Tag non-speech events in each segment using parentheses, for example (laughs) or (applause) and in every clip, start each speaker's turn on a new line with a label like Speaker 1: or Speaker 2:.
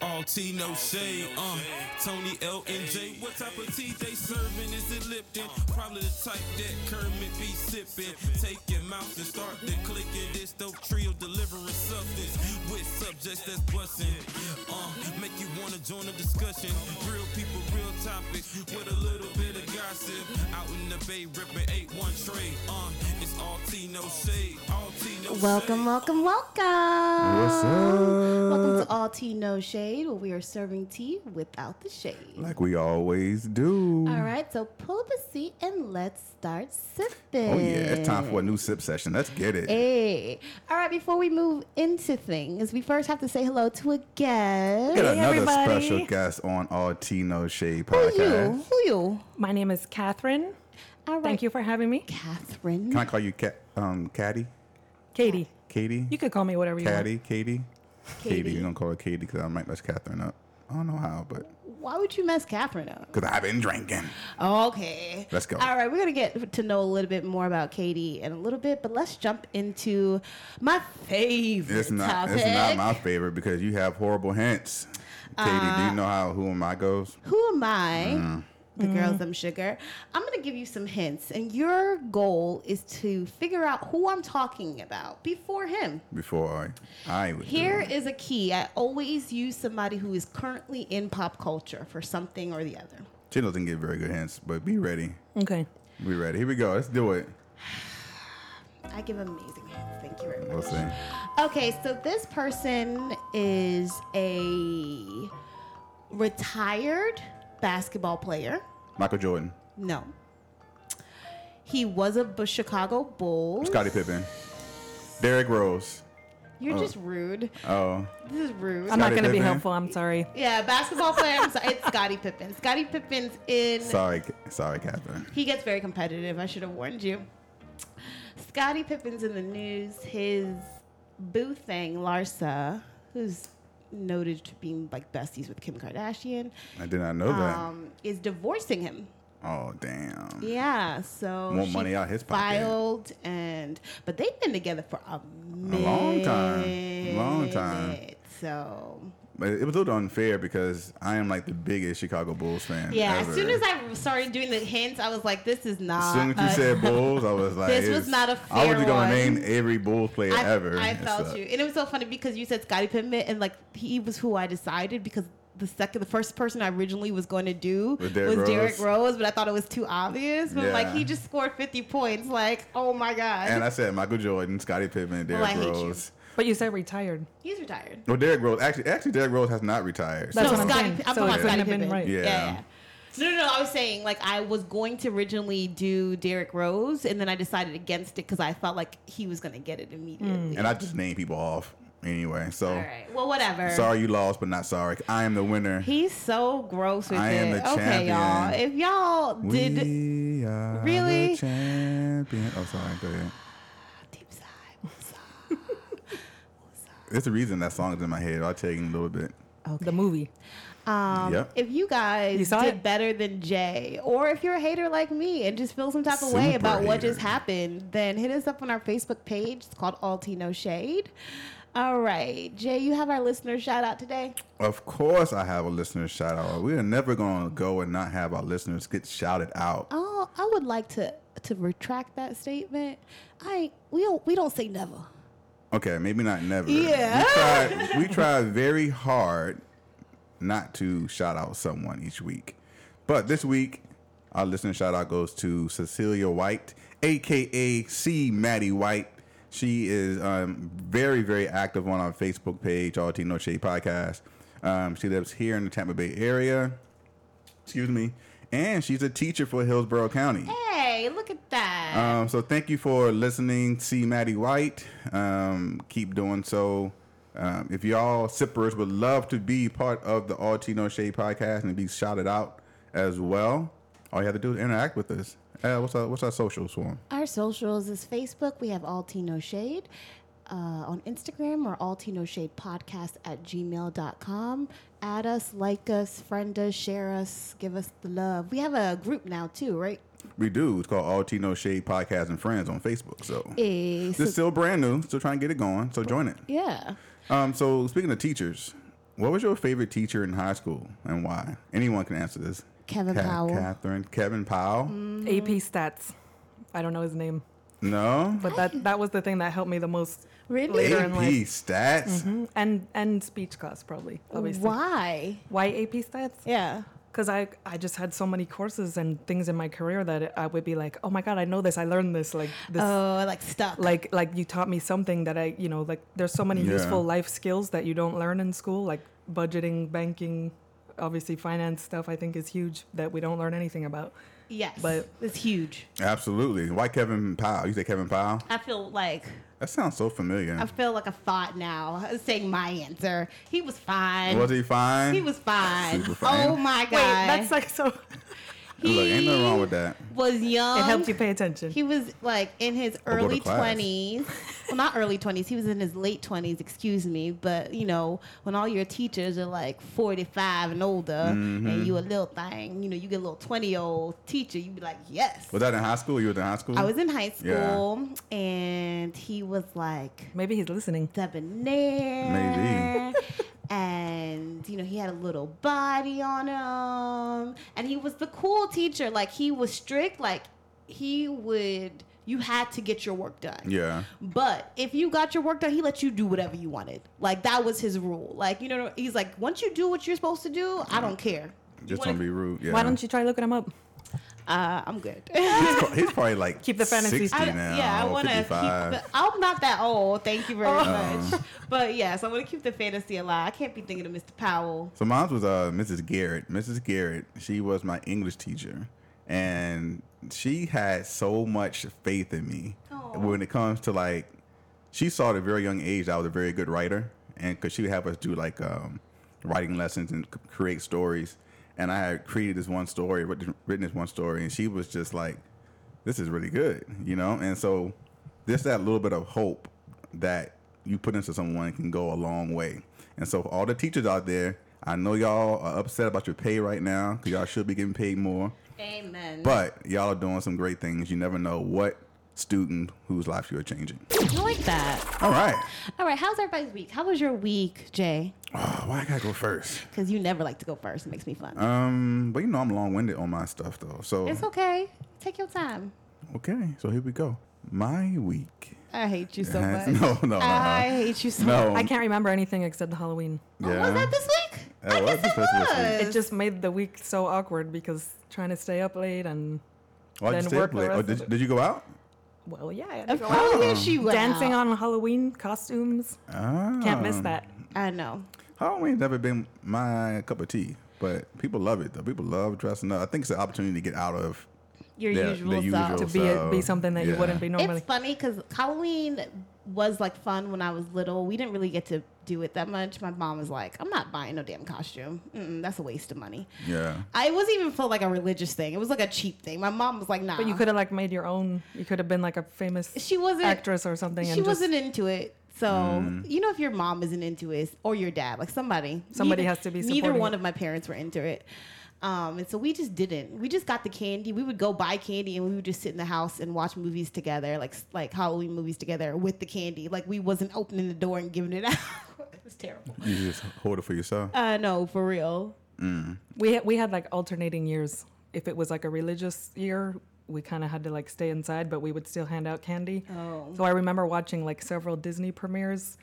Speaker 1: All tea, no shade. Uh, Tony L and J. What type of tea they serving? Is it Lipton? Probably the type that Kermit be sipping. Take your mouth and start to clicking. This dope trio delivering substance with subjects that's busting. Uh, make you wanna join the discussion. Real people, real topics with a little bit of gossip. Out in the bay, ripping eight one trade. Uh, it's all tea, no shade. All tea, no
Speaker 2: Welcome,
Speaker 1: shade.
Speaker 2: welcome, welcome.
Speaker 3: What's
Speaker 2: Welcome
Speaker 3: up?
Speaker 2: to All Tea No Shade, where we are serving tea without the shade.
Speaker 3: Like we always do.
Speaker 2: All right, so pull up a seat and let's start sipping.
Speaker 3: Oh yeah, it's time for a new sip session. Let's get it.
Speaker 2: Hey. All right, before we move into things, we first have to say hello to a guest.
Speaker 3: Get another
Speaker 4: everybody.
Speaker 3: special guest on our Tino Shade
Speaker 2: Who you?
Speaker 3: podcast.
Speaker 2: Who you?
Speaker 4: My name is Catherine.
Speaker 2: All right.
Speaker 4: Thank you for having me.
Speaker 2: Catherine.
Speaker 3: Can I call you Cat, um, Caddy?
Speaker 4: Katie,
Speaker 3: Katie?
Speaker 4: you could call me whatever you want.
Speaker 3: Caddy? Katie? Katie.
Speaker 2: Katie.
Speaker 3: You're going to call her Katie because I might mess Catherine up. I don't know how, but
Speaker 2: Why would you mess Catherine up?
Speaker 3: because I've been drinking.
Speaker 2: Okay.
Speaker 3: Let's go.
Speaker 2: All right, we're going to get to know a little bit more about Katie in a little bit, but let's jump into my favorite
Speaker 3: It's not,
Speaker 2: topic.
Speaker 3: it's not my favorite because you have horrible hints. Katie, do
Speaker 2: Uh,
Speaker 3: you know how Who Am I goes?
Speaker 2: Who am I?
Speaker 3: Mm.
Speaker 2: The girls, I'm sugar. I'm going to give you some hints, and your goal is to figure out who I'm talking about before him.
Speaker 3: Before I, I would do
Speaker 2: Here
Speaker 3: it.
Speaker 2: is a key. I always use somebody who is currently in pop culture for something or the other.
Speaker 3: She doesn't get very good hints, but be ready.
Speaker 4: Okay.
Speaker 3: Be ready. Here we go. Let's do it.
Speaker 2: I give amazing hints. Thank you very much.
Speaker 3: We'll see.
Speaker 2: Okay, so this person is a retired basketball player.
Speaker 3: Michael Jordan,
Speaker 2: No. He was a B- Chicago Bull.
Speaker 3: Scottie Pippen, Derrick Rose.
Speaker 2: You're just rude.
Speaker 3: Oh,
Speaker 2: This is rude.
Speaker 4: I'm
Speaker 3: Scottie
Speaker 4: not going to be
Speaker 3: Pippen.
Speaker 4: helpful. I'm sorry.
Speaker 2: yeah, basketball player. I'm sorry. It's Scottie Pippen. Scottie Pippen's in.
Speaker 3: sorry, sorry, Catherine.
Speaker 2: He gets very competitive. I should have warned you. Scottie Pippen's in the news. His boo thing, Larsa, who's noted to being like besties with Kim Kardashian,
Speaker 3: I did not know that.
Speaker 2: um, is divorcing him.
Speaker 3: oh damn.
Speaker 2: Yeah, so
Speaker 3: More
Speaker 2: she
Speaker 3: money out his pocket.
Speaker 2: Filed and but they've been together for a,
Speaker 3: long time. Long time.
Speaker 2: minute, So
Speaker 3: But it was a little unfair because I am like the biggest Chicago Bulls fan.
Speaker 2: yeah,
Speaker 3: ever.
Speaker 2: as soon as I started doing the hints, I was like, "This is not."
Speaker 3: As soon as you
Speaker 2: a-
Speaker 3: said Bulls,
Speaker 2: (laughs)
Speaker 3: I was like,
Speaker 2: This was
Speaker 3: it's-
Speaker 2: not a
Speaker 3: I was
Speaker 2: fair
Speaker 3: just gonna
Speaker 2: one.
Speaker 3: name every Bulls player
Speaker 2: I,
Speaker 3: ever.
Speaker 2: I
Speaker 3: It
Speaker 2: felt
Speaker 3: sucked.
Speaker 2: you, and it was so funny because you said Scotty Pittman, and like he was who I decided because the second, the first person I originally was going to do
Speaker 3: Was Derrick
Speaker 2: was Derrick
Speaker 3: Rose.
Speaker 2: Rose, but I thought it was too obvious. But like
Speaker 3: Yeah.
Speaker 2: he just scored fifty points, like oh my god,
Speaker 3: And I said Michael Jordan, Scottie Pippen, Derrick
Speaker 2: I hate you.
Speaker 3: Rose.
Speaker 4: But you said retired.
Speaker 2: he's retired.
Speaker 3: Well, Derrick Rose actually, actually, Derrick Rose has not retired.
Speaker 4: That's
Speaker 2: no,
Speaker 4: what I'm
Speaker 2: Scotty.
Speaker 4: saying.
Speaker 2: I'm talking
Speaker 4: So it
Speaker 2: about
Speaker 4: couldn't
Speaker 2: Scotty
Speaker 4: have been
Speaker 2: Pippen.
Speaker 4: right.
Speaker 2: Yeah.
Speaker 3: Yeah.
Speaker 2: yeah. No, no, no. I was saying like I was going to originally do Derrick Rose, and then I decided against it because I felt like he was going to get it immediately.
Speaker 3: and I just name people off anyway. So
Speaker 2: All right. Well, whatever.
Speaker 3: sorry you lost, but not sorry. I am the winner.
Speaker 2: He's so gross with
Speaker 3: I
Speaker 2: it.
Speaker 3: am the
Speaker 2: okay, y'all. If
Speaker 3: champion.
Speaker 2: y'all did
Speaker 3: we are
Speaker 2: Really?
Speaker 3: the champion. Oh, sorry. Go ahead.
Speaker 2: deep sigh.
Speaker 3: There's a reason that song is in my head. I'll tell you in a little bit.
Speaker 4: The movie.
Speaker 2: Um,
Speaker 3: Yep.
Speaker 2: If you guys
Speaker 4: You saw
Speaker 2: did
Speaker 4: it?
Speaker 2: better than Jay, or if you're a hater like me and just feel some type of way
Speaker 3: Super
Speaker 2: about what just
Speaker 3: hater.
Speaker 2: happened, then hit us up on our Facebook page. It's called All Tea No Shade. All right, Jay, you have our listener shout out today.
Speaker 3: Of course, I have a listener shout out. We are never going to go and not have our listeners get shouted out.
Speaker 2: Oh, I would like to to retract that statement. I we don't we don't say never.
Speaker 3: Okay, maybe not never.
Speaker 2: Yeah.
Speaker 3: We try, we try very hard not to shout out someone each week. But this week, our listener shout out goes to Cecilia White, aka C Maddie White. She is um, very, very active on our Facebook page, All Team No Shade Podcast. Um, she lives here in the Tampa Bay area. Excuse me. And she's a teacher for Hillsborough County.
Speaker 2: Hey, look at that.
Speaker 3: Um, so thank you for listening, C. Maddie White. Um, keep doing so. Um, if y'all sippers would love to be part of the All Tea No Shade podcast and be shouted out as well, all you have to do is interact with us. Uh, what's our what's our socials for 'em?
Speaker 2: Our socials is Facebook. We have All Tea No Shade. Uh, on Instagram or All Tea No Shade Podcast at gmail.com. Add us, like us, friend us, share us, give us the love. We have a group now too, right?
Speaker 3: We do. It's called All Tea No Shade Podcast and Friends on Facebook. So
Speaker 2: Eh, so-
Speaker 3: this is still brand new. Still trying to get it going. So join it.
Speaker 2: yeah.
Speaker 3: Um, so speaking of teachers, What was your favorite teacher in high school and why? Anyone can answer this.
Speaker 2: Kevin Powell. Mm.
Speaker 3: Catherine. Kevin Powell.
Speaker 4: AP Stats. I don't know his name,
Speaker 3: No.
Speaker 4: but that that was the thing that helped me the most.
Speaker 2: Really?
Speaker 4: Later
Speaker 3: AP
Speaker 4: in life.
Speaker 3: stats.
Speaker 2: Mm-hmm.
Speaker 4: And and speech class probably. Obviously.
Speaker 2: Why?
Speaker 4: Why AP Stats?
Speaker 2: Yeah.
Speaker 4: because I, I just had so many courses and things in my career that it- I would be like, oh my god, I know this, I learned this, like this,
Speaker 2: Oh, like stuck.
Speaker 4: like like you taught me something that I, you know, like there's so many
Speaker 3: Yeah.
Speaker 4: useful life skills that you don't learn in school, like budgeting, banking, obviously finance stuff. I think is huge that we don't learn anything about.
Speaker 2: yes.
Speaker 4: but-
Speaker 2: it's huge.
Speaker 3: Absolutely. Why Kevin Powell? You say Kevin Powell?
Speaker 2: I feel like
Speaker 3: That sounds so familiar.
Speaker 2: I feel like a thought now saying my answer. He was fine.
Speaker 3: Was he fine?
Speaker 2: He was fine.
Speaker 3: Super fine.
Speaker 2: Oh my god.
Speaker 4: Wait, that's like so. (laughs)
Speaker 2: he
Speaker 3: Look, ain't nothing wrong with that.
Speaker 2: Was young.
Speaker 4: it helped you pay attention.
Speaker 2: He was like in his
Speaker 3: go to
Speaker 2: early
Speaker 3: class.
Speaker 2: twenties. well, not early twenties. He was in his late twenties. Excuse me, but you know when all your teachers are like forty-five and older,
Speaker 3: Mm-hmm.
Speaker 2: and you a little thing, you know you get a little twenty-year-old teacher. You be like, yes.
Speaker 3: Was that in high school? You was in high school?
Speaker 2: I was in high
Speaker 3: Yeah.
Speaker 2: school, and he was like
Speaker 4: Maybe he's listening.
Speaker 2: debonair. (laughs) and you know he had a little body on him and he was the cool teacher like he was strict like he would you had to get your work done
Speaker 3: Yeah.
Speaker 2: but if you got your work done he let you do whatever you wanted like that was his rule like you know he's like once you do what you're supposed to do i don't care You
Speaker 3: Just
Speaker 2: wanna-
Speaker 3: don't be rude. Yeah.
Speaker 4: Why don't you try looking him up?
Speaker 2: uh, i'm good (laughs)
Speaker 3: He's, pro- he's probably like
Speaker 4: Keep the fantasy-
Speaker 3: 60
Speaker 2: I,
Speaker 3: now.
Speaker 2: yeah, I
Speaker 3: or
Speaker 2: want to
Speaker 3: 55.
Speaker 2: keep. The, I'm not that old. Thank you very
Speaker 3: Oh.
Speaker 2: much. But yes, I want to keep the fantasy alive. I can't be thinking of Mr. Powell.
Speaker 3: So mine was uh, Mrs. Garrett. Mrs. Garrett, she was my English teacher, and she had so much faith in me
Speaker 2: Aw.
Speaker 3: when it comes to like. She saw at a very young age that I was a very good writer, and because she would have us do like um, writing lessons and c- create stories, and I had created this one story, written written this one story, and she was just like, this is really good, you know? And so just that little bit of hope that you put into someone can go a long way. And so for all the teachers out there, I know y'all are upset about your pay right now because y'all should be getting paid more,
Speaker 2: Amen.
Speaker 3: but y'all are doing some great things. You never know what student whose life you are changing. Ah.
Speaker 2: I like that.
Speaker 3: All right.
Speaker 2: All right. How's everybody's week? How was your week, Jay?
Speaker 3: Oh, why I gotta go first?
Speaker 2: Because you never like to go first. It makes me fun.
Speaker 3: Um, but you know I'm long winded on my stuff though. So
Speaker 2: it's okay. Take your time.
Speaker 3: okay, so here we go. My week.
Speaker 2: I hate you so
Speaker 3: has-
Speaker 2: much.
Speaker 3: (laughs) no, no, no.
Speaker 2: I hate you so much.
Speaker 3: no.
Speaker 4: I can't remember anything except Halloween.
Speaker 2: Oh, was that this week?
Speaker 3: That
Speaker 2: I
Speaker 3: was
Speaker 2: guess
Speaker 3: this
Speaker 2: it
Speaker 3: past week.
Speaker 2: was.
Speaker 4: It just made the week so awkward because trying to stay up late and
Speaker 3: Why'd you
Speaker 4: then
Speaker 3: stay up
Speaker 4: work the
Speaker 3: late? Oh,
Speaker 4: rest
Speaker 3: did,
Speaker 4: of it.
Speaker 3: did you go out?
Speaker 4: well, yeah, I had to
Speaker 2: Of
Speaker 4: go out.
Speaker 3: Oh.
Speaker 2: course she went
Speaker 4: dancing
Speaker 2: out.
Speaker 4: on Halloween costumes.
Speaker 3: Ah,
Speaker 4: Can't miss that.
Speaker 2: I know.
Speaker 3: Halloween's never been my cup of tea, but people love it though. People love dressing up. I think it's an opportunity to get out of.
Speaker 2: Your
Speaker 3: Yeah, the
Speaker 2: usual
Speaker 3: usual
Speaker 2: self.
Speaker 4: To be a,
Speaker 3: So,
Speaker 4: be something that you
Speaker 3: yeah.
Speaker 4: wouldn't be normally.
Speaker 2: It's funny because Halloween was like fun when I was little. We didn't really get to do it that much. My mom was like, "I'm not buying no damn costume. Mm-mm, that's a waste of money."
Speaker 3: Yeah.
Speaker 2: I it wasn't even for like a religious thing. It was like a cheap thing. My mom was like, "Nah."
Speaker 4: But you could have like made your own. You could have been like a famous
Speaker 2: She wasn't
Speaker 4: actress or something.
Speaker 2: She
Speaker 4: and just-
Speaker 2: wasn't into it. So you know, if your mom isn't into it, or your dad, like somebody,
Speaker 4: Somebody has to be
Speaker 2: Neither
Speaker 4: supporting
Speaker 2: one
Speaker 4: it.
Speaker 2: of my parents were into it, um, and so we just didn't. We just got the candy. We would go buy candy, and we would just sit in the house and watch movies together, like like Halloween movies together with the candy. Like we wasn't opening the door and giving it out. (laughs) it was terrible.
Speaker 3: You just hold it for yourself.
Speaker 2: Uh, no, for real.
Speaker 4: we had, we had like alternating years. If it was like a religious year, we kind of had to like stay inside, but we would still hand out candy.
Speaker 2: Oh.
Speaker 4: So I remember watching like several Disney premieres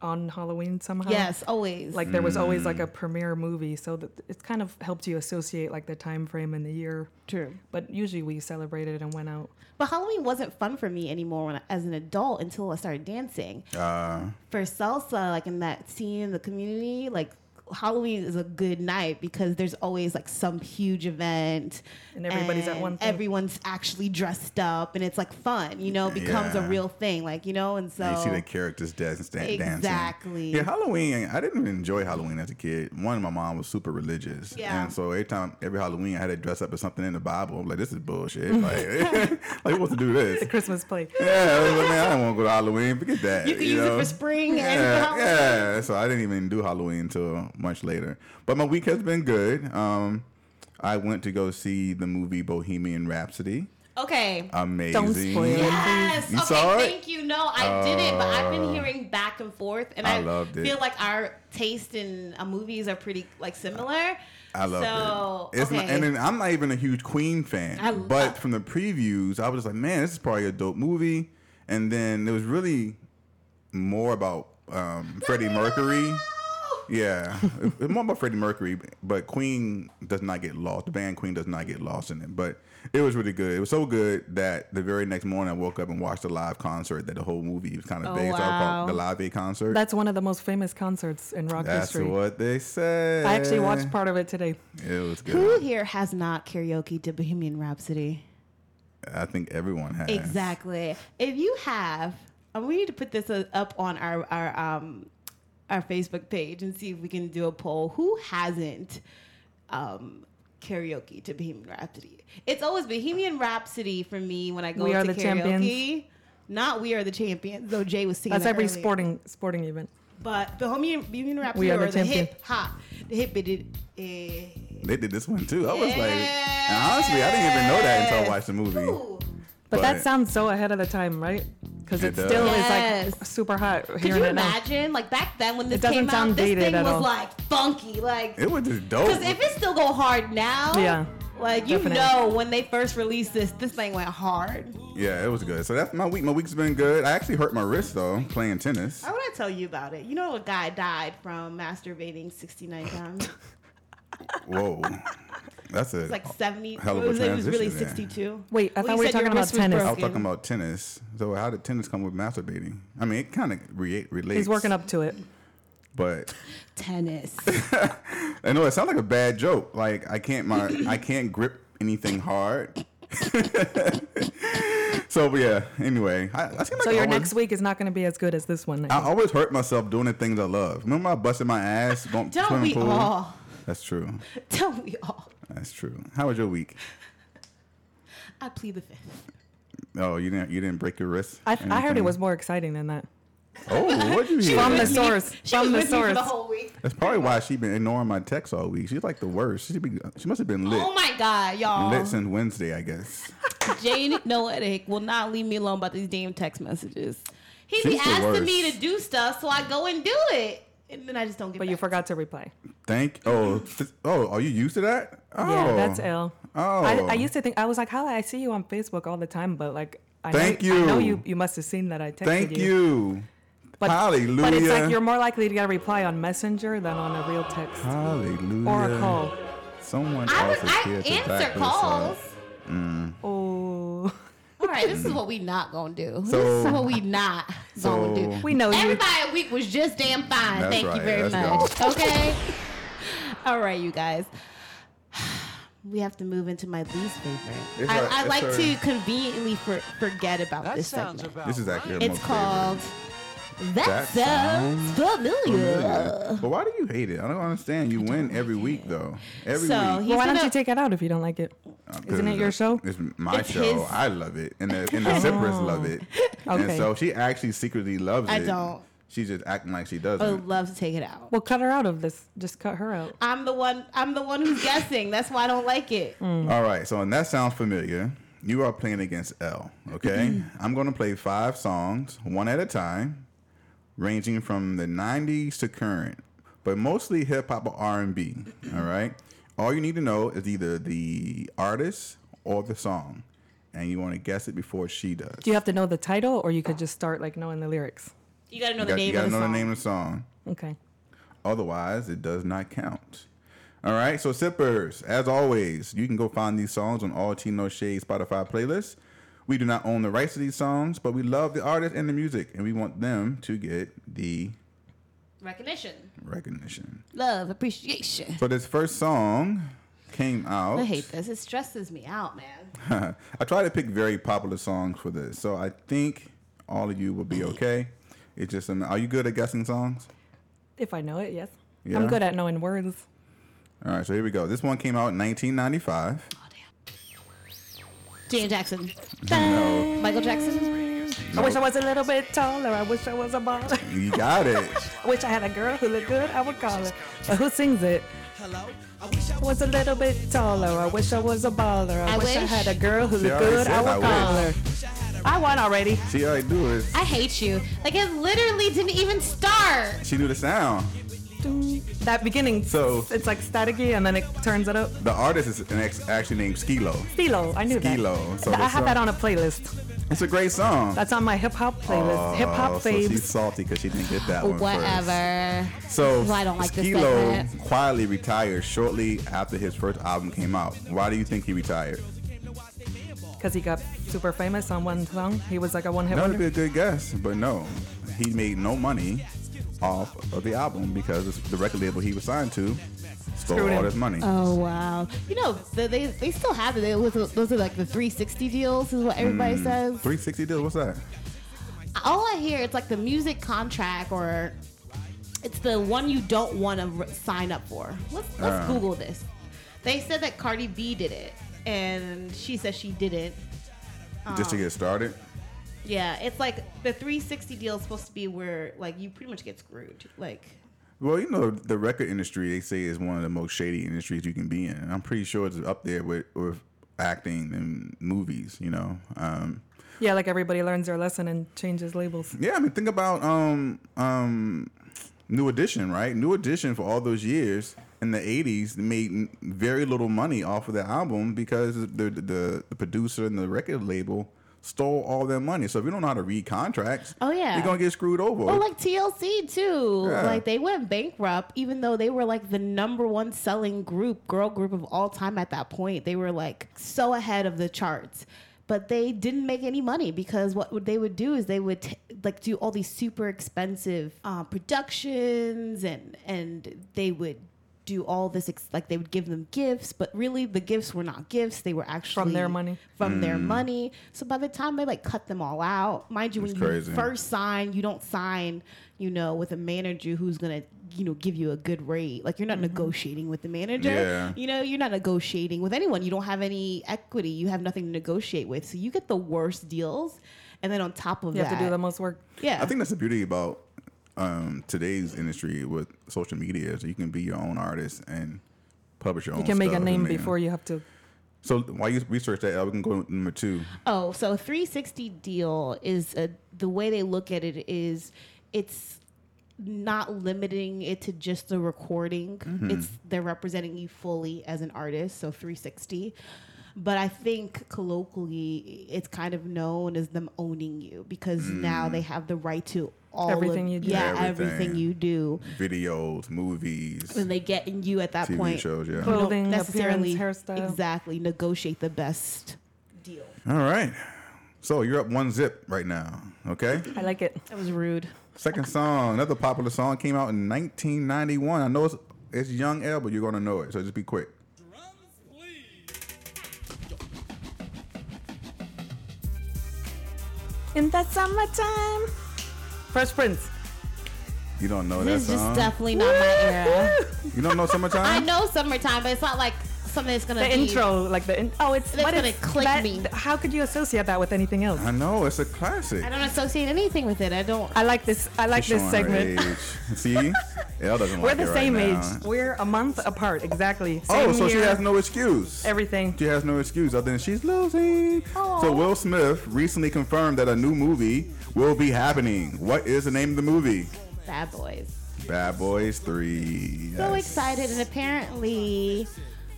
Speaker 4: on Halloween somehow.
Speaker 2: Yes, always.
Speaker 4: Like there was always like a
Speaker 3: Mm.
Speaker 4: premiere movie, so that it kind of helped you associate like the time frame and the year.
Speaker 2: true.
Speaker 4: But usually we celebrated and went out. (laughs)
Speaker 2: But Halloween wasn't fun for me anymore when, as an adult until I started dancing.
Speaker 3: Uh,
Speaker 2: for salsa, like in that scene in the community, like Halloween is a good night because there's always like some huge event
Speaker 4: And everybody's at
Speaker 2: and
Speaker 4: one thing.
Speaker 2: Everyone's actually dressed up and it's like fun, you know, it becomes
Speaker 3: Yeah.
Speaker 2: a real thing, like you know, and so
Speaker 3: and you see the characters dance, dan- dancing.
Speaker 2: Exactly.
Speaker 3: Yeah, Halloween. I didn't even enjoy Halloween as a kid. One, my mom was super religious,
Speaker 2: Yeah.
Speaker 3: and so every time, every Halloween, I had to dress up as something in the Bible. I'm like, this
Speaker 2: (laughs)
Speaker 3: is bullshit. Like, (laughs) like who wants to do this?
Speaker 4: Christmas play.
Speaker 3: Yeah, I, was like, man, I don't want to go to Halloween. Forget that.
Speaker 2: you can use it
Speaker 3: know?
Speaker 2: for spring and
Speaker 3: yeah,
Speaker 2: Halloween.
Speaker 3: yeah. So I didn't even do Halloween until much later. But my week has been good. Um, I went to go see the movie Bohemian Rhapsody.
Speaker 2: Okay.
Speaker 3: Amazing.
Speaker 4: Don't spoil it.
Speaker 2: yes.
Speaker 3: You
Speaker 2: okay.
Speaker 3: saw it? Oh.
Speaker 2: Thank you. you know I did it, but I've been hearing back and forth, and
Speaker 3: I
Speaker 2: I,
Speaker 3: loved it.
Speaker 2: feel like our taste in uh, movies are pretty like similar.
Speaker 3: I love
Speaker 2: so,
Speaker 3: it. It's
Speaker 2: okay.
Speaker 3: not, and then I'm not even a huge Queen fan,
Speaker 2: I love-
Speaker 3: but from the previews, I was just like, man, this is probably a dope movie. And then it was really more about um, Freddie Mercury. Yeah, it- it's more about Freddie Mercury, but Queen does not get lost. The band Queen does not get lost in it, but it was really good. It was so good that the very next morning I woke up and watched a live concert that the whole movie was kind of
Speaker 4: Oh,
Speaker 3: based off
Speaker 4: wow.
Speaker 3: of the Live Aid concert.
Speaker 4: That's one of the most famous concerts in rock
Speaker 3: That's
Speaker 4: history.
Speaker 3: what they said.
Speaker 4: I actually watched part of it today.
Speaker 3: It was good.
Speaker 2: Who here has not karaoke to Bohemian Rhapsody?
Speaker 3: I think everyone has.
Speaker 2: Exactly. If you have, and we need to put this uh, up on our our um our Facebook page and see if we can do a poll. Who hasn't um karaoke to Bohemian Rhapsody? It's always Bohemian Rhapsody for me when I go
Speaker 4: We
Speaker 2: to
Speaker 4: Are the
Speaker 2: karaoke.
Speaker 4: Champions.
Speaker 2: Not we are the champions, though Jay was singing.
Speaker 4: That's
Speaker 2: that
Speaker 4: every
Speaker 2: earlier.
Speaker 4: sporting sporting event.
Speaker 2: But Bohemian, Bohemian Rhapsody
Speaker 4: We Are
Speaker 2: or
Speaker 4: the
Speaker 2: the,
Speaker 4: Champion.
Speaker 2: hip hop, the hip it. eh,
Speaker 3: They did this one too. I was like, and honestly, I didn't even know that until I watched the movie.
Speaker 2: ooh.
Speaker 4: But,
Speaker 3: But-
Speaker 4: that sounds so ahead of the time, right? Because
Speaker 3: It
Speaker 4: it
Speaker 3: does.
Speaker 4: still is like
Speaker 2: Yes.
Speaker 4: super hot
Speaker 2: Could
Speaker 4: hearing
Speaker 2: you
Speaker 4: it now.
Speaker 2: imagine? Like back then when this
Speaker 4: doesn't
Speaker 2: came out,
Speaker 4: sound
Speaker 2: this
Speaker 4: dated
Speaker 2: thing
Speaker 4: at
Speaker 2: was
Speaker 4: all.
Speaker 2: like funky. Like,
Speaker 3: It was just dope.
Speaker 2: because if it still go hard now,
Speaker 4: Yeah,
Speaker 2: like you
Speaker 4: definitely.
Speaker 2: know when they first released this, this thing went hard.
Speaker 3: yeah, it was good. So that's my week. My week's been good. I actually hurt my wrist though playing tennis.
Speaker 2: I
Speaker 4: Oh.
Speaker 2: want to tell you about it. You know, a guy died from masturbating 69 (laughs) times.
Speaker 3: Whoa, that's a.
Speaker 2: It's like 70.
Speaker 3: Hell of
Speaker 2: it
Speaker 3: a
Speaker 2: was, it was really
Speaker 3: transition there.
Speaker 2: 62.
Speaker 4: Wait, I thought
Speaker 2: you
Speaker 4: we
Speaker 2: said
Speaker 4: were
Speaker 2: your
Speaker 4: talking about
Speaker 2: wrist was
Speaker 3: I
Speaker 4: tennis. I'll
Speaker 3: was
Speaker 2: broken.
Speaker 3: talking about tennis. So how did tennis come with masturbating? I mean, it kind of re- relates.
Speaker 4: he's working up to it.
Speaker 3: but (laughs)
Speaker 2: tennis.
Speaker 3: I know it sounds like a bad joke. Like I can't my I can't grip anything hard. (laughs) so but yeah. Anyway, I, I seem like
Speaker 4: So
Speaker 3: I
Speaker 4: your
Speaker 3: always-
Speaker 4: next week is not going to be as good as this one.
Speaker 3: I always hurt myself doing the things I love. Remember, I busted my ass going
Speaker 2: Don't
Speaker 3: swimming
Speaker 2: we
Speaker 3: pool.
Speaker 2: all? (laughs)
Speaker 3: That's true.
Speaker 2: Don't we all?
Speaker 3: That's true. How was your week?
Speaker 2: I plead the fifth.
Speaker 3: Oh, you didn't. You didn't break your wrist.
Speaker 4: I, I heard it
Speaker 3: Anything?
Speaker 4: was more exciting than that.
Speaker 3: Oh, what'd you
Speaker 4: (laughs)
Speaker 3: hear?
Speaker 4: From the
Speaker 2: With me-
Speaker 4: source.
Speaker 2: (laughs) She
Speaker 4: From the
Speaker 2: was with me for
Speaker 4: source.
Speaker 2: the whole week.
Speaker 3: That's probably why she been ignoring my texts all week. She's like the worst. She be. She must have been lit.
Speaker 2: Oh my God, y'all.
Speaker 3: lit since Wednesday, I guess.
Speaker 2: Jane Noetic will not leave me alone about these damn text messages. He
Speaker 3: She's
Speaker 2: be
Speaker 3: the worst.
Speaker 2: asking me to do stuff, so I go and do it, and then I just don't get.
Speaker 4: But you
Speaker 2: back.
Speaker 4: forgot to reply.
Speaker 3: Thank. Oh, th- oh, are you used to that? Oh,
Speaker 4: Yeah, that's L.
Speaker 3: Oh,
Speaker 4: I, I used to think I was like, "How I see you on Facebook all the time," but like, I
Speaker 3: Thank
Speaker 4: know, I know
Speaker 3: you.
Speaker 4: you. You must have seen that I texted
Speaker 3: Thank
Speaker 4: you.
Speaker 3: you.
Speaker 4: But,
Speaker 3: Hallelujah.
Speaker 4: But it's like you're more likely to get a reply on Messenger than on a real text
Speaker 3: Hallelujah.
Speaker 4: or a call.
Speaker 3: Someone
Speaker 2: I,
Speaker 3: else
Speaker 2: would,
Speaker 3: is here
Speaker 2: I
Speaker 3: to back
Speaker 2: answer
Speaker 3: this
Speaker 2: calls.
Speaker 3: up.
Speaker 4: Oh,
Speaker 2: All right, this is what we not gonna
Speaker 3: (laughs)
Speaker 2: do. this
Speaker 3: Mm. So-
Speaker 2: is what we not gonna
Speaker 3: So-
Speaker 2: do.
Speaker 4: we know you.
Speaker 2: Everybody week was just damn fine.
Speaker 3: That's
Speaker 2: Thank
Speaker 3: right,
Speaker 2: you very
Speaker 3: let's
Speaker 2: much. (laughs) Okay. All right, you guys. (sighs) We have to move into my least favorite.
Speaker 3: It's
Speaker 2: I,
Speaker 3: her-
Speaker 2: I
Speaker 3: it's
Speaker 2: like
Speaker 3: her-
Speaker 2: to conveniently for, forget about this segment.
Speaker 3: This is actually her
Speaker 2: It's
Speaker 3: most
Speaker 2: called
Speaker 3: That
Speaker 2: That, Sounds Familiar.
Speaker 3: favorite. But why do you hate it? I don't understand. You win every week though. Every
Speaker 2: So
Speaker 3: week.
Speaker 2: he's
Speaker 4: Well, why don't
Speaker 2: gonna-
Speaker 4: you take it out if you don't like it?
Speaker 3: Uh, 'cause
Speaker 4: Isn't it
Speaker 3: it's
Speaker 4: your
Speaker 3: a-
Speaker 4: show?
Speaker 3: It's my
Speaker 2: It's
Speaker 3: show.
Speaker 2: his.
Speaker 3: I love it, and the
Speaker 4: (laughs)
Speaker 3: and the zippers love it. And
Speaker 4: Okay.
Speaker 3: so she actually secretly loves
Speaker 2: I
Speaker 3: it.
Speaker 2: don't.
Speaker 3: She's just acting like she
Speaker 2: I
Speaker 4: Oh,
Speaker 3: doesn't.
Speaker 2: would love to take it out.
Speaker 4: Well, cut her out of this. Just cut her out.
Speaker 2: I'm the one. I'm the one who's guessing. That's why I don't like it.
Speaker 3: All right. So and that sounds familiar. You are playing against L. Okay.
Speaker 2: Mm-hmm.
Speaker 3: I'm going to play five songs, one at a time, ranging from the '90s to current, but mostly hip hop or R&B. All right. All you need to know is either the artist or the song, and you want to guess it before she does.
Speaker 4: Do you have to know the title, or you could just start like knowing the lyrics?
Speaker 2: You gotta know
Speaker 3: You got-
Speaker 2: the
Speaker 3: you
Speaker 2: name
Speaker 3: gotta
Speaker 2: of the
Speaker 3: know
Speaker 2: song.
Speaker 3: the name of the song.
Speaker 4: Okay.
Speaker 3: Otherwise, it does not count. All right, so sippers, as always, you can go find these songs on all Tino Shade Spotify playlists. We do not own the rights to these songs, but we love the artist and the music, and we want them to get the
Speaker 2: Recognition,
Speaker 3: recognition.
Speaker 2: love, appreciation.
Speaker 3: So this first song came out.
Speaker 2: I
Speaker 3: (laughs)
Speaker 2: hate this. It stresses me out, man.
Speaker 3: I try to pick very popular songs for this, so I think all of you will be okay. It's just, an, are you good at guessing songs?
Speaker 4: If I know it, yes.
Speaker 3: Yeah.
Speaker 4: I'm good at knowing words.
Speaker 3: All right, so here we go. This one came out in 1995.
Speaker 2: Oh damn. Janet Jackson.
Speaker 3: No.
Speaker 2: Michael Jackson.
Speaker 4: I wish I was a little bit taller. I wish I was a baller.
Speaker 3: You got it.
Speaker 2: (laughs)
Speaker 4: I wish I had a girl who looked good. I would call her. But who sings it? I was a little bit taller. I wish I was a baller. I,
Speaker 2: I
Speaker 4: wish I
Speaker 2: wish-
Speaker 4: had a girl who
Speaker 3: She
Speaker 4: looked
Speaker 3: already
Speaker 4: good. I
Speaker 3: said
Speaker 4: would
Speaker 3: I
Speaker 4: call her. I won already.
Speaker 3: She already do it.
Speaker 2: I hate you. Like it literally didn't even start.
Speaker 3: She knew the sound.
Speaker 4: That beginning,
Speaker 3: So-
Speaker 4: it's like staticky, and then it turns it up.
Speaker 3: The artist is an ex actually named Skilo.
Speaker 4: Stilo, I knew
Speaker 3: Skee-Lo,
Speaker 4: that.
Speaker 3: so
Speaker 4: I
Speaker 3: that's
Speaker 4: have that
Speaker 3: some-
Speaker 4: on a playlist.
Speaker 3: It's a great song.
Speaker 4: That's on my hip hop playlist. hip
Speaker 3: Oh,
Speaker 4: hop
Speaker 3: so she's
Speaker 4: faves.
Speaker 3: salty because she didn't get that one. first.
Speaker 2: Whatever.
Speaker 3: So
Speaker 2: Well, I don't like this
Speaker 3: Skee-Lo
Speaker 2: segment.
Speaker 3: quietly retired shortly after his first album came out. Why do you think he retired?
Speaker 4: Because he got super famous on one song. He was like a one hit
Speaker 3: That would be
Speaker 4: wonder.
Speaker 3: a good guess, but no, he made no money off of the album because the record label he was signed to stole
Speaker 4: Screwed
Speaker 3: all
Speaker 4: him.
Speaker 3: his money.
Speaker 2: Oh wow. You know the, they they still have it. It was those are like the 360 deals is what everybody says.
Speaker 3: 360 deal. What's that?
Speaker 2: All I hear it's like the music contract or it's the one you don't want to re- sign up for. Let's let's
Speaker 3: Uh.
Speaker 2: Google this. They said that Cardi B did it, and she said she didn't.
Speaker 3: Just
Speaker 2: Oh.
Speaker 3: to get started.
Speaker 2: Yeah, it's like the 360 deal is supposed to be where like you pretty much get screwed. Like
Speaker 3: Well, you know the record industry. They say is one of the most shady industries you can be in. I'm pretty sure it's up there with, with acting and movies. You know. Um,
Speaker 4: Yeah, like everybody learns their lesson and changes labels.
Speaker 3: Yeah, I mean, think about um um New Edition, right? New Edition for all those years in the '80s made n- very little money off of the album because the the, the producer and the record label stole all their money. So if you don't know how to read contracts,
Speaker 2: Oh, yeah.
Speaker 3: you're gonna get screwed over.
Speaker 2: Well, like TLC too.
Speaker 3: Yeah.
Speaker 2: Like they went bankrupt, even though they were like the number one selling group, girl group of all time at that point. They were like so ahead of the charts, but they didn't make any money because what would- they would do is they would t- like do all these super expensive uh, productions, and and they would do all this ex- like they would give them gifts, but really the gifts were not gifts. They were actually
Speaker 4: their money.
Speaker 2: From their
Speaker 3: Mm.
Speaker 2: money. So by the time they like cut them all out, mind you, when
Speaker 3: It's
Speaker 2: you
Speaker 3: crazy.
Speaker 2: first sign, you don't sign, you know, with a manager who's gonna, you know, give you a good rate. Like you're not
Speaker 4: Mm-hmm.
Speaker 2: negotiating with the manager.
Speaker 3: Yeah.
Speaker 2: You know, you're not negotiating with anyone. You don't have any equity. You have nothing to negotiate with. So you get the worst deals. And then on top of
Speaker 4: You
Speaker 2: that,
Speaker 4: have to do the most work.
Speaker 2: yeah,
Speaker 3: I think that's the beauty about um today's industry with social media. So you can be your own artist and publish your own.
Speaker 4: You can make a
Speaker 3: stuff,
Speaker 4: name
Speaker 3: man.
Speaker 4: before you have to.
Speaker 3: So while you research that, uh, we can go to number two.
Speaker 2: Oh, so a 360 deal is a, the way they look at it is it's not limiting it to just the recording.
Speaker 3: Mm-hmm.
Speaker 2: It's they're representing you fully as an artist, so 360. But I think colloquially, it's kind of known as them owning you because now they have the right to all of-
Speaker 4: Everything you do.
Speaker 2: Yeah,
Speaker 3: Mm. Everything.
Speaker 2: everything you do.
Speaker 3: Videos, movies.
Speaker 2: And they get in you at that
Speaker 3: TV
Speaker 2: point.
Speaker 3: shows, yeah.
Speaker 2: You don't
Speaker 4: Clothing,
Speaker 2: necessarily-
Speaker 4: appearance, hairstyle.
Speaker 2: Exactly. Negotiate the best deal.
Speaker 3: All right. So you're up one zip right now. Okay.
Speaker 4: I like it.
Speaker 2: That was rude.
Speaker 3: Second song, another popular song came out in 1991. I know it's it's Young L, but you're gonna know it. So just be quick.
Speaker 4: In that summertime. Fresh Prince.
Speaker 3: You don't know
Speaker 2: This is
Speaker 3: that
Speaker 2: just
Speaker 3: song.
Speaker 2: definitely not my era.
Speaker 3: You don't know
Speaker 4: (laughs)
Speaker 3: summertime.
Speaker 2: I know summertime, but it's not like something that's gonna
Speaker 4: The
Speaker 2: be
Speaker 4: intro, like the in- oh, it's
Speaker 2: That's
Speaker 4: but
Speaker 2: gonna
Speaker 4: it's-
Speaker 2: click
Speaker 4: that-
Speaker 2: me.
Speaker 4: How could you associate that with anything else?
Speaker 3: I know it's a classic.
Speaker 2: I don't associate anything with it. I don't.
Speaker 4: I like this. I like
Speaker 3: Just
Speaker 4: this
Speaker 3: showing her
Speaker 4: segment.
Speaker 3: age. See,
Speaker 2: (laughs)
Speaker 3: L doesn't
Speaker 4: We're
Speaker 3: like it
Speaker 4: the
Speaker 3: right
Speaker 4: same
Speaker 3: now.
Speaker 4: age. We're a month apart, exactly. Same
Speaker 3: Oh, so she
Speaker 4: year,
Speaker 3: has no excuse.
Speaker 4: everything.
Speaker 3: She has no excuse other than she's losing. So Will Smith recently confirmed that a new movie will be happening. What is the name of the movie?
Speaker 2: Bad boys.
Speaker 3: Bad Boys Three.
Speaker 2: So
Speaker 3: Yes.
Speaker 2: excited, and apparently,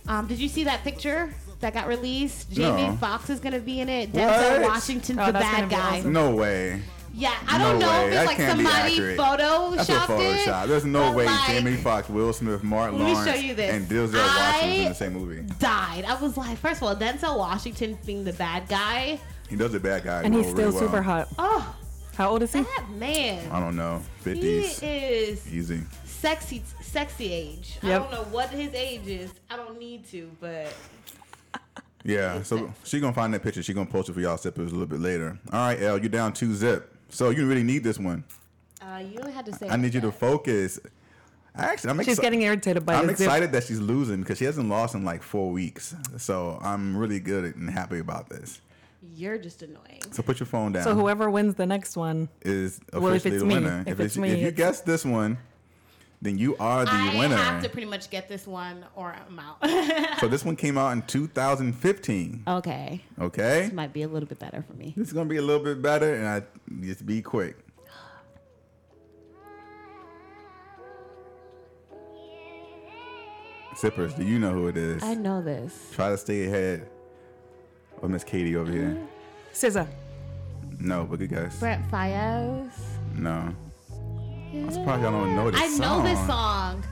Speaker 2: um, did you see that picture that got released? Jamie
Speaker 3: No.
Speaker 2: Foxx is gonna be in it. Denzel
Speaker 3: What?
Speaker 2: Washington's
Speaker 4: Oh,
Speaker 2: the
Speaker 4: that's
Speaker 2: bad
Speaker 4: gonna be
Speaker 2: guy.
Speaker 4: awesome.
Speaker 3: No way.
Speaker 2: Yeah, I don't
Speaker 3: No
Speaker 2: know
Speaker 3: way.
Speaker 2: if
Speaker 3: That
Speaker 2: it's like
Speaker 3: can't be
Speaker 2: somebody
Speaker 3: accurate.
Speaker 2: photoshopped
Speaker 3: That's a Photoshop.
Speaker 2: it.
Speaker 3: There's no
Speaker 2: but,
Speaker 3: way
Speaker 2: like,
Speaker 3: Jamie Foxx, Will Smith, Mark
Speaker 2: Let me show
Speaker 3: Lawrence,
Speaker 2: you this.
Speaker 3: and Denzel
Speaker 2: I-
Speaker 3: Washington in the same movie.
Speaker 2: Died. I was like, first of all, Denzel Washington being the bad guy.
Speaker 3: He does a bad guy.
Speaker 4: And he's
Speaker 3: role
Speaker 4: still
Speaker 3: really well.
Speaker 4: super hot.
Speaker 2: Oh,
Speaker 4: How old is
Speaker 3: Hmm.
Speaker 4: he?
Speaker 2: that man.
Speaker 3: I don't know.
Speaker 2: He
Speaker 3: Fifties,
Speaker 2: is
Speaker 3: easy.
Speaker 2: sexy sexy age. I
Speaker 4: Yep.
Speaker 2: don't know what his age is. I don't need to, but
Speaker 3: Yeah. So she gonna find that picture. She gonna post it for y'all sippers a little bit later. All right, L, you're down two zip. So you really need this one.
Speaker 2: uh, you only had to say.
Speaker 3: I need you to focus. Actually, I'm
Speaker 4: She's
Speaker 3: exci-
Speaker 4: getting irritated by
Speaker 3: I'm
Speaker 4: this. If-
Speaker 3: excited that she's losing because she hasn't lost in like four weeks. So I'm really good and happy about this.
Speaker 2: You're just annoying.
Speaker 3: So put your phone down.
Speaker 4: So whoever wins the next one,
Speaker 3: is officially
Speaker 4: Well, if it's
Speaker 3: the
Speaker 4: me-
Speaker 3: winner.
Speaker 4: if it's me,
Speaker 3: if you
Speaker 4: it's-
Speaker 3: guess this one, then you are the
Speaker 2: I
Speaker 3: winner.
Speaker 2: have to pretty much get this one or I'm out. (laughs)
Speaker 3: so this one came out in 2015.
Speaker 2: okay.
Speaker 3: Okay,
Speaker 2: Might be a little bit better for me.
Speaker 3: this is gonna be a little bit better, and I just be quick. Zippers, do you know who it is?
Speaker 2: I know this.
Speaker 3: Try to stay ahead of Miss Katie over here.
Speaker 4: SZA.
Speaker 2: Mm.
Speaker 3: No, but good guess.
Speaker 2: Brett Fayez.
Speaker 3: No. I'm surprised y'all don't know this
Speaker 2: I know
Speaker 3: song.
Speaker 2: this song.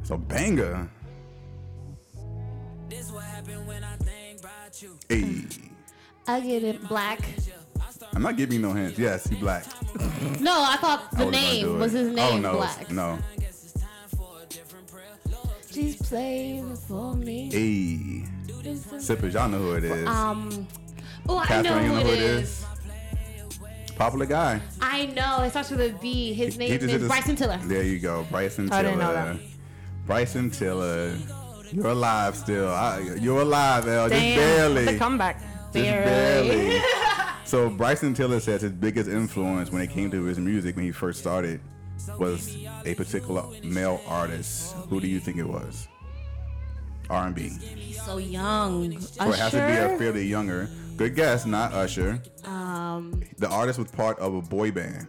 Speaker 3: It's a banger.
Speaker 5: This what happened when I think about you.
Speaker 3: Hey.
Speaker 2: I get it. Black.
Speaker 3: I'm not giving you no hints. Yes, he black.
Speaker 2: No, I thought
Speaker 3: I
Speaker 2: the
Speaker 3: wasn't gonna do
Speaker 2: name
Speaker 3: it.
Speaker 2: was his name.
Speaker 3: Oh no,
Speaker 2: Black.
Speaker 3: no.
Speaker 2: She's playing for me.
Speaker 3: Hey, sippers, y'all know who it is.
Speaker 2: Um. Oh, I know
Speaker 3: Catherine, you
Speaker 2: who
Speaker 3: know
Speaker 2: it
Speaker 3: who it
Speaker 2: is.
Speaker 3: is. Popular guy.
Speaker 2: I know. It starts with a B. His
Speaker 3: He
Speaker 2: name
Speaker 3: just
Speaker 2: is
Speaker 3: did this-
Speaker 2: Bryson Tiller.
Speaker 3: There you go, Bryson Tiller.
Speaker 4: I didn't know that.
Speaker 3: Bryson Tiller, you're alive still. I, you're alive, L.
Speaker 4: Damn.
Speaker 3: Just barely.
Speaker 4: The comeback.
Speaker 3: Just barely. so Bryson Tiller says his biggest influence when it came to his music when he first started was a particular male artist. Who do you think it was? R&B.
Speaker 2: He's so young.
Speaker 3: So it has to be a
Speaker 2: Usher.
Speaker 3: fairly younger. Good guess, not Usher.
Speaker 2: Um.
Speaker 3: The artist was part of a boy band.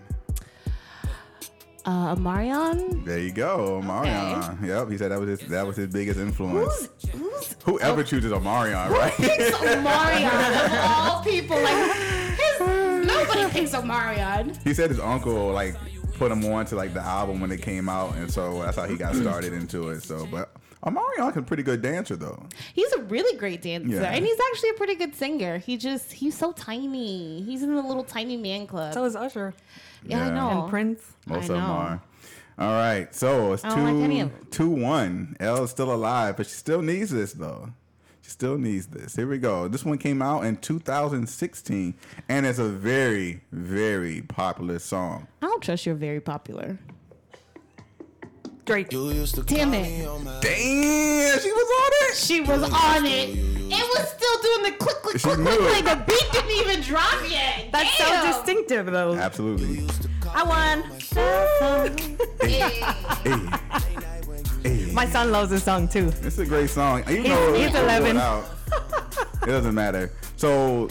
Speaker 2: Uh, Marion.
Speaker 3: There you go, Omarion. Yep, he said that was his that was his biggest influence.
Speaker 2: Who's who's
Speaker 3: Whoever chooses
Speaker 2: (laughs)
Speaker 3: Omarion, right?
Speaker 2: picks Omarion of all people? Like his, nobody picks Omarion.
Speaker 3: he said his uncle like put him on to like the album when it came out, and so that's how he got started into it. So, but Omarion a pretty good dancer though.
Speaker 2: He's a really great dancer,
Speaker 3: Yeah.
Speaker 2: and he's actually a pretty good singer. He just he's so tiny. He's in the little tiny man club.
Speaker 4: So is Usher
Speaker 2: yeah,
Speaker 3: Yeah.
Speaker 2: I know.
Speaker 4: and Prince.
Speaker 2: I
Speaker 3: Most of them
Speaker 2: know.
Speaker 3: are. All right, so it's
Speaker 2: I don't like any
Speaker 3: two
Speaker 2: of 'em.
Speaker 3: two one. L is still alive, but she still needs this though. She still needs this. Here we go. This one came out in 2016, and it's a very very popular song.
Speaker 2: I don't trust you're very popular.
Speaker 4: Drake.
Speaker 6: You used to
Speaker 2: Damn
Speaker 6: call
Speaker 2: it.
Speaker 6: me on my
Speaker 3: Damn, she was on it.
Speaker 2: She was on it. It was still doing the click, click,
Speaker 3: She
Speaker 2: click, click,
Speaker 3: knew it.
Speaker 2: click. The beat didn't even drop yet.
Speaker 4: That's
Speaker 2: Damn.
Speaker 4: so distinctive, though.
Speaker 3: Absolutely.
Speaker 6: used to call
Speaker 4: I
Speaker 2: (laughs)
Speaker 4: won.
Speaker 3: Hey, hey.
Speaker 4: My son loves this song too.
Speaker 3: It's a great song. Even
Speaker 4: He's-
Speaker 3: though
Speaker 4: he's
Speaker 3: it's going
Speaker 4: 11.
Speaker 3: out, it doesn't matter. So,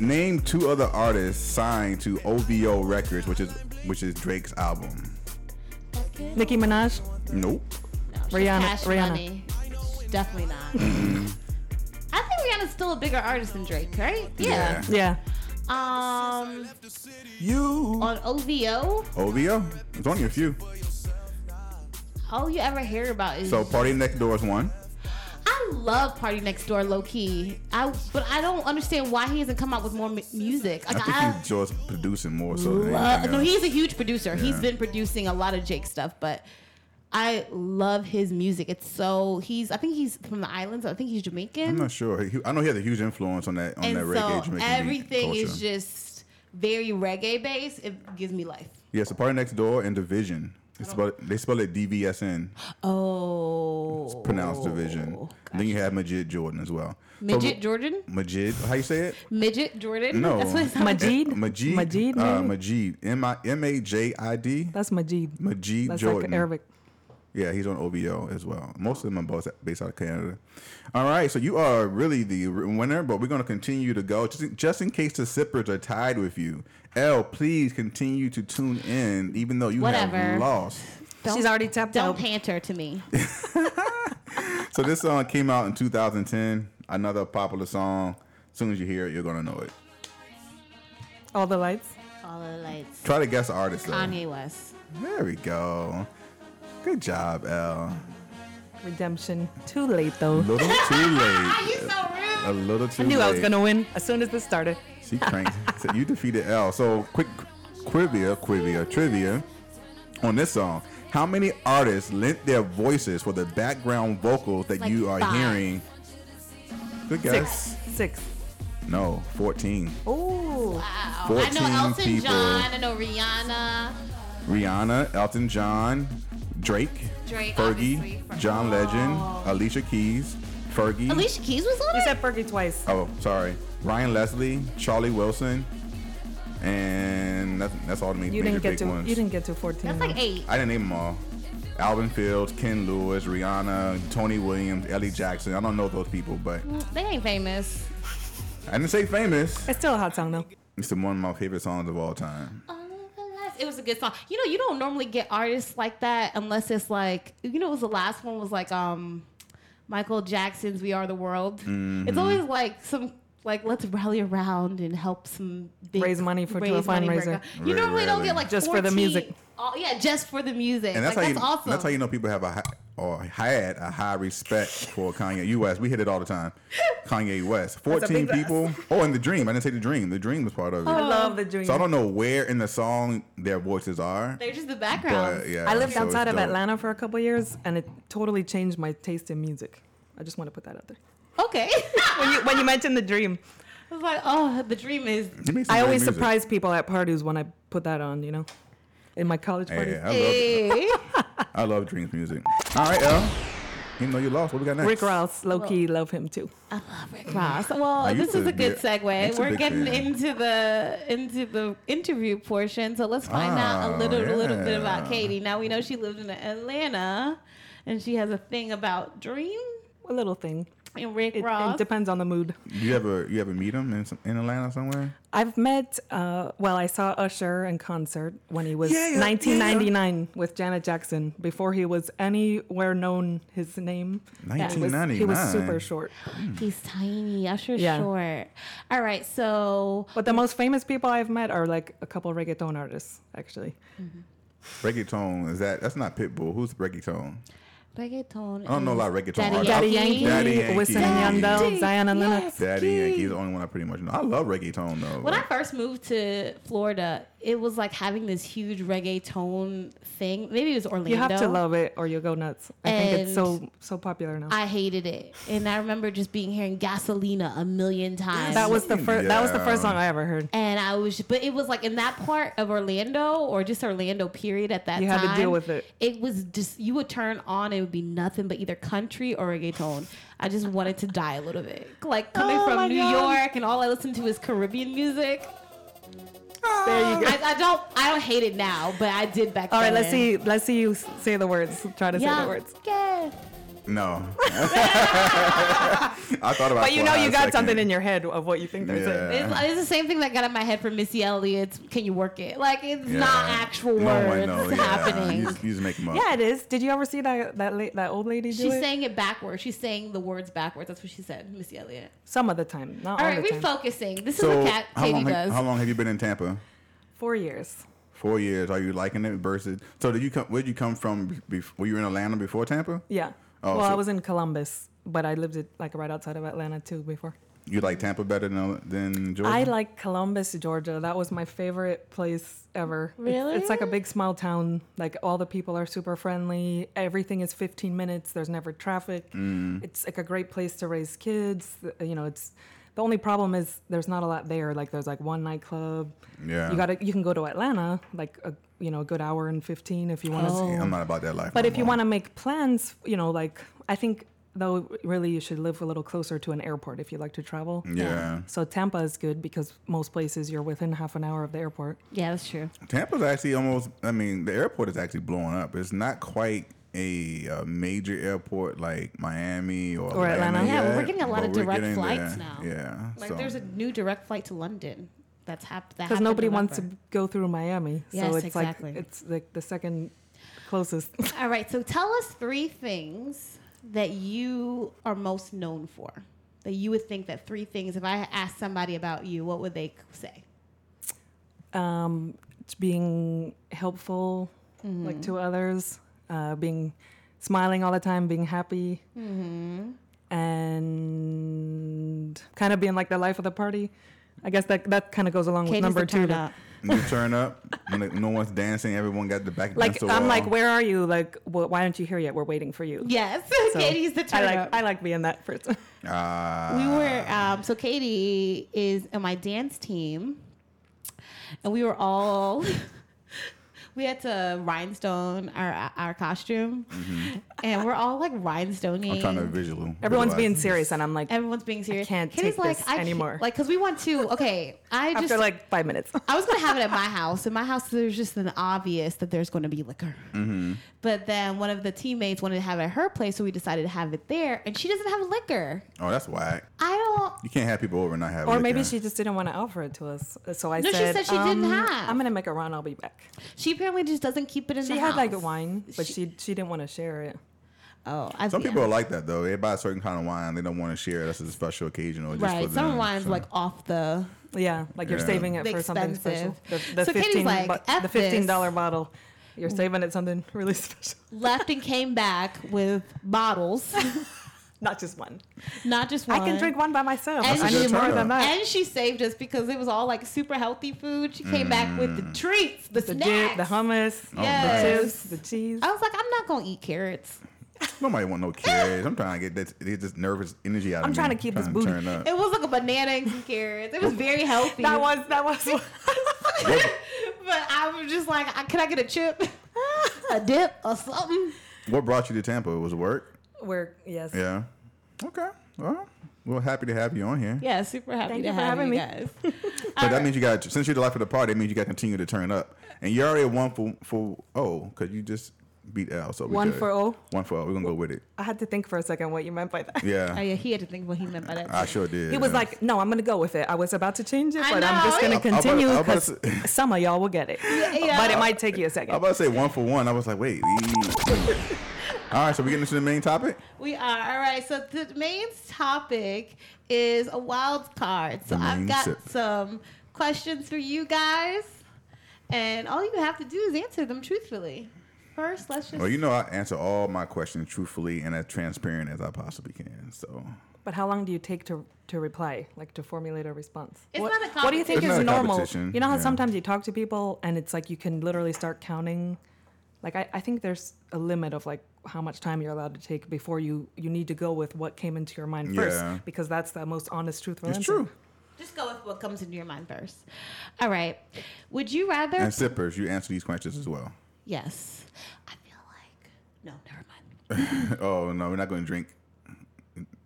Speaker 3: name two other artists signed to OVO Records, which is which is Drake's album.
Speaker 4: Nicki Minaj.
Speaker 3: Nope.
Speaker 4: Rihanna,
Speaker 2: Cash
Speaker 4: Rihanna.
Speaker 2: Money. Definitely not. I think Rihanna's still a bigger artist than Drake, right? Yeah.
Speaker 4: Yeah.
Speaker 2: Um,
Speaker 3: You.
Speaker 2: on OVO,
Speaker 3: OVO. It's only a few.
Speaker 2: all you ever hear about is
Speaker 3: So, Party Next Door is one.
Speaker 2: I love Party Next Door, low key. I but I don't understand why he hasn't come out with more mu- music.
Speaker 3: I
Speaker 2: Like
Speaker 3: think
Speaker 2: I,
Speaker 3: he's just producing more so than
Speaker 2: love,
Speaker 3: anything
Speaker 2: no,
Speaker 3: else.
Speaker 2: he's a huge producer. He's
Speaker 3: Yeah.
Speaker 2: been producing a lot of Jake stuff, but I love his music. It's so he's. I think he's from the islands. I think he's Jamaican.
Speaker 3: I'm not sure. He, I know he had a huge influence on that on
Speaker 2: and
Speaker 3: that
Speaker 2: so
Speaker 3: reggae Jamaican beat
Speaker 2: everything is
Speaker 3: culture.
Speaker 2: just very reggae based. It gives me life.
Speaker 3: Yeah, so Party Next Door and Division.
Speaker 4: Oh.
Speaker 3: It's about, they spell it DVSN,
Speaker 2: Oh,
Speaker 3: pronounced Division. Then you have Majid Jordan as well. So-
Speaker 2: midget Jordan,
Speaker 3: Majid, how you say it?
Speaker 2: midget Jordan.
Speaker 3: No.
Speaker 2: that's what it sounds.
Speaker 4: Majid.
Speaker 3: Eh, Majid.
Speaker 4: Majid.
Speaker 3: Uh,
Speaker 4: maybe?
Speaker 3: Majid. M I M A J I D.
Speaker 4: That's Majid.
Speaker 3: Majid
Speaker 4: That's
Speaker 3: Jordan.
Speaker 4: like Arabic.
Speaker 3: Yeah, he's on OVO as well. Most of them are both based out of Canada. All right, so you are really the winner, but we're going to continue to go just in, just in case the sippers are tied with you. L, please continue to tune in, even though you
Speaker 2: Whatever.
Speaker 3: have lost.
Speaker 4: She's already tapped
Speaker 2: Don't
Speaker 4: out.
Speaker 2: panter to
Speaker 3: (laughs)
Speaker 2: me.
Speaker 3: So this song came out in 2010. Another popular song. As soon as you hear it, you're gonna know it.
Speaker 4: All the lights.
Speaker 2: All of the lights.
Speaker 3: Try to guess the artist though.
Speaker 2: Kanye West.
Speaker 3: There we go. Good job, L.
Speaker 4: Redemption. Too late though.
Speaker 3: A little too
Speaker 2: Ah, you
Speaker 3: late.
Speaker 2: so
Speaker 3: A
Speaker 2: rude.
Speaker 3: little too
Speaker 4: I knew
Speaker 3: late.
Speaker 4: I was gonna win as soon as this started.
Speaker 3: She cranked. so you defeated L. So quick quivia, quivia, trivia on this song. How many artists lent their voices for the background vocals that
Speaker 2: Like
Speaker 3: you are
Speaker 2: five.
Speaker 3: hearing? Good guess.
Speaker 4: Six. Six.
Speaker 3: No, 14.
Speaker 4: Oh.
Speaker 2: Wow. I
Speaker 3: 14
Speaker 2: know Elton
Speaker 3: people.
Speaker 2: John. I know Rihanna.
Speaker 3: Rihanna, Elton John, Drake,
Speaker 2: Drake,
Speaker 3: Fergie,
Speaker 2: obviously, Fergie.
Speaker 3: John Legend, Alicia Keys, Fergie.
Speaker 2: Alicia Keys was on
Speaker 4: You
Speaker 2: it.
Speaker 4: said Fergie twice.
Speaker 3: Oh, sorry. Ryan Leslie, Charlie Wilson, and that's, that's all the ma-
Speaker 4: You
Speaker 3: major
Speaker 4: didn't get
Speaker 3: big
Speaker 4: to
Speaker 3: ones.
Speaker 4: you didn't get to 14.
Speaker 2: That's
Speaker 4: though.
Speaker 2: like eight.
Speaker 3: I didn't name them all. Alvin Fields, Ken Lewis, Rihanna, Tony Williams, Ellie Jackson. I don't know those people, but
Speaker 2: They ain't famous.
Speaker 3: I didn't say famous.
Speaker 4: It's still a hot song though.
Speaker 3: It's the one of my favorite songs of all time.
Speaker 2: All of the last- It was a good song. You know, you don't normally get artists like that unless it's like you know, it was the last one was like um Michael Jackson's "We Are the World."
Speaker 3: Mm-hmm.
Speaker 2: It's always like some like let's rally around and help some big,
Speaker 4: Raise money for- to a
Speaker 2: money for a
Speaker 4: fundraiser.
Speaker 2: co- You
Speaker 3: Right,
Speaker 2: normally don't
Speaker 3: right,
Speaker 2: get
Speaker 3: right.
Speaker 2: like
Speaker 4: Just for the
Speaker 2: 14
Speaker 4: music.
Speaker 2: Oh yeah, just for the music.
Speaker 3: And that's
Speaker 2: like,
Speaker 3: how
Speaker 2: that's
Speaker 3: you,
Speaker 2: awesome.
Speaker 3: That's how you know people have a high, or had a high respect for Kanye West. We hit it all the time. Kanye West,
Speaker 4: (laughs)
Speaker 3: fourteen
Speaker 4: big glass. Oh,
Speaker 3: people. Oh, and the Dream. I didn't say the Dream. The Dream was part of it.
Speaker 4: I love the dream.
Speaker 3: So I don't know where in the song their voices are.
Speaker 2: They're just the background.
Speaker 3: But yeah,
Speaker 4: I lived
Speaker 3: so it's
Speaker 4: outside of
Speaker 3: dope.
Speaker 4: Atlanta for a couple years, and it totally changed my taste in music. I just want to put that out there.
Speaker 2: Okay. (laughs)
Speaker 4: When you when you mentioned the dream,
Speaker 2: I was like, oh, the dream is.
Speaker 3: It makes some
Speaker 4: I
Speaker 3: great
Speaker 4: always
Speaker 3: music.
Speaker 4: surprise people at parties when I put that on. You know, in my college parties.
Speaker 3: Hey, I love,
Speaker 2: Hey.
Speaker 3: I love Dream's music. All right, L. Even though you lost, what we got next?
Speaker 4: Rick Ross, low key, love him too.
Speaker 2: Ah, Ross. Well,
Speaker 3: used
Speaker 2: this is
Speaker 3: to
Speaker 2: a good
Speaker 3: be a-
Speaker 2: segue.
Speaker 3: it's a
Speaker 2: We're
Speaker 3: big
Speaker 2: getting
Speaker 3: fan.
Speaker 2: into the into the interview portion, so let's find out
Speaker 3: Oh,
Speaker 2: a little little bit
Speaker 3: yeah.
Speaker 2: about Katie. Now we know she lived in Atlanta, and she has a thing about Dream
Speaker 4: A little thing.
Speaker 2: and Rick
Speaker 4: It,
Speaker 2: Ross.
Speaker 4: it depends on the mood.
Speaker 3: You ever you ever meet him in some, in Atlanta somewhere?
Speaker 4: I've met, uh, well, I saw Usher in concert when he was
Speaker 3: Yeah, yeah,
Speaker 4: 1999 with Janet Jackson before he was anywhere known his name. He was, he was
Speaker 3: 1999.
Speaker 4: super short.
Speaker 3: Hmm.
Speaker 2: He's tiny. Usher's
Speaker 4: Yeah.
Speaker 2: short. All right, so
Speaker 4: But the most famous people I've met are like a couple reggaeton artists, actually.
Speaker 3: Reggaeton is that? That's not Pitbull. Who's reggaeton?
Speaker 2: reggaeton.
Speaker 3: I don't know a lot of reggaeton
Speaker 2: Daddy Yankee.
Speaker 3: artists.
Speaker 4: Daddy
Speaker 3: I-
Speaker 4: Yankee,
Speaker 3: Daddy Yankee.
Speaker 4: Wisin
Speaker 3: Daddy
Speaker 4: and Yandel, Zion and Lennox.
Speaker 3: Daddy Yankee is the only one I pretty much know. I love reggaeton though.
Speaker 2: When I
Speaker 3: like,
Speaker 2: first moved to Florida, it was like having this huge reggaeton thing. Maybe it was Orlando.
Speaker 4: You have to love it or you'll go nuts. I think it's so so popular now.
Speaker 2: I hated it, and I remember just being hearing "Gasolina" a million times.
Speaker 4: that was the first. That was the
Speaker 3: Yeah.
Speaker 4: first song I ever heard.
Speaker 2: and I was, but it was like in that part of Orlando or just Orlando period at that
Speaker 4: You had
Speaker 2: time.
Speaker 4: to deal with it.
Speaker 2: It was just you would turn on, it would be nothing but either country or reggaeton. I just wanted to die a little bit, like coming
Speaker 4: Oh my
Speaker 2: from New
Speaker 4: God.
Speaker 2: York, and all I listened to is Caribbean music.
Speaker 4: There you go.
Speaker 2: I, I don't, I don't hate it now, but I did back
Speaker 4: All
Speaker 2: then.
Speaker 4: right, let's see. Let's see you s- say the words. Try to say
Speaker 2: Yeah.
Speaker 4: the words.
Speaker 2: Yeah.
Speaker 4: (laughs)
Speaker 3: no. I thought about.
Speaker 4: But you know, you got something in your head of what you think they're saying.
Speaker 3: Yeah.
Speaker 2: It's, it's the same thing that got in my head from Missy Elliott's "Can You Work It." Like it's
Speaker 3: Yeah.
Speaker 2: not actual
Speaker 3: No, I
Speaker 2: words (laughs)
Speaker 3: know, yeah.
Speaker 2: happening.
Speaker 3: You just, you just make 'em up.
Speaker 4: Yeah, it is. Did you ever see that that la- that old lady do
Speaker 2: She's
Speaker 4: it?
Speaker 2: saying it backwards. She's saying the words backwards. That's what she said, Missy Elliott.
Speaker 4: Some of the time, not
Speaker 2: All
Speaker 4: all,
Speaker 2: right,
Speaker 4: the time.
Speaker 2: refocusing. This is
Speaker 3: So
Speaker 2: what Kat,
Speaker 3: how
Speaker 2: Katie
Speaker 3: long? ha-
Speaker 2: does.
Speaker 3: How long have you been in Tampa?
Speaker 4: Four years.
Speaker 3: Four years. Are you liking it versus? So did you come? Where would you come from? Be, were you in Atlanta before Tampa?
Speaker 4: Yeah.
Speaker 3: Oh,
Speaker 4: well, I
Speaker 3: so-
Speaker 4: was in Columbus, but I lived it like right outside of Atlanta too before.
Speaker 3: You like Tampa better than than Georgia?
Speaker 4: I like Columbus, Georgia. That was my favorite place ever. It's-
Speaker 2: Really?
Speaker 4: It's, like a big small town. Like all the people are super friendly. Everything is 15 minutes. There's never traffic.
Speaker 3: Mm.
Speaker 4: It's like a great place to raise kids. Th- You know, it's the only problem is there's not a lot there. Like there's like one nightclub.
Speaker 3: Yeah.
Speaker 4: You got to you can go to Atlanta like a you know, a good hour and 15 if you want to
Speaker 2: Oh,
Speaker 3: See, I'm not about that life.
Speaker 4: but
Speaker 3: no
Speaker 4: if you
Speaker 3: more.
Speaker 4: want to make plans, you know, like I think though, really you should live a little closer to an airport if you like to travel.
Speaker 3: Yeah.
Speaker 4: So Tampa is good because most places you're within half an hour of the airport.
Speaker 2: yeah, that's true.
Speaker 3: Tampa's actually almost. I mean, the airport is actually blowing up. It's not quite a, uh major airport like Miami or,
Speaker 4: Or Atlanta.
Speaker 2: Yeah, well, we're
Speaker 3: yet,
Speaker 2: getting a lot
Speaker 3: but
Speaker 2: of
Speaker 3: we're
Speaker 2: direct
Speaker 3: getting
Speaker 2: flights
Speaker 3: there.
Speaker 2: now.
Speaker 3: Yeah,
Speaker 2: Like
Speaker 3: so-
Speaker 2: there's a new direct flight to London. That's hap- that
Speaker 4: Because
Speaker 2: happened
Speaker 4: nobody
Speaker 2: in
Speaker 4: wants to
Speaker 2: November.
Speaker 4: go through Miami.
Speaker 2: Yes,
Speaker 4: so it's
Speaker 2: exactly.
Speaker 4: like it's like the second closest.
Speaker 2: All right, so tell us three things that you are most known for. That you would think that three things. If I asked somebody about you, what would they say?
Speaker 4: um, it's being helpful
Speaker 2: Mm-hmm.
Speaker 4: like to others, uh, being smiling all the time, being happy.
Speaker 2: Mm-hmm.
Speaker 4: And kind of being like the life of the party. I guess that that kind of goes along with
Speaker 2: Katie's
Speaker 4: number
Speaker 2: the
Speaker 4: two.
Speaker 2: turn
Speaker 4: that-
Speaker 2: up.
Speaker 3: You turn up when it- no one's dancing. Everyone got the back.
Speaker 4: like
Speaker 3: against the
Speaker 4: I'm
Speaker 3: wall.
Speaker 4: like, where are you? Like, wh- why aren't you here yet? We're waiting for you.
Speaker 2: Yes, (laughs)
Speaker 4: So
Speaker 2: Katie's the turn
Speaker 4: I like
Speaker 2: up.
Speaker 4: I like being that person.
Speaker 3: Ah,
Speaker 2: we were um, so Katie is in my dance team, and (laughs) we were all we had to rhinestone our our costume, and we're all like rhinestoning.
Speaker 3: I'm trying to visual.
Speaker 4: (laughs) Everyone's
Speaker 3: visualize
Speaker 4: being
Speaker 3: this.
Speaker 4: serious, and I'm like,
Speaker 2: Everyone's being serious.
Speaker 4: can't
Speaker 2: Kitty's
Speaker 4: take
Speaker 2: like,
Speaker 4: this
Speaker 2: I can't-
Speaker 4: anymore.
Speaker 2: Like, cause we want to. Okay, I just
Speaker 4: after like five minutes.
Speaker 2: I was gonna have it at my house. In my house, there's just an obvious that there's gonna be liquor. But then one of the teammates wanted to have it at her place, so we decided to have it there. And she doesn't have liquor.
Speaker 3: Oh, that's whack.
Speaker 2: I don't.
Speaker 3: You can't have people over and not have.
Speaker 4: Or
Speaker 3: liquor.
Speaker 4: maybe she just didn't want to offer it to us. So I
Speaker 2: No, she
Speaker 4: said,
Speaker 2: said she didn't
Speaker 4: "Um,
Speaker 2: have."
Speaker 4: I'm gonna make a run. I'll be back.
Speaker 2: She apparently just doesn't keep it in the
Speaker 4: She had like
Speaker 2: house.
Speaker 4: wine, but she she, didn't want to share it.
Speaker 2: Oh, I,
Speaker 3: Some
Speaker 2: yeah.
Speaker 3: people are like that though. They buy a certain kind of wine. They don't want to share. That's a special occasion or just
Speaker 2: right.
Speaker 3: For
Speaker 2: Some
Speaker 3: them,
Speaker 2: wine's
Speaker 3: so.
Speaker 2: like off the.
Speaker 4: Yeah, like you're
Speaker 3: Yeah.
Speaker 4: saving it
Speaker 2: The
Speaker 4: for something special. The,
Speaker 2: expensive.
Speaker 4: the
Speaker 2: So Katie's
Speaker 4: fifteen
Speaker 2: like,
Speaker 4: bu-
Speaker 2: "F
Speaker 4: the fifteen
Speaker 2: this."
Speaker 4: dollar bottle. You're saving it something really (laughs) special,
Speaker 2: Left and came back with bottles, (laughs)
Speaker 4: not just one.
Speaker 2: not just one.
Speaker 4: I can drink one by myself.
Speaker 2: And
Speaker 4: I
Speaker 2: she-
Speaker 4: need more than
Speaker 3: turnout.
Speaker 4: that.
Speaker 2: And she saved us because it was all like super healthy food. She came back with
Speaker 3: Mm.
Speaker 2: the treats, the,
Speaker 4: the
Speaker 2: snacks.
Speaker 4: dip, the hummus, Oh,
Speaker 2: Yes.
Speaker 4: the chips, the cheese.
Speaker 2: I was like, I'm not gonna eat carrots.
Speaker 3: Nobody want no carrots. I'm trying to get this, get this nervous energy out of
Speaker 4: I'm
Speaker 3: me.
Speaker 4: trying to keep this booty.
Speaker 3: turn up.
Speaker 2: It was like a banana and some carrots. It was very healthy.
Speaker 4: That was
Speaker 2: (laughs)
Speaker 4: that was. (laughs)
Speaker 2: but I was just like, I, can I get a chip, a dip, or something?
Speaker 3: What brought you to Tampa? It was work.
Speaker 4: We're yes.
Speaker 3: Yeah. Okay. Well, we're happy to have you on here.
Speaker 2: Yeah, super happy
Speaker 4: Thank
Speaker 2: to
Speaker 4: you for
Speaker 2: have
Speaker 4: having
Speaker 2: you
Speaker 3: (laughs)
Speaker 4: me.
Speaker 2: guys.
Speaker 3: But that means you got since you're the life of the party, it means you got to continue to turn up. And you already won for for oh, because you just beat L. So we
Speaker 4: One
Speaker 3: good.
Speaker 4: for oh? O?
Speaker 3: One for O. We're gonna go with it.
Speaker 4: I had to think for a second what you meant by that.
Speaker 2: Oh
Speaker 3: Yeah.
Speaker 2: yeah, he had to think what he meant by that.
Speaker 3: I sure did.
Speaker 4: He was
Speaker 3: yeah.
Speaker 4: like, "No, I'm gonna go with it. I was about to change it,
Speaker 2: I
Speaker 4: but I'm just
Speaker 2: know.
Speaker 3: I-
Speaker 4: gonna
Speaker 3: I was-
Speaker 4: continue
Speaker 3: I was
Speaker 4: because
Speaker 3: about (laughs)
Speaker 4: some of y'all will get it,
Speaker 2: yeah.
Speaker 4: but it might take you
Speaker 3: I
Speaker 4: a
Speaker 3: was
Speaker 4: second.
Speaker 3: about to say one for one. I was like, wait. we- (laughs) All right, so we getting into the main topic.
Speaker 2: We are all right. So the main topic is a wild card. So
Speaker 3: The
Speaker 2: I've
Speaker 3: main
Speaker 2: got
Speaker 3: sip.
Speaker 2: some questions for you guys, and all you have to do is answer them truthfully. First, let's just
Speaker 3: Well, you know, I answer all my questions truthfully and as transparent as I possibly can. So
Speaker 4: But how long do you take to to reply, like to formulate a response?
Speaker 2: It's
Speaker 4: what,
Speaker 2: not a
Speaker 4: what do you think
Speaker 2: It's
Speaker 4: is
Speaker 3: not a
Speaker 4: normal?
Speaker 3: competition,
Speaker 4: You know how
Speaker 3: yeah.
Speaker 4: sometimes you talk to people and it's like you can literally start counting. Like I, I think there's a limit of like how much time you're allowed to take before you you need to go with what came into your mind first
Speaker 3: Yeah.
Speaker 4: because that's the most honest, truthful
Speaker 3: it's
Speaker 4: answer.
Speaker 3: true.
Speaker 2: just go with what comes into your mind first. All right. Would you rather?
Speaker 3: And sippers, you answer these questions as well.
Speaker 2: yes. I feel like no. Never mind.
Speaker 3: oh no, we're not going to drink.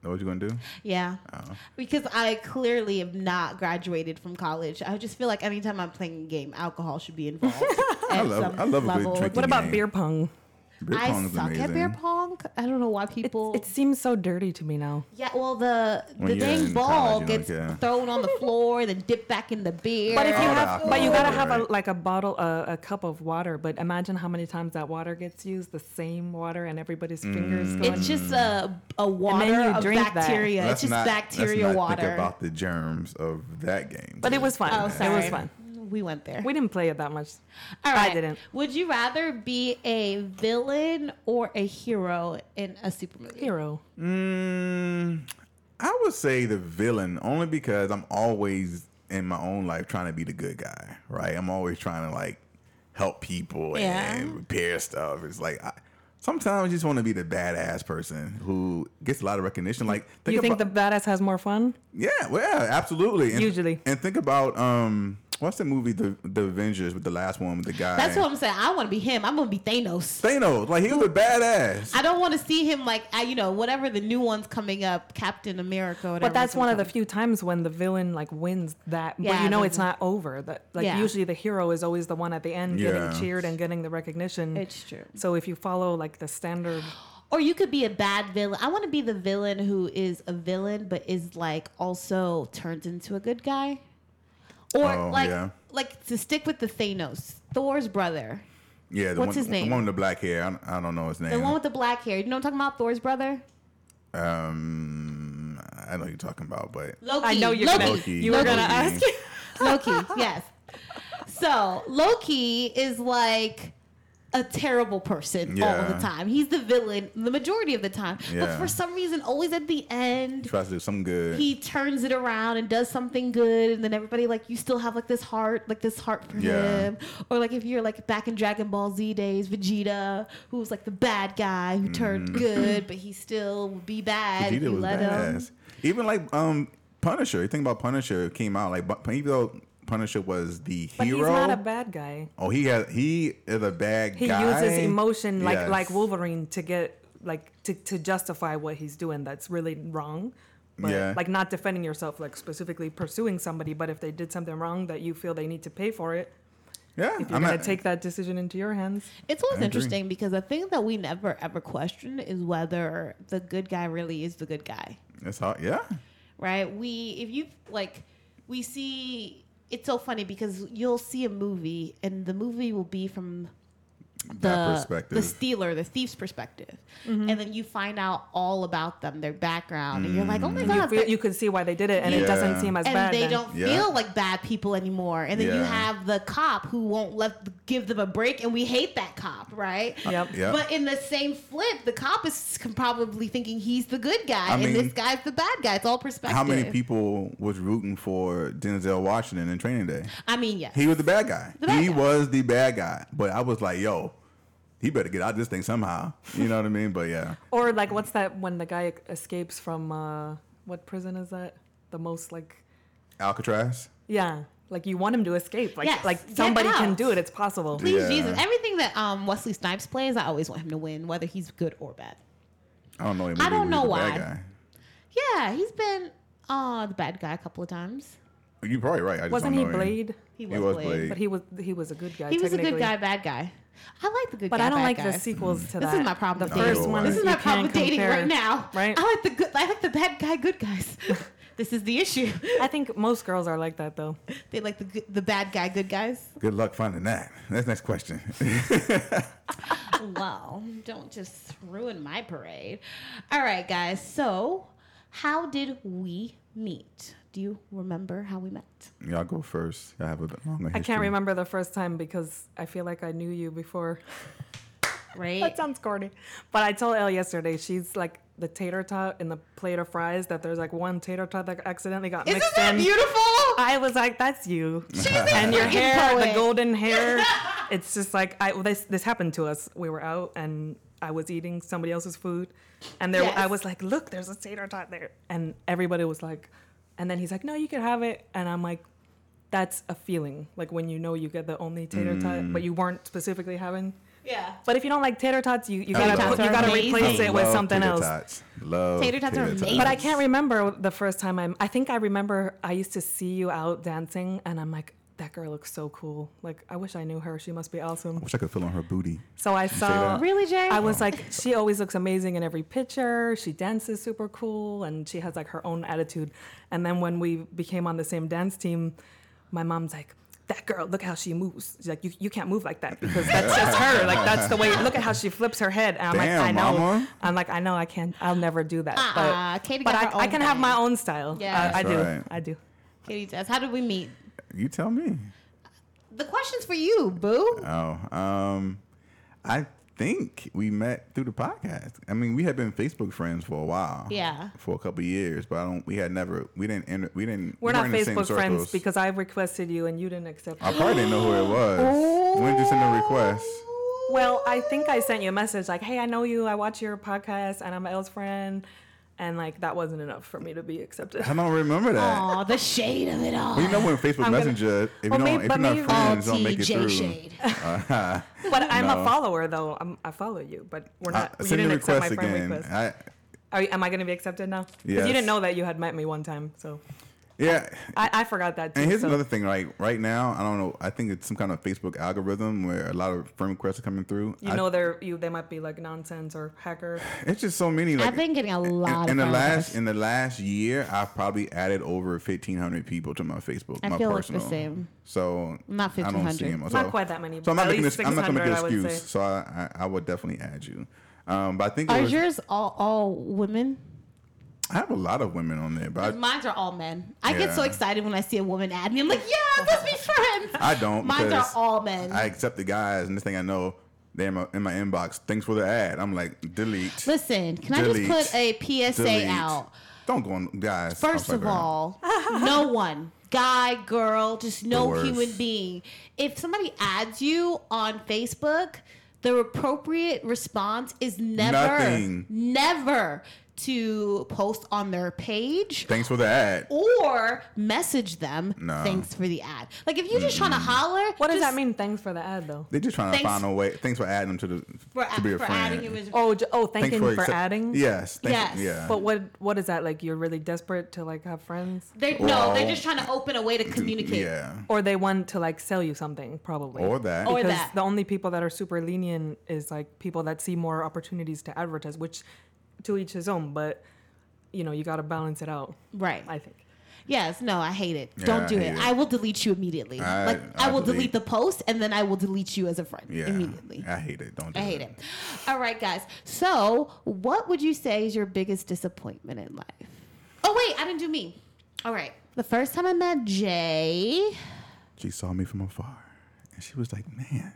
Speaker 3: Know what you going to do?
Speaker 2: Yeah.
Speaker 3: Oh.
Speaker 2: Because I clearly am not graduated from college. I just feel like anytime I'm playing a game, alcohol should be
Speaker 3: (laughs)
Speaker 2: involved.
Speaker 3: I love- I love a good drinking
Speaker 4: What about
Speaker 3: Yeah.
Speaker 4: beer pong?
Speaker 3: Beer
Speaker 2: I
Speaker 3: pong is
Speaker 2: suck at beer pong. I don't know why
Speaker 4: It,
Speaker 2: people.
Speaker 4: it seems so dirty to me now.
Speaker 2: yeah, well, the
Speaker 3: When
Speaker 2: the
Speaker 3: you're
Speaker 2: dang
Speaker 3: in
Speaker 2: ball
Speaker 3: college, you don't
Speaker 2: gets
Speaker 3: care.
Speaker 2: thrown on the floor, then dipped back in the beer.
Speaker 4: But if you
Speaker 3: All the
Speaker 4: have, but you
Speaker 3: alcohol,
Speaker 4: gotta have a,
Speaker 3: right.
Speaker 4: like a bottle, a, a cup of water. But imagine how many times that water gets used, the same water, and everybody's fingers. Going.
Speaker 2: it's just a, a water
Speaker 4: you
Speaker 2: of
Speaker 4: drink that.
Speaker 2: bacteria.
Speaker 3: Let's
Speaker 2: It's just
Speaker 3: not-
Speaker 2: bacteria
Speaker 3: let's not Think
Speaker 2: water.
Speaker 3: about the germs of that game.
Speaker 4: but it was fun.
Speaker 2: oh, sorry.
Speaker 4: It was fun.
Speaker 2: We went there.
Speaker 4: We didn't play it that much.
Speaker 2: All
Speaker 4: I
Speaker 2: right.
Speaker 4: didn't.
Speaker 2: Would you rather be a villain or a hero in a super movie?
Speaker 4: Hero.
Speaker 3: Mm, I would say the villain only because I'm always in my own life trying to be the good guy, right? I'm always trying to like help people
Speaker 2: Yeah.
Speaker 3: and repair stuff. It's like I, sometimes you just want to be the badass person who gets a lot of recognition. Like
Speaker 4: you think
Speaker 3: about,
Speaker 4: the badass has more fun?
Speaker 3: yeah, well, yeah, absolutely. And,
Speaker 4: Usually.
Speaker 3: and think about um, what's the movie the the Avengers with the last one with the guy
Speaker 2: That's what I'm saying. I want to be him. I'm gonna be Thanos.
Speaker 3: Thanos. Like he was a badass.
Speaker 2: I don't want to see him like I, you know whatever the new one's coming up, Captain America. Whatever
Speaker 4: But that's
Speaker 2: is gonna
Speaker 4: one of the
Speaker 2: come.
Speaker 4: few times when the villain like wins that. but
Speaker 2: Yeah,
Speaker 4: you know
Speaker 2: the-
Speaker 4: it's not over. That like
Speaker 2: Yeah.
Speaker 4: usually the hero is always the one at the end
Speaker 3: Yeah.
Speaker 4: getting cheered and getting the recognition.
Speaker 2: It's true.
Speaker 4: So if you follow like the standard,
Speaker 2: Or you could be a bad villain. I want to be the villain who is a villain but is like also turns into a good guy. Or
Speaker 3: Oh,
Speaker 2: like
Speaker 3: yeah.
Speaker 2: like to stick with the Thanos, Thor's brother,
Speaker 3: Yeah, the
Speaker 2: What's
Speaker 3: one,
Speaker 2: his name?
Speaker 3: The one with the black hair. I don't, I don't know his name.
Speaker 2: the one with the black hair. You know what I'm talking about? Thor's brother.
Speaker 3: um, I know what you're talking about, but
Speaker 2: Loki.
Speaker 4: I know you're
Speaker 2: Loki.
Speaker 4: gonna
Speaker 3: Loki.
Speaker 4: you were gonna
Speaker 3: Loki.
Speaker 4: ask.
Speaker 2: (laughs) Loki, yes. So Loki is like a terrible person all
Speaker 3: Yeah.
Speaker 2: the time. He's the villain the majority of the time. But
Speaker 3: Yeah.
Speaker 2: for some reason, always at the end,
Speaker 3: tries to do some good.
Speaker 2: he turns it around and does something good. And then everybody, like, you still have like this heart, like this heart for
Speaker 3: Yeah.
Speaker 2: him. Or like if you're like back in Dragon Ball Z days, Vegeta, who was like the bad guy who turned good,
Speaker 3: (laughs)
Speaker 2: but he still would be bad. if
Speaker 3: Mm. Vegeta
Speaker 2: you
Speaker 3: was
Speaker 2: let him.
Speaker 3: badass. Even like um Punisher. You think about Punisher it came out like, but even though Punisher was the
Speaker 4: But
Speaker 3: hero.
Speaker 4: he's not a bad guy.
Speaker 3: oh, he has he is a bad
Speaker 4: He
Speaker 3: guy.
Speaker 4: uses emotion like
Speaker 3: Yes.
Speaker 4: like Wolverine to get like to, to justify what he's doing. That's really wrong. But
Speaker 3: Yeah.
Speaker 4: like not defending yourself, like specifically pursuing somebody. But if they did something wrong that you feel they need to pay for it,
Speaker 3: Yeah,
Speaker 4: if you're
Speaker 3: I'm
Speaker 4: gonna
Speaker 3: not-
Speaker 4: take that decision into your hands.
Speaker 2: It's always
Speaker 3: agree.
Speaker 2: interesting because the thing that we never ever question is whether the good guy really is the good guy,
Speaker 3: It's hard. Yeah,
Speaker 2: right? We, if you like, we see it's so funny because you'll see a movie and the movie will be from
Speaker 3: that
Speaker 2: the, the
Speaker 3: perspective.
Speaker 2: stealer, the thief's perspective,
Speaker 4: Mm-hmm.
Speaker 2: and then you find out all about them, their background, and you're like,
Speaker 3: Mm.
Speaker 2: oh my god,
Speaker 4: Feel-
Speaker 2: that-
Speaker 4: You can see why they did it, and
Speaker 3: Yeah.
Speaker 4: it doesn't seem as
Speaker 2: and
Speaker 4: bad.
Speaker 2: they
Speaker 4: then.
Speaker 2: don't
Speaker 3: Yeah.
Speaker 2: feel like bad people anymore. And then you
Speaker 3: Yeah.
Speaker 2: have the cop who won't let give them a break, and we hate that cop, right?
Speaker 4: Yep.
Speaker 3: Uh, Yeah.
Speaker 2: But in the same flip, the cop is c- probably thinking he's the good guy,
Speaker 3: I
Speaker 2: and
Speaker 3: mean,
Speaker 2: this guy's the bad guy. It's all perspective.
Speaker 3: How many people was rooting for Denzel Washington in Training Day?
Speaker 2: I mean, yes.
Speaker 3: He was the bad guy.
Speaker 2: The bad
Speaker 3: he
Speaker 2: guy.
Speaker 3: was the bad guy. But I was like, yo, he better get out of this thing somehow. You know what I mean? But yeah,
Speaker 4: Or like, what's that when the guy escapes from uh, what prison is that? The most like,
Speaker 3: Alcatraz.
Speaker 4: yeah, like you want him to escape. Like,
Speaker 2: Yes,
Speaker 4: like
Speaker 2: get
Speaker 4: somebody can
Speaker 2: out.
Speaker 4: do it. It's possible.
Speaker 2: Please,
Speaker 3: Yeah.
Speaker 2: Jesus. Everything that um, Wesley Snipes plays, I always want him to win, whether he's good or bad.
Speaker 3: I don't know. Maybe
Speaker 2: don't
Speaker 3: he was
Speaker 2: know
Speaker 3: the bad
Speaker 2: why.
Speaker 3: guy.
Speaker 2: Yeah, he's been uh, the bad guy a couple of times.
Speaker 3: You're probably right. I just
Speaker 4: Wasn't
Speaker 3: don't
Speaker 4: he
Speaker 3: know him.
Speaker 4: Blade?
Speaker 2: He
Speaker 3: He
Speaker 2: was,
Speaker 3: was
Speaker 2: Blade.
Speaker 3: Blade.
Speaker 4: But he was he was a good guy.
Speaker 2: He was a good
Speaker 4: technically. Mm-hmm.
Speaker 2: guy, bad guy. I like the good
Speaker 4: But
Speaker 2: guy.
Speaker 4: I don't
Speaker 2: bad
Speaker 4: like
Speaker 2: guy.
Speaker 4: the sequels to that.
Speaker 2: This is my problem.
Speaker 4: The
Speaker 2: with dating.
Speaker 4: first
Speaker 3: Oh,
Speaker 4: one.
Speaker 2: This is
Speaker 4: you
Speaker 2: my
Speaker 4: can't
Speaker 2: problem with dating
Speaker 4: compare,
Speaker 2: right now.
Speaker 4: Right.
Speaker 2: I like the good. I like the bad guy, good guys. (laughs) this is the issue.
Speaker 4: (laughs) I think most girls are like that though.
Speaker 2: They like the good, the bad guy, good guys.
Speaker 3: Good luck finding that. That's next question. (laughs)
Speaker 2: Wow! Don't just ruin my parade. All right, guys. So, how did we meet? Do you remember how we met?
Speaker 3: Y'all go first. I have a bit longer
Speaker 4: I
Speaker 3: history.
Speaker 4: can't remember the first time because I feel like I knew you before.
Speaker 2: Right.
Speaker 4: (laughs) That sounds corny. But I told Elle yesterday, she's like the tater tot in the plate of fries that there's like one tater tot that accidentally got
Speaker 2: Isn't
Speaker 4: mixed
Speaker 2: that
Speaker 4: in.
Speaker 2: beautiful?
Speaker 4: I was like,
Speaker 2: (laughs)
Speaker 4: that's you.
Speaker 2: a
Speaker 4: and your
Speaker 2: freaking
Speaker 4: hair,
Speaker 2: poet. (laughs)
Speaker 4: the golden hair. it's just like I well, this this happened to us. We were out and I was eating somebody else's food, and there I
Speaker 2: Yes.
Speaker 4: was like, look, there's a tater tot there, and everybody was like, and then he's like, no, you can have it, and I'm like. That's a feeling, like when you know you get the only tater tot, but you weren't specifically having.
Speaker 2: Yeah.
Speaker 4: But if you don't like tater tots, you, you
Speaker 3: I
Speaker 4: gotta
Speaker 3: love
Speaker 4: put, you
Speaker 2: tater
Speaker 4: gotta
Speaker 2: tots are
Speaker 4: replace
Speaker 2: amazing.
Speaker 4: it with
Speaker 3: Love
Speaker 4: something
Speaker 3: tater
Speaker 4: else.
Speaker 3: tots. Love
Speaker 2: Tater tots are amazing.
Speaker 4: But I can't remember the first time I'm. I think I remember I used to see you out dancing, and I'm like, that girl looks so cool. Like, I wish I knew her. She must be awesome.
Speaker 3: Wish I could feel on her booty.
Speaker 4: So I saw.
Speaker 3: that.
Speaker 2: Really, Jay?
Speaker 4: I was like, she always looks amazing in every picture. She dances super cool, and she has like her own attitude. And then when we became on the same dance team, my mom's like. That girl, look how she moves. She's like, you, you can't move like that because that's just her. Like that's the way. Look at how she flips her head. And I'm
Speaker 3: Damn,
Speaker 4: like, I know.
Speaker 3: mama.
Speaker 4: I'm like, I know. I can't. I'll never do that.
Speaker 2: Uh-uh,
Speaker 4: But,
Speaker 2: Katie
Speaker 4: but
Speaker 2: got
Speaker 4: I,
Speaker 2: her
Speaker 4: I
Speaker 2: own
Speaker 4: can have
Speaker 2: thing.
Speaker 4: my own style. Uh,
Speaker 2: Yeah.
Speaker 4: I, I
Speaker 3: That's
Speaker 4: do.
Speaker 3: right.
Speaker 4: I do.
Speaker 2: Katie Jess. How did we meet?
Speaker 3: You tell me.
Speaker 2: The question's for you, boo.
Speaker 3: Oh, um, I think we met through the podcast. I mean, we had been Facebook friends for a while.
Speaker 2: Yeah.
Speaker 3: for a couple of years, but I don't. We had never. We didn't. Enter, we didn't.
Speaker 4: We're
Speaker 3: we
Speaker 4: not
Speaker 3: weren't in the same
Speaker 4: Facebook friends
Speaker 3: circles.
Speaker 4: because I requested you and you didn't accept.
Speaker 3: I probably didn't know who
Speaker 4: (gasps)
Speaker 3: it was. When did you send the request?
Speaker 4: Well, I think I sent you a message like, "Hey, I know you. I watch your podcast, and I'm Elle's friend," and like that wasn't enough for me to
Speaker 3: (laughs)
Speaker 4: be accepted.
Speaker 3: I don't remember that.
Speaker 2: Aw, the shade of it all.
Speaker 3: Well, you know when Facebook
Speaker 4: gonna-
Speaker 3: Messenger, if you
Speaker 4: Well,
Speaker 3: don't,
Speaker 4: maybe-
Speaker 3: if you're
Speaker 4: but
Speaker 3: not
Speaker 4: maybe-
Speaker 3: friends, don't make it
Speaker 2: LTJ
Speaker 3: through. (laughs) Uh,
Speaker 2: shade.
Speaker 4: (laughs) But I'm
Speaker 3: No.
Speaker 4: a follower though. I'm, I follow you, but we're
Speaker 3: Uh,
Speaker 4: not. you
Speaker 3: send the
Speaker 4: didn't
Speaker 3: request
Speaker 4: accept my friend
Speaker 3: again.
Speaker 4: request.
Speaker 3: I,
Speaker 4: Are, you- am I going to be accepted now? Because
Speaker 3: Yes.
Speaker 4: you didn't know that you had met me one time, so
Speaker 3: yeah.
Speaker 4: I, I forgot that too.
Speaker 3: And here's
Speaker 4: so-
Speaker 3: another thing, like right now, I don't know. I think it's some kind of Facebook algorithm where a lot of friend requests are coming through.
Speaker 4: You
Speaker 3: I-
Speaker 4: know, they're you. They might be like nonsense or
Speaker 3: (sighs)
Speaker 4: hacker.
Speaker 3: it's just so many. Like,
Speaker 2: I've been getting a
Speaker 3: in-
Speaker 2: lot of
Speaker 3: in, the
Speaker 2: friend
Speaker 3: last
Speaker 2: requests.
Speaker 3: in the last year, I've probably added over 1,500 people to my Facebook.
Speaker 2: I
Speaker 3: my
Speaker 2: feel like the
Speaker 3: personal.
Speaker 2: same.
Speaker 3: So
Speaker 2: Not
Speaker 3: I don't see
Speaker 2: 1,500.
Speaker 3: them.
Speaker 4: Not quite that many,
Speaker 3: So I'm not
Speaker 4: but at
Speaker 3: making
Speaker 4: least
Speaker 3: this. I'm not gonna make an
Speaker 4: 600, I would
Speaker 3: excuse.
Speaker 4: say.
Speaker 3: So I, I I would definitely add you. Um, but I think it
Speaker 2: Are
Speaker 3: was-
Speaker 2: yours all, all women?
Speaker 3: I have a lot of women on there, but I,
Speaker 2: Mine's are all men. I
Speaker 3: Yeah.
Speaker 2: get so excited when I see a woman add me. I'm like, yeah, let's be friends.
Speaker 3: I don't.
Speaker 2: Mine's are
Speaker 3: because
Speaker 2: all men.
Speaker 3: I accept the guys, and this thing I know they're in my, in my inbox. Thanks for the ad. I'm like delete.
Speaker 2: Listen, can
Speaker 3: Delete.
Speaker 2: I just put a PSA
Speaker 3: delete.
Speaker 2: out?
Speaker 3: Don't go on, guys. I'm
Speaker 2: First
Speaker 3: sorry,
Speaker 2: of
Speaker 3: girl.
Speaker 4: (laughs)
Speaker 2: all, no one, guy, girl, just no
Speaker 3: worst.
Speaker 2: human being. If somebody adds you on Facebook, the appropriate response is never,
Speaker 3: Nothing.
Speaker 2: never to post on their page
Speaker 3: Thanks for the ad.
Speaker 2: or message them.
Speaker 3: No.
Speaker 2: Thanks for the ad. Like if you're just trying to holler,
Speaker 4: What
Speaker 2: just
Speaker 4: does that mean? Thanks for the ad, though.
Speaker 3: They're just trying to
Speaker 2: Thanks-
Speaker 3: find a way. Thanks for adding them to the
Speaker 2: For,
Speaker 3: to be a
Speaker 2: for
Speaker 3: friend.
Speaker 2: adding you as
Speaker 4: Oh, j- oh, thank
Speaker 3: Thanks
Speaker 4: him for,
Speaker 3: accept-
Speaker 4: adding.
Speaker 3: Yes. thank
Speaker 2: Yes.
Speaker 3: you- Yeah.
Speaker 4: But what what is that like? You're really desperate to like have friends,
Speaker 2: They no,
Speaker 3: Well-
Speaker 2: they're just trying to open a way to communicate.
Speaker 3: Yeah.
Speaker 4: or they want to like sell you something, probably.
Speaker 3: Or that.
Speaker 2: Or-
Speaker 4: because
Speaker 2: that.
Speaker 4: the only people that are super lenient is like people that see more opportunities to advertise, which to each his own. But you know, you got to balance it out.
Speaker 2: Right.
Speaker 4: I think.
Speaker 2: yes. No, I hate it.
Speaker 3: Yeah,
Speaker 2: Don't
Speaker 3: I
Speaker 2: do
Speaker 3: hate
Speaker 2: it.
Speaker 3: it.
Speaker 2: I will delete you immediately.
Speaker 3: I-
Speaker 2: like I,
Speaker 3: I
Speaker 2: will delete.
Speaker 3: delete.
Speaker 2: the post and then I will delete you as a friend
Speaker 3: yeah.
Speaker 2: immediately.
Speaker 3: I hate it. Don't. Do
Speaker 2: I hate it. All right, guys. So, what would you say is your biggest disappointment in life? Oh wait, I didn't do me. All right. The first time I met Jay,
Speaker 3: She saw me from afar, and she was like, "Man,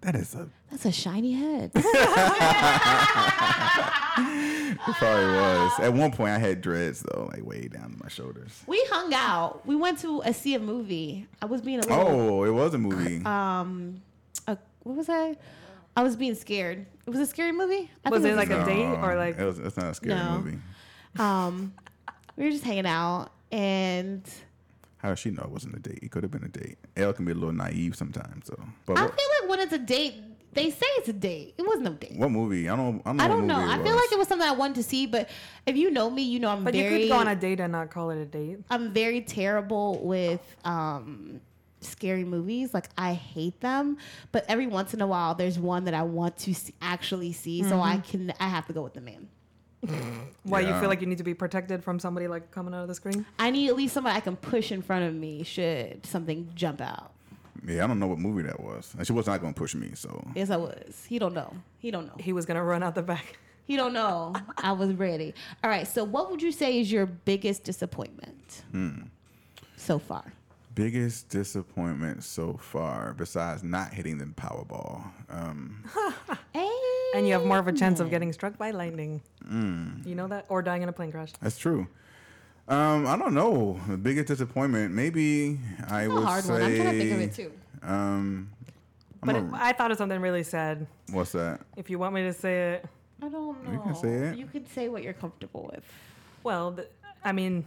Speaker 3: that is a."
Speaker 2: that's a shiny head. (laughs)
Speaker 3: It probably was. At one point, I had dreads though, like way down my shoulders.
Speaker 2: we hung out. We went to a see a movie. I was being a little
Speaker 3: Oh, it was a movie.
Speaker 2: um a, what was I? I was being scared. It was a scary movie. I
Speaker 4: Was
Speaker 2: think
Speaker 4: it like a date or
Speaker 3: No,
Speaker 4: like?
Speaker 3: it was, it's not a scary
Speaker 2: No.
Speaker 3: movie.
Speaker 2: um we were just hanging out and
Speaker 3: How does she know it wasn't a date? It could have been a date. Elle can be a little naive sometimes, so. But
Speaker 2: I
Speaker 3: what,
Speaker 2: feel like when it's a date, they say it's a date. It was no date.
Speaker 3: what movie? I don't. I
Speaker 2: I
Speaker 3: don't know. what
Speaker 2: don't know.
Speaker 3: movie
Speaker 2: I feel like it was something I wanted to see, but if you know me, you know I'm
Speaker 4: But
Speaker 2: very
Speaker 4: you could go on a date and not call it a date.
Speaker 2: I'm very terrible with um scary movies. Like I hate them, but every once in a while there's one that I want to see, actually see, so
Speaker 4: Mm-hmm.
Speaker 2: I can I have to go with the man.
Speaker 4: Why you
Speaker 3: Yeah.
Speaker 4: feel like you need to be protected from somebody like coming out of the screen?
Speaker 2: I need at least somebody I can push in front of me should something jump out.
Speaker 3: Yeah, I don't know what movie that was, and she was not going to push me. So
Speaker 2: Yes, I was. He don't know. He don't know.
Speaker 4: He was gonna run out the back.
Speaker 2: He don't know. I was ready. All right. So, what would you say is your biggest disappointment
Speaker 3: Hmm.
Speaker 2: so far?
Speaker 3: biggest disappointment so far, besides not hitting the Powerball, um,
Speaker 4: (laughs) And you have more of a chance of getting struck by lightning.
Speaker 3: Mm.
Speaker 4: You know that? Or dying in a plane crash.
Speaker 3: that's true. Um, I don't know. The biggest disappointment, maybe I
Speaker 2: It's
Speaker 3: would
Speaker 2: a hard
Speaker 3: say.
Speaker 2: one. I'm trying to think of it too.
Speaker 3: Um,
Speaker 4: But it,
Speaker 3: I'm a-
Speaker 4: I thought of something really sad.
Speaker 3: what's that?
Speaker 4: If you want me to say it,
Speaker 2: I don't know.
Speaker 3: You can say it.
Speaker 2: You can say what you're comfortable with.
Speaker 4: well, th- I mean,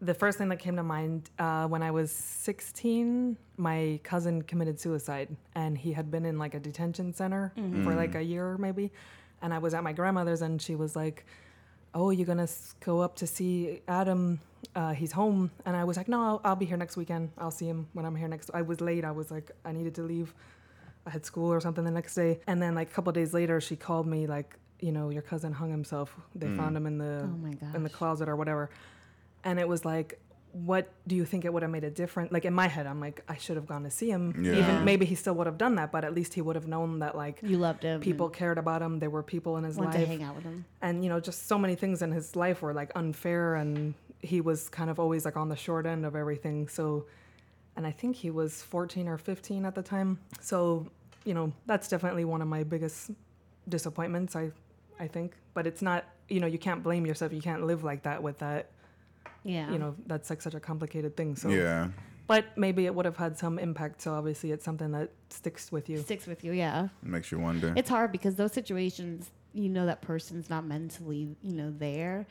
Speaker 4: the first thing that came to mind uh, when I was 16, my cousin committed suicide, and he had been in like a detention center for like a year maybe. And I was at my grandmother's, and she was like, "Oh, you're gonna s- go up to see Adam? Uh, he's home." And I was like, "No, I'll, I'll be here next weekend. I'll see him when I'm here next." I was late. I was like, I needed to leave. I had school or something the next day. And then like a couple days later, she called me like, you know, your cousin hung himself. They found him in the in the closet or whatever. And it was like, what do you think it would have made a difference? Like in my head, I'm like, I should have gone to see him.
Speaker 3: Yeah.
Speaker 4: Even maybe he still would have done that, but at least he would have known that like
Speaker 2: You loved him.
Speaker 4: people cared about him. There were people in his
Speaker 2: want
Speaker 4: life
Speaker 2: to hang out with him.
Speaker 4: and you know just so many things in his life were like unfair and he was kind of always like on the short end of everything so and i think he was 14 or 15 at the time so you know that's definitely one of my biggest disappointments i i think but it's not you know you can't blame yourself you can't live like that with that
Speaker 2: Yeah.
Speaker 4: you know that's like such a complicated thing so
Speaker 3: Yeah,
Speaker 4: but maybe it would have had some impact so obviously it's something that sticks with you
Speaker 2: sticks with you. Yeah.
Speaker 3: it makes you wonder.
Speaker 2: It's hard because those situations, you know, that person's not mentally, you know, there.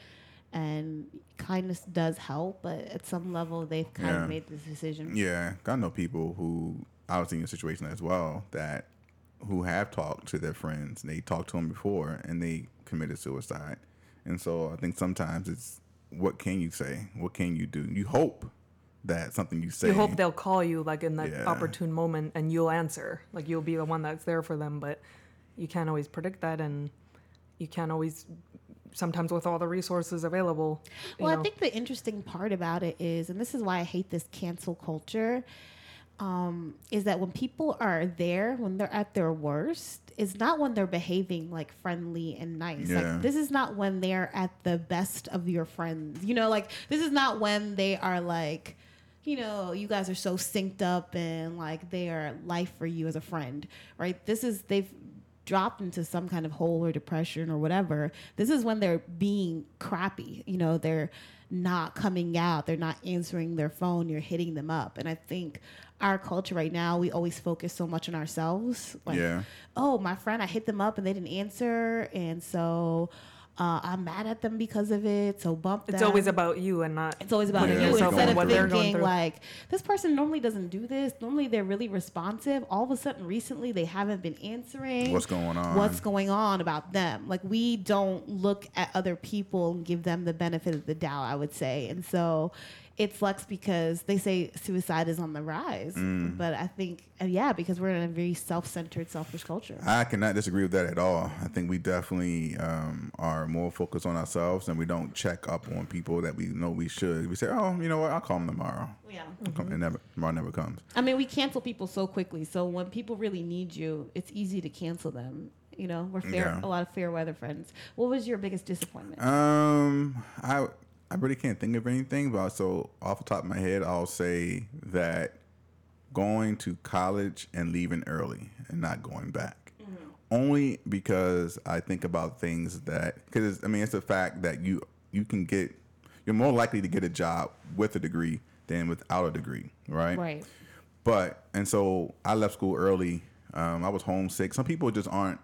Speaker 2: And kindness does help, but at some level, they've kind
Speaker 3: Yeah.
Speaker 2: of made this decision.
Speaker 3: Yeah, I know people who I was in a situation as well that who have talked to their friends and they talked to them before and they committed suicide. And so I think sometimes it's what can you say? What can you do? You hope that something you say.
Speaker 4: You hope they'll call you like in that
Speaker 3: Yeah.
Speaker 4: opportune moment and you'll answer. Like you'll be the one that's there for them, but you can't always predict that and you can't always sometimes with all the resources available. you
Speaker 2: Well,
Speaker 4: know.
Speaker 2: I think the interesting part about it is, and this is why I hate this cancel culture, um, is that when people are there, when they're at their worst, it's not when they're behaving like friendly and nice.
Speaker 3: Yeah.
Speaker 2: Like this is not when they're at the best of your friends. You know, like this is not when they are like, you know, you guys are so synced up and like they are life for you as a friend, right? This is they've dropped into some kind of hole or depression or whatever. This is when they're being crappy. You know, they're not coming out, they're not answering their phone, you're hitting them up. And I think our culture right now, we always focus so much on ourselves. Like,
Speaker 3: Yeah.
Speaker 2: oh, my friend, I hit them up and they didn't answer. And so Uh, I'm mad at them because of it, so bump them.
Speaker 4: It's always about you and not.
Speaker 2: It's always about
Speaker 3: Yeah.
Speaker 2: you
Speaker 3: It's about
Speaker 2: instead of
Speaker 3: what they're
Speaker 4: going
Speaker 2: thinking
Speaker 4: through.
Speaker 2: like this person normally doesn't do this. Normally they're really responsive. All of a sudden, recently they haven't been answering.
Speaker 3: What's going on?
Speaker 2: What's going on about them? Like we don't look at other people and give them the benefit of the doubt. I would say, and so it sucks because they say suicide is on the rise.
Speaker 3: Mm.
Speaker 2: But I think uh, yeah, because we're in a very self-centered, selfish culture.
Speaker 3: I cannot disagree with that at all. I think we definitely um, are more focused on ourselves and we don't check up on people that we know we should. We say, oh, you know what? I'll call them tomorrow.
Speaker 2: yeah.
Speaker 3: Come- It never, tomorrow never comes.
Speaker 2: I mean, we cancel people so quickly. So when people really need you, it's easy to cancel them. You know, we're fair,
Speaker 3: Yeah.
Speaker 2: a lot of fair weather friends. What was your biggest disappointment?
Speaker 3: Um, I I really can't think of anything, but so off the top of my head, I'll say that going to college and leaving early and not going back. Only because I think about things that because I mean it's a fact that you you can get you're more likely to get a job with a degree than without a degree, right?
Speaker 2: right.
Speaker 3: But and so I left school early. Um, I was homesick. Some people just aren't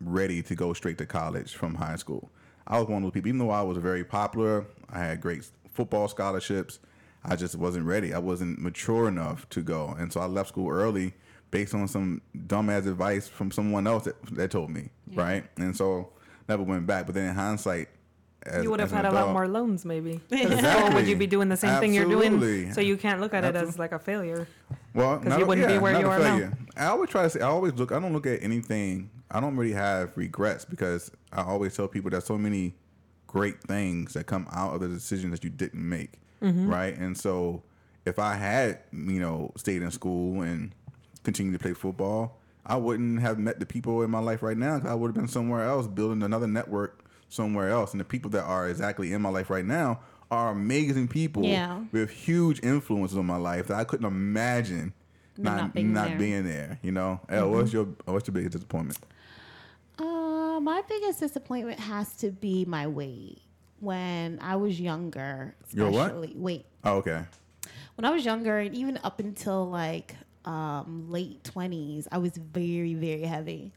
Speaker 3: ready to go straight to college from high school. I was one of those people. Even though I was very popular, I had great football scholarships. I just wasn't ready. I wasn't mature enough to go, and so I left school early based on some dumbass advice from someone else that, that told me, right? And so never went back. But then in hindsight, as,
Speaker 4: You would have
Speaker 3: as an
Speaker 4: had a lot
Speaker 3: adult-
Speaker 4: more
Speaker 2: (laughs)
Speaker 4: loans, maybe. 'Cause
Speaker 3: Exactly.
Speaker 4: Would you be doing the same thing you're
Speaker 3: Absolutely.
Speaker 4: doing? So you can't look at it
Speaker 3: Absolutely.
Speaker 4: as like a failure.
Speaker 3: Well,
Speaker 4: 'Cause you wouldn't be where
Speaker 3: not
Speaker 4: you
Speaker 3: a
Speaker 4: are now.
Speaker 3: failure. I always try to say, I always look, I don't look at anything, I don't really have regrets because I always tell people there's so many great things that come out of the decision that you didn't make, right? And so if I had, you know, stayed in school and continued to play football, I wouldn't have met the people in my life right now 'cause I would have been somewhere else building another network somewhere else. And the people that are exactly in my life right now are amazing people
Speaker 2: Yeah.
Speaker 3: with huge influences on my life that I couldn't imagine not not
Speaker 2: not
Speaker 3: being,
Speaker 2: being there.
Speaker 3: there. You know, El, what's your oh, what's your biggest disappointment?
Speaker 2: Uh, my biggest disappointment has to be my weight. When I was younger,
Speaker 3: Your what?
Speaker 2: especially weight.
Speaker 3: Oh, okay,
Speaker 2: when I was younger and even up until like um, late 20s, I was very, very heavy.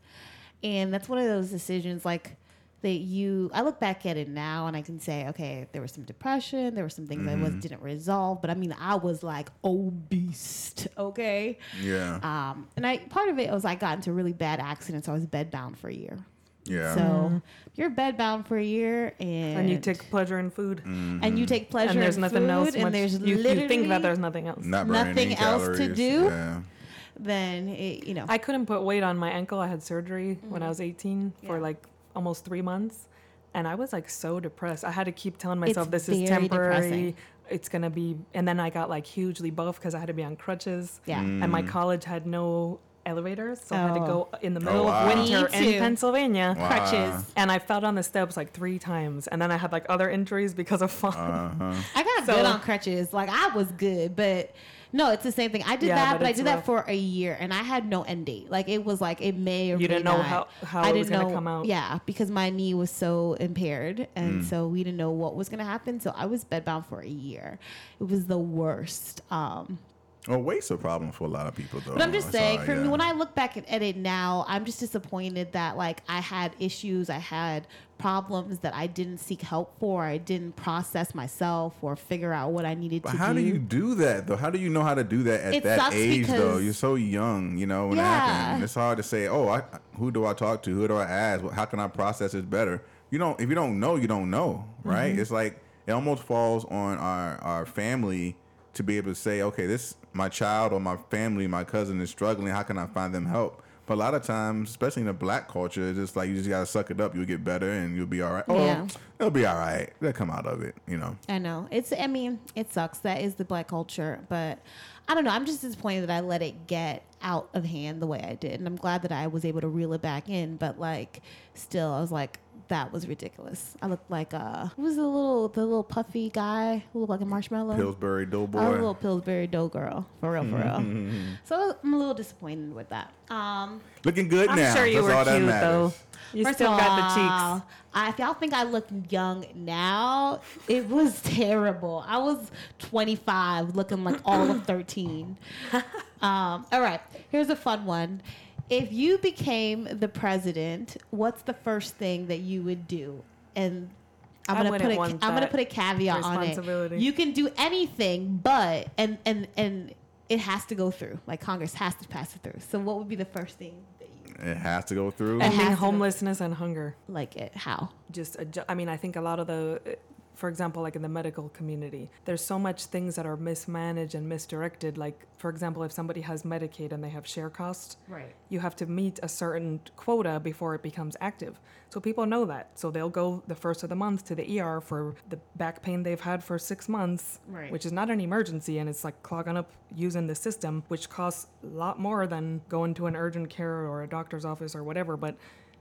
Speaker 2: And that's one of those decisions like that you, I look back at it now and I can say, okay, there was some depression, there were some things I was, didn't resolve, but I mean, I was like obese, (laughs) okay?
Speaker 3: yeah,
Speaker 2: Um, and I, part of it was I got into a really bad accident, so I was bedbound for a year.
Speaker 3: yeah.
Speaker 2: So you're bedbound for a year and,
Speaker 4: And you take pleasure in food.
Speaker 3: Mm.
Speaker 2: and you take pleasure
Speaker 4: And there's
Speaker 2: in
Speaker 4: nothing
Speaker 2: food,
Speaker 4: else.
Speaker 2: and
Speaker 4: much-
Speaker 2: there's
Speaker 4: you, you think
Speaker 2: literally-
Speaker 4: that there's nothing else.
Speaker 3: not burning
Speaker 2: nothing
Speaker 3: any
Speaker 2: else to
Speaker 3: calories.
Speaker 2: do?
Speaker 3: Yeah.
Speaker 2: then it, you know.
Speaker 4: I couldn't put weight on my ankle. I had surgery when I was 18 for like almost three months. And I was like so depressed. I had to keep telling myself
Speaker 2: It's
Speaker 4: this is
Speaker 2: very
Speaker 4: temporary.
Speaker 2: depressing.
Speaker 4: It's going to be. And then I got like hugely buff because I had to be on crutches.
Speaker 2: Yeah. Mm.
Speaker 4: And my college had no elevators. So I had to
Speaker 2: Oh.
Speaker 4: go in the middle
Speaker 3: wow.
Speaker 4: of winter
Speaker 2: Me too.
Speaker 4: in Pennsylvania.
Speaker 3: Wow.
Speaker 2: crutches.
Speaker 4: And I fell down the steps like three times. And then I had like other injuries because of (laughs) falling.
Speaker 3: Uh-huh.
Speaker 2: I got
Speaker 4: So-
Speaker 2: good on crutches. Like I was good, but no, it's the same thing. I did
Speaker 4: Yeah,
Speaker 2: that,
Speaker 4: but
Speaker 2: but I
Speaker 4: it's
Speaker 2: did that
Speaker 4: rough.
Speaker 2: for a year, and I had no end date. Like it was like it may or
Speaker 4: You didn't
Speaker 2: may
Speaker 4: know
Speaker 2: not.
Speaker 4: how- how
Speaker 2: I
Speaker 4: it was
Speaker 2: didn't
Speaker 4: gonna
Speaker 2: know-
Speaker 4: come out.
Speaker 2: Yeah, because my knee was so impaired, and so we didn't know what was gonna happen. So I was bedbound for a year. It was the worst. Um,
Speaker 3: Well, weight's a problem for a lot of people, though.
Speaker 2: but I'm just
Speaker 3: It's
Speaker 2: saying,
Speaker 3: all-
Speaker 2: for me,
Speaker 3: yeah.
Speaker 2: when I look back at it now, I'm just disappointed that like I had issues, I had problems that I didn't seek help for, I didn't process myself or figure out what I needed
Speaker 3: But
Speaker 2: to
Speaker 3: how do you do that though? How do you know how to do that at
Speaker 2: It
Speaker 3: that
Speaker 2: sucks
Speaker 3: age though?
Speaker 2: because-
Speaker 3: You're so young, you know, when it
Speaker 2: Yeah.
Speaker 3: happened. It's hard to say, oh, I, who do I talk to? Who do I ask? How can I process this better? You don't. If you don't know, you don't know, right?
Speaker 2: Mm-hmm.
Speaker 3: It's like it almost falls on our our family to be able to say, okay, this my child or my family, my cousin is struggling. How can I find them help? But a lot of times, especially in the black culture, it's just like you just gotta suck it up. You'll get better and you'll be all right. Oh,
Speaker 2: Yeah.
Speaker 3: it'll be all right. They'll come out of it, you know.
Speaker 2: I know. It's I mean, it sucks. That is the black culture, but I don't know. I'm just disappointed that I let it get out of hand the way I did. And I'm glad that I was able to reel it back in, but like still I was like that was ridiculous. I looked like uh who was the little the little puffy guy who looked like a marshmallow?
Speaker 3: Pillsbury Doughboy.
Speaker 2: I was a little Pillsbury dough girl, for real, for real. so I'm a little disappointed with that. Um,
Speaker 3: Looking good
Speaker 4: I'm
Speaker 3: now.
Speaker 4: sure you
Speaker 3: That's all
Speaker 4: were
Speaker 3: that
Speaker 4: cute though.
Speaker 3: matters.
Speaker 4: You
Speaker 2: First
Speaker 4: still
Speaker 2: of
Speaker 4: got the
Speaker 2: all,
Speaker 4: cheeks.
Speaker 2: I, if y'all think I look young now, it was (laughs) terrible. I was 25, looking like all
Speaker 4: (coughs)
Speaker 2: of 13. Um, all right, here's a fun one. If you became the president, what's the first thing that you would do? and I'm
Speaker 4: I
Speaker 2: gonna
Speaker 4: wouldn't
Speaker 2: put a
Speaker 4: want
Speaker 2: I'm gonna
Speaker 4: that
Speaker 2: put a caveat on it.
Speaker 4: responsibility.
Speaker 2: You can do anything, but and and and it has to go through. Like Congress has to pass it through. So what would be the first thing that you
Speaker 3: It has to go through.
Speaker 2: has
Speaker 4: Ending
Speaker 2: to-
Speaker 4: homelessness and hunger.
Speaker 2: like it? How?
Speaker 4: just adju- i mean i think a lot of the eh, for example like in the medical community there's so much things that are mismanaged and misdirected like for example if somebody has medicaid and they have share cost
Speaker 2: Right.
Speaker 4: you have to meet a certain quota before it becomes active so people know that so they'll go the first of the month to the er for the back pain they've had for six months
Speaker 2: Right.
Speaker 4: which is not an emergency and it's like clogging up using the system which costs a lot more than going to an urgent care or a doctor's office or whatever but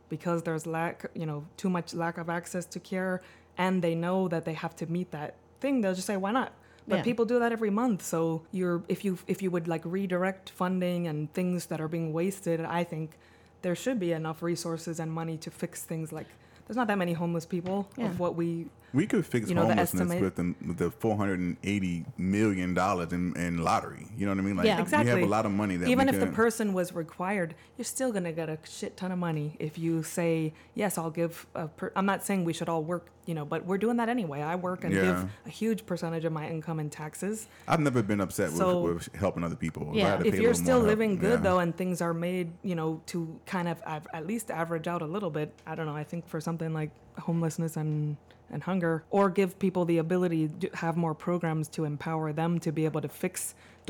Speaker 4: because there's lack you know too much lack of access to care and they know that they have to meet that thing they'll just say why not but
Speaker 2: Yeah.
Speaker 4: people do that every month so you're if you if you would like redirect funding and things that are being wasted i think there should be enough resources and money to fix things like there's not that many homeless people
Speaker 2: Yeah.
Speaker 4: of what we
Speaker 3: we could fix
Speaker 4: You know, the
Speaker 3: homelessness
Speaker 4: estimate-
Speaker 3: with the, with the 480 million dollars in, in lottery. You know what I mean? Like
Speaker 2: Yeah.
Speaker 4: exactly
Speaker 3: we have a lot of money that
Speaker 4: even
Speaker 3: we
Speaker 4: if the
Speaker 3: can-
Speaker 4: person was required you're still going to get a shit ton of money if you say yes i'll give a per- i'm not saying we should all work you know but we're doing that anyway i work and
Speaker 3: Yeah.
Speaker 4: give a huge percentage of my income in taxes
Speaker 3: I've never been upset
Speaker 4: So-
Speaker 3: with, with helping other people.
Speaker 2: Yeah.
Speaker 3: had to
Speaker 4: if
Speaker 3: pay a
Speaker 4: you're
Speaker 3: little more
Speaker 4: still
Speaker 3: help,
Speaker 4: living good
Speaker 3: yeah.
Speaker 4: though and things are made you know to kind of av- at least average out a little bit i don't know i think for something like homelessness and and hunger or give people the ability to have more programs to empower them to be able to fix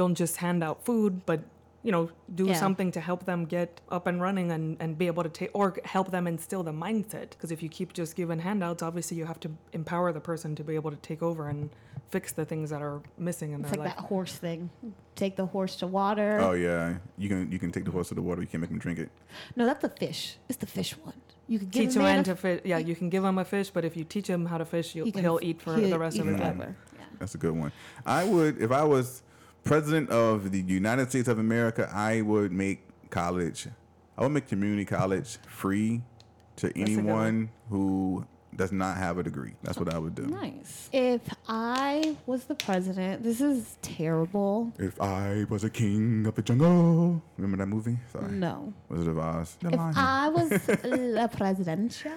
Speaker 4: don't just hand out food but you know do
Speaker 2: Yeah.
Speaker 4: something to help them get up and running and, and be able to take or help them instill the mindset because if you keep just giving handouts obviously you have to empower the person to be able to take over and fix the things that are missing in
Speaker 2: It's
Speaker 4: their
Speaker 2: like
Speaker 4: life
Speaker 2: that horse thing. Take the horse to water.
Speaker 3: Oh yeah, you can you can take the horse to the water. You can't make him drink it.
Speaker 2: No, that's a fish. It's the fish one. You could give
Speaker 4: teach
Speaker 2: a
Speaker 4: a
Speaker 2: man
Speaker 4: man
Speaker 2: a-
Speaker 4: to fish. Yeah, you can give him a fish, but if you teach him how to fish, you'll,
Speaker 2: you can-
Speaker 4: he'll eat for
Speaker 2: he'll
Speaker 4: the rest of
Speaker 2: eat
Speaker 4: his life.
Speaker 2: forever. Yeah.
Speaker 3: That's a good one. I would, if I was president of the United States of America, I would make college, I would make community college free to
Speaker 4: a good one.
Speaker 3: anyone who does not have a degree. That's what I would do.
Speaker 7: Nice.
Speaker 2: If I was the president, this is terrible.
Speaker 3: If I was a king of the jungle, remember that movie? Sorry,
Speaker 4: Mm.
Speaker 2: No.
Speaker 3: Wizard of Oz. The
Speaker 2: If
Speaker 3: lion.
Speaker 2: I was la presidencia,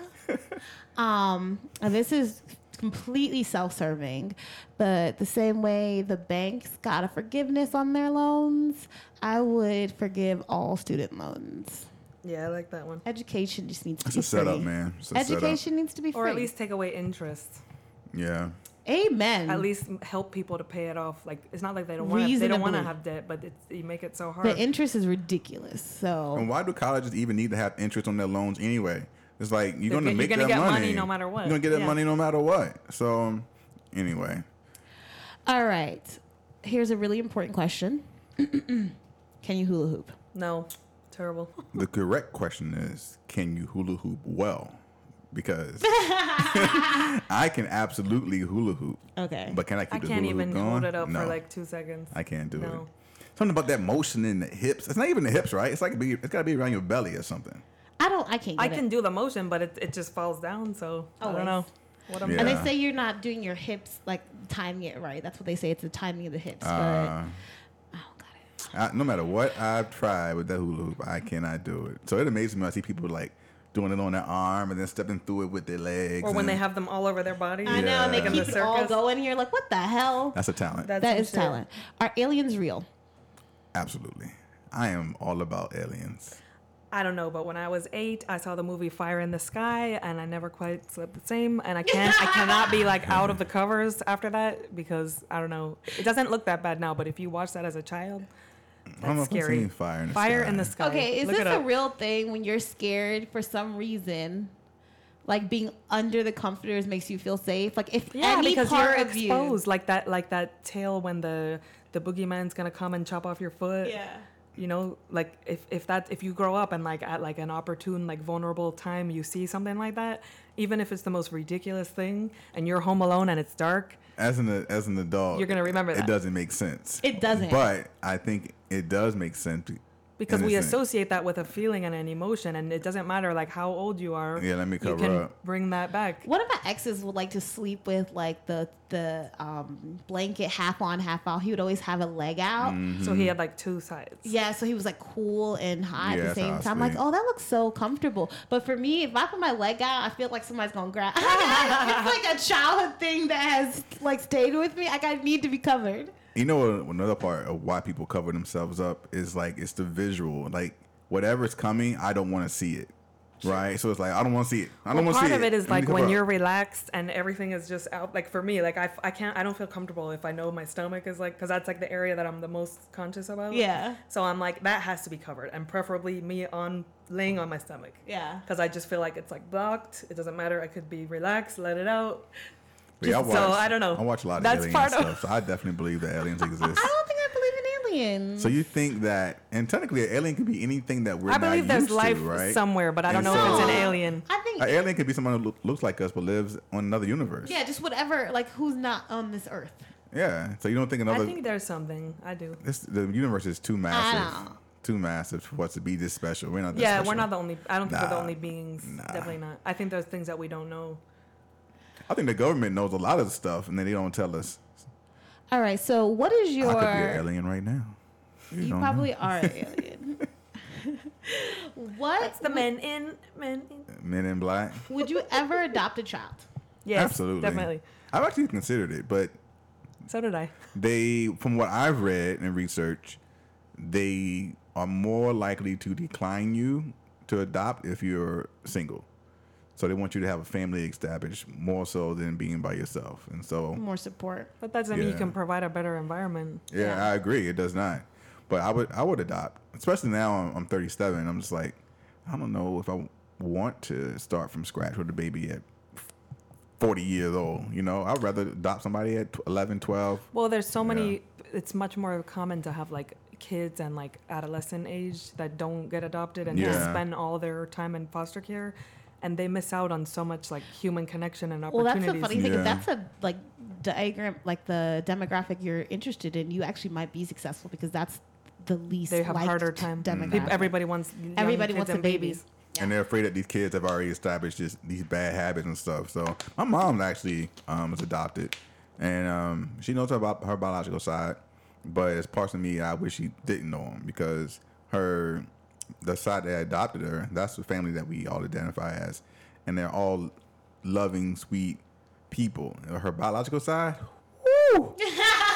Speaker 2: um, and this is completely self-serving, but the same way the banks got a forgiveness on their loans, I would forgive all student loans.
Speaker 4: Yeah, I like that one.
Speaker 2: Education just needs to
Speaker 3: it's
Speaker 2: be
Speaker 3: a setup,
Speaker 2: free.
Speaker 3: man. It's a
Speaker 2: Education needs to be free.
Speaker 4: Or at least take away interest.
Speaker 3: Setup. Yeah.
Speaker 2: amen.
Speaker 4: At least help people to pay it off. Like it's not like they don't want to. They don't want to
Speaker 2: Reasonably.
Speaker 4: have debt, but it's, you make it so hard.
Speaker 2: the interest is ridiculous.
Speaker 3: And
Speaker 2: So
Speaker 3: why do colleges even need to have interest on their loans anyway? It's like you're
Speaker 4: They're
Speaker 3: gonna
Speaker 4: get-
Speaker 3: make
Speaker 4: you're gonna
Speaker 3: that
Speaker 4: get money
Speaker 3: money
Speaker 4: no matter what.
Speaker 3: You're gonna get that
Speaker 4: Yeah.
Speaker 3: money no matter what. So, um, anyway, Oh.
Speaker 2: all right, here's a really important question: (clears throat) Can you hula hoop?
Speaker 4: no, terrible.
Speaker 3: the correct question is, can you hula hoop well? Because I can absolutely hula hoop,
Speaker 2: Okay.
Speaker 3: but can I keep
Speaker 4: I
Speaker 3: the
Speaker 4: can't
Speaker 3: hula hoop
Speaker 4: even
Speaker 3: going?
Speaker 4: hold it up
Speaker 3: no,
Speaker 4: for like two seconds.
Speaker 3: I can't do
Speaker 4: No.
Speaker 3: it. Something about that motion in the hips. It's not even the hips, right? It's like be, it's gotta be around your belly or something.
Speaker 2: I don't. I can't. Get
Speaker 4: I
Speaker 2: it.
Speaker 4: can do the motion, but it, it just falls down. So I
Speaker 2: Always.
Speaker 4: don't know. What am
Speaker 3: Yeah.
Speaker 2: And they say you're not doing your hips like timing it right. That's what they say. It's the timing of the hips. Oh,
Speaker 3: Uh,
Speaker 2: but I don't got it.
Speaker 3: I, no matter what I've tried with that hula hoop, I cannot do it. So it amazes me. when I see people like doing it on their arm and then stepping through it with their legs.
Speaker 4: Or when
Speaker 3: and
Speaker 4: they have them all over their body.
Speaker 2: I know. And they keep
Speaker 3: Yeah.
Speaker 4: Like in
Speaker 2: it
Speaker 4: the
Speaker 2: all
Speaker 4: circus.
Speaker 2: going. You're like, what the hell?
Speaker 3: that's a talent.
Speaker 4: That's
Speaker 2: that
Speaker 4: some
Speaker 2: is
Speaker 4: shit.
Speaker 2: talent. Are aliens real?
Speaker 3: Absolutely, I am all about aliens.
Speaker 4: I don't know, but when I was eight, I saw the movie Fire in the Sky, and I never quite slept the same. And I can't, I cannot be like out of the covers after that because I don't know. It doesn't look that bad now, but if you watch that as a child,
Speaker 3: I don't know
Speaker 4: that's
Speaker 3: if I've seen
Speaker 4: scary.
Speaker 3: fire in the
Speaker 4: Fire
Speaker 3: sky.
Speaker 4: in the Sky.
Speaker 2: Okay, is
Speaker 4: Look
Speaker 2: this
Speaker 4: it
Speaker 2: a
Speaker 4: up.
Speaker 2: real thing when you're scared for some reason? Like being under the comforters makes you feel safe. Like if
Speaker 4: Yeah,
Speaker 2: any
Speaker 4: because
Speaker 2: part
Speaker 4: you're
Speaker 2: of
Speaker 4: exposed like that, like that tale when the the boogeyman's gonna come and chop off your foot.
Speaker 2: you, yeah,
Speaker 4: you know like if if that if you grow up and like at like an opportune like vulnerable time you see something like that even if it's the most ridiculous thing and you're home alone and it's dark
Speaker 3: as an as an adult,
Speaker 4: You're gonna remember
Speaker 3: It
Speaker 4: that.
Speaker 3: doesn't make sense.
Speaker 2: It doesn't.
Speaker 3: But I think it does make sense
Speaker 4: because we
Speaker 3: Innocent.
Speaker 4: associate that with a feeling and an emotion, and it doesn't matter like how old you are.
Speaker 3: Yeah, let me cover
Speaker 4: you can
Speaker 3: up.
Speaker 4: Bring that back.
Speaker 2: One of my exes would like to sleep with like the the um, blanket half on, half out. He would always have a leg out.
Speaker 3: Mm.
Speaker 4: So
Speaker 3: Mm-hmm.
Speaker 4: he had like two sides.
Speaker 2: Yeah, so he was like cool and hot
Speaker 3: Yeah,
Speaker 2: at the
Speaker 3: that's how
Speaker 2: same
Speaker 3: I
Speaker 2: time. Like,
Speaker 3: sleep.
Speaker 2: oh, that looks so comfortable. But for me, if I put my leg out, I feel like somebody's gonna grab. (laughs) it's like a childhood thing that has like stayed with me. Like I need to be covered.
Speaker 3: You know what- another part of why people cover themselves up is like it's the visual. Like whatever's coming, I don't want to see it. Right? So it's like I don't want to see it. I don't
Speaker 4: Well,
Speaker 3: want to
Speaker 4: part
Speaker 3: see it.
Speaker 4: of it is
Speaker 3: Let me
Speaker 4: like
Speaker 3: cover
Speaker 4: when
Speaker 3: up.
Speaker 4: you're relaxed and everything is just out. Like for me, like I, I can't, I don't feel comfortable if I know my stomach is like, because that's like the area that I'm the most conscious about.
Speaker 2: Yeah.
Speaker 4: So I'm like, that has to be covered, and preferably me on laying on my stomach.
Speaker 2: Yeah.
Speaker 4: Because I just feel like it's like blocked. It doesn't matter. I could be relaxed, let it out.
Speaker 3: But yeah,
Speaker 4: just- so I don't know.
Speaker 3: I watch a lot of
Speaker 4: That's
Speaker 3: alien
Speaker 4: part of-
Speaker 3: stuff, so I definitely believe that
Speaker 4: (laughs)
Speaker 3: aliens exist.
Speaker 2: I don't think I believe in aliens.
Speaker 3: so you think that, and technically, an alien could be anything that we're
Speaker 4: I
Speaker 3: not
Speaker 4: believe
Speaker 3: used
Speaker 4: there's
Speaker 3: to,
Speaker 4: life
Speaker 3: right?
Speaker 4: somewhere, but I don't
Speaker 3: And
Speaker 4: know if it's an
Speaker 3: so-
Speaker 4: alien.
Speaker 2: I think
Speaker 3: An alien could be someone who loo- looks like us but lives on another universe.
Speaker 2: yeah, just whatever. Like who's not on this earth?
Speaker 3: Yeah. So you don't think another?
Speaker 4: I think there's something. I do.
Speaker 3: this, the universe is too massive.
Speaker 2: know.
Speaker 3: Too massive for us to be this special. We're not. This
Speaker 4: Yeah,
Speaker 3: special.
Speaker 4: we're not the only. I don't think we're
Speaker 3: Nah.
Speaker 4: the only beings.
Speaker 3: Nah.
Speaker 4: Definitely not. I think there's things that we don't know.
Speaker 3: I think the government knows a lot of the stuff, and then they don't tell us.
Speaker 2: All right. So what is your?
Speaker 3: I could be an alien right now.
Speaker 2: You
Speaker 3: don't
Speaker 2: probably are
Speaker 3: (laughs)
Speaker 2: an alien. what
Speaker 4: It's the men in men in.
Speaker 3: Men in Black.
Speaker 2: would you ever adopt a child?
Speaker 4: Yes,
Speaker 3: Absolutely.
Speaker 4: definitely.
Speaker 3: I've actually considered it, but
Speaker 4: So did I.
Speaker 3: they, from what I've read and researched, they are more likely to decline you to adopt if you're single. So they want you to have a family established more so than being by yourself. And so,
Speaker 2: More support.
Speaker 4: But that doesn't mean
Speaker 3: Yeah.
Speaker 4: you can provide a better environment.
Speaker 3: yeah, I agree. It does not. But I would, I would adopt, especially now. I'm, I'm 37. I'm just like, I don't know if I want to start from scratch with a baby at 40 years old. You know, I'd rather adopt somebody at 11, 12.
Speaker 4: Well, there's so many.
Speaker 3: Yeah.
Speaker 4: It's much more common to have like kids and like adolescent age that don't get adopted and just
Speaker 3: Yeah.
Speaker 4: spend all their time in foster care, and they miss out on so much like human connection and
Speaker 2: Well,
Speaker 4: opportunities.
Speaker 2: that's the funny thing.
Speaker 3: Yeah.
Speaker 2: If that's a like diagram, like the demographic you're interested in, you actually might be successful because that's the least.
Speaker 4: They have
Speaker 2: liked
Speaker 4: harder time.
Speaker 2: Demographic.
Speaker 4: Peop- Everybody wants. young
Speaker 2: Everybody
Speaker 4: kids
Speaker 2: wants a
Speaker 4: and
Speaker 2: baby.
Speaker 4: babies.
Speaker 3: and they're afraid that these kids have already established this, these bad habits and stuff. So my mom actually um, was adopted, and um, she knows about her biological side, but as parts of me, I wish she didn't know them because her the side that adopted her that's the family that we all identify as, and they're all loving, sweet people. Her biological side,
Speaker 4: (laughs)
Speaker 3: woo,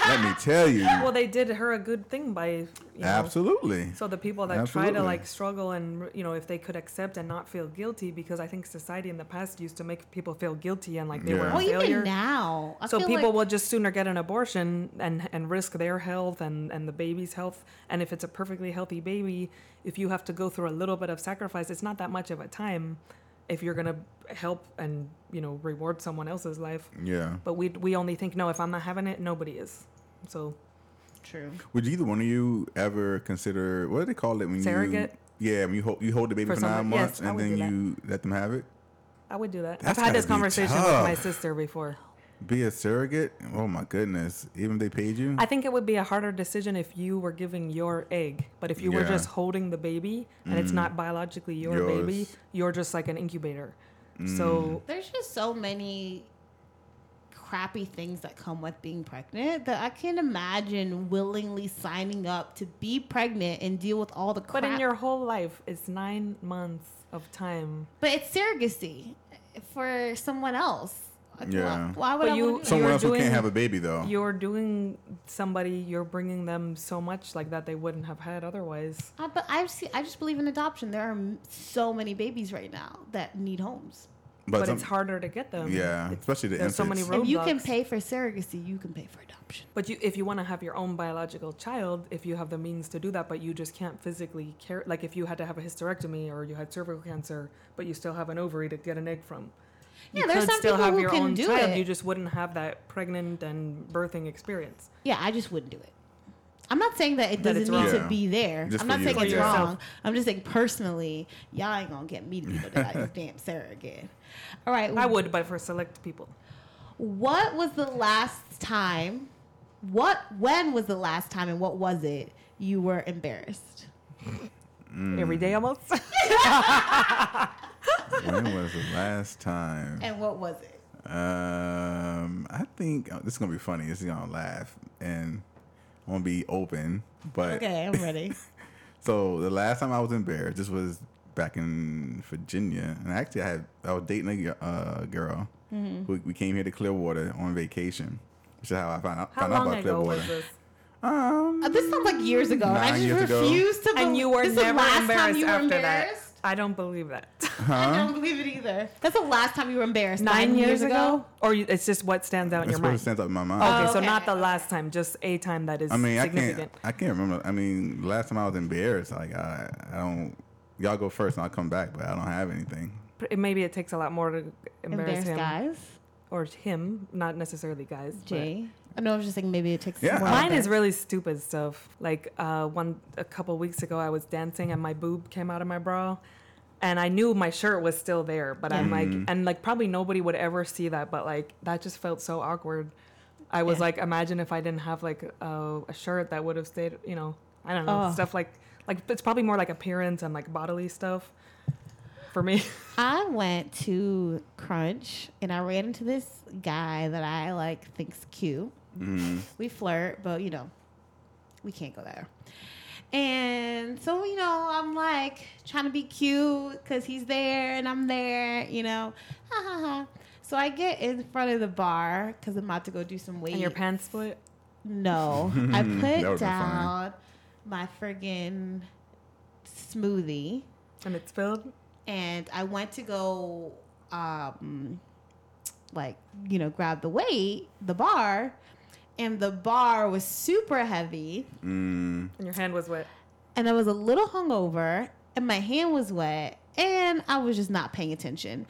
Speaker 3: let me tell you,
Speaker 4: Well, they did her a good thing by. You know,
Speaker 3: absolutely.
Speaker 4: So the people that try
Speaker 3: Absolutely.
Speaker 4: to like struggle and you know if they could accept and not feel guilty because I think society in the past used to make people feel guilty and like they were
Speaker 3: Yeah.
Speaker 4: a
Speaker 2: Well, even
Speaker 4: failure.
Speaker 2: now, I
Speaker 4: so
Speaker 2: feel
Speaker 4: people
Speaker 2: like-
Speaker 4: will just sooner get an abortion and and risk their health and and the baby's health. And if it's a perfectly healthy baby, if you have to go through a little bit of sacrifice, it's not that much of a time if you're gonna help and you know reward someone else's life.
Speaker 3: yeah.
Speaker 4: But we we only think no, if I'm not having it, nobody is. So
Speaker 2: True.
Speaker 3: Would either one of you ever consider what do they call it when
Speaker 4: Surrogate?
Speaker 3: you yeah when you hold you hold the baby for,
Speaker 4: For
Speaker 3: nine
Speaker 4: someone-
Speaker 3: months
Speaker 4: yes, I
Speaker 3: and
Speaker 4: would
Speaker 3: then
Speaker 4: do that.
Speaker 3: you let them have it?
Speaker 4: I would do that.
Speaker 3: That's
Speaker 4: I've had
Speaker 3: gotta
Speaker 4: this
Speaker 3: be
Speaker 4: conversation
Speaker 3: tough.
Speaker 4: with my sister before.
Speaker 3: Be a surrogate? Oh my goodness! Even if they paid you,
Speaker 4: I think it would be a harder decision if you were giving your egg, but if you were
Speaker 3: Yeah. Mm.
Speaker 4: just holding the baby and it's not biologically your baby,
Speaker 3: Yours. Mm.
Speaker 4: you're just like an incubator. So
Speaker 2: There's just so many crappy things that come with being pregnant that I can't imagine willingly signing up to be pregnant and deal with all the crap.
Speaker 4: but in your whole life it's 9 months of time.
Speaker 2: But it's surrogacy for someone else. Like,
Speaker 3: Yeah.
Speaker 2: Why, why would
Speaker 4: But
Speaker 2: I
Speaker 4: you-
Speaker 2: wanna do that?
Speaker 3: someone
Speaker 4: you're
Speaker 3: else who
Speaker 4: doing-
Speaker 3: can't have a baby though.
Speaker 4: You're doing somebody, you're bringing them so much like that they wouldn't have had otherwise.
Speaker 2: Uh, but I see. I just believe in adoption. There are m- so many babies right now that need homes.
Speaker 4: But,
Speaker 3: some-
Speaker 4: it's harder to get them.
Speaker 3: Yeah,
Speaker 4: It's-
Speaker 3: especially the
Speaker 4: there's so many
Speaker 3: infants.
Speaker 4: roadblocks.
Speaker 2: If you can pay for surrogacy, you can pay for adoption.
Speaker 4: But you, if you want to have your own biological child, if you have the means to do that, but you just can't physically care, like if you had to have a hysterectomy or you had cervical cancer, but you still have an ovary to get an egg from. You
Speaker 2: Yeah, there's some people who can do it.
Speaker 4: You just wouldn't have that pregnant and birthing experience.
Speaker 2: Yeah, I just wouldn't do it. I'm not saying that it
Speaker 4: That
Speaker 2: doesn't
Speaker 4: it's
Speaker 2: need
Speaker 3: wrong.
Speaker 2: to be there.
Speaker 3: Just
Speaker 2: I'm
Speaker 3: for
Speaker 2: not
Speaker 3: you,
Speaker 2: saying it's
Speaker 4: yeah.
Speaker 2: wrong. I'm just saying personally, y'all ain't gonna get me to be with this
Speaker 4: (laughs)
Speaker 2: damn surrogate. All right.
Speaker 4: I would, but for select people.
Speaker 2: What was the last time? What? When was the last time? And what was it? You were embarrassed.
Speaker 3: Hmm.
Speaker 4: every day almost.
Speaker 3: (laughs) When was the last time?
Speaker 2: And what was it?
Speaker 3: Um, I think oh, this is gonna be funny. This is gonna laugh, and I'm gonna be open. But
Speaker 2: Okay, I'm ready.
Speaker 3: so the last time I was embarrassed, this was back in Virginia, and actually I had I was dating a g- uh, girl.
Speaker 2: Mm-hmm.
Speaker 3: who we came here to Clearwater on vacation, which is how I found out,
Speaker 4: How
Speaker 3: found out
Speaker 4: long
Speaker 3: about
Speaker 4: ago
Speaker 3: Clearwater.
Speaker 4: was this?
Speaker 3: Um,
Speaker 2: (laughs) Uh, this sounds like years ago. and I
Speaker 3: Nine
Speaker 2: just
Speaker 3: years ago.
Speaker 2: refuse to.
Speaker 4: And
Speaker 2: bel-
Speaker 4: you were
Speaker 2: this is the
Speaker 4: never
Speaker 2: last time
Speaker 4: embarrassed
Speaker 2: you were
Speaker 4: after that.
Speaker 2: embarrassed?
Speaker 4: I don't
Speaker 2: (laughs)
Speaker 4: believe that.
Speaker 2: I don't believe it either. That's the last time you were embarrassed.
Speaker 4: Or you, it's just what stands out in
Speaker 3: that's
Speaker 4: your
Speaker 3: what
Speaker 4: mind?
Speaker 3: stands out in my mind.
Speaker 4: okay, so
Speaker 2: Okay.
Speaker 4: not the last time, just a time that is
Speaker 3: I mean, I can't.
Speaker 4: significant.
Speaker 3: I can't remember. I mean, last time I was embarrassed, like I, I don't. Y'all go first, and I'll come back. But I don't have anything.
Speaker 4: P- it- Maybe it takes a lot more to
Speaker 2: Embarrassed
Speaker 4: embarrass him
Speaker 2: guys.
Speaker 4: or him, not necessarily guys. but-
Speaker 2: Jay. I know. I was just thinking maybe it takes.
Speaker 3: Yeah,
Speaker 2: more
Speaker 3: I-
Speaker 2: than
Speaker 4: Mine is
Speaker 2: that.
Speaker 4: really stupid stuff. Like uh, one a couple weeks ago, I was dancing and my boob came out of my bra, and I knew my shirt was still there. But I'm like, and like probably nobody would ever see that, but like that just felt so awkward. I was like, imagine if I didn't have like a, a shirt that would have stayed. You know, I don't know
Speaker 2: Oh.
Speaker 4: stuff like like it's probably more like appearance and like bodily stuff for me.
Speaker 2: (laughs) I went to Crunch and I ran into this guy that I like thinks cute.
Speaker 3: Mm-hmm.
Speaker 2: We flirt, but you know, we can't go there. And so, you know, I'm like trying to be cute because he's there and I'm there, you know. Ha ha ha. So I get in front of the bar because I'm about to go do some weight.
Speaker 4: and your pants split.
Speaker 2: No, I
Speaker 3: (laughs) That would've been
Speaker 2: put
Speaker 3: fine.
Speaker 2: down my friggin' smoothie
Speaker 4: And it spilled.
Speaker 2: and I went to go, um, like you know, grab the weight, the bar, and the bar was super heavy,
Speaker 3: Mm,
Speaker 4: And your hand was wet.
Speaker 2: and I was a little hungover, and my hand was wet, and I was just not paying attention,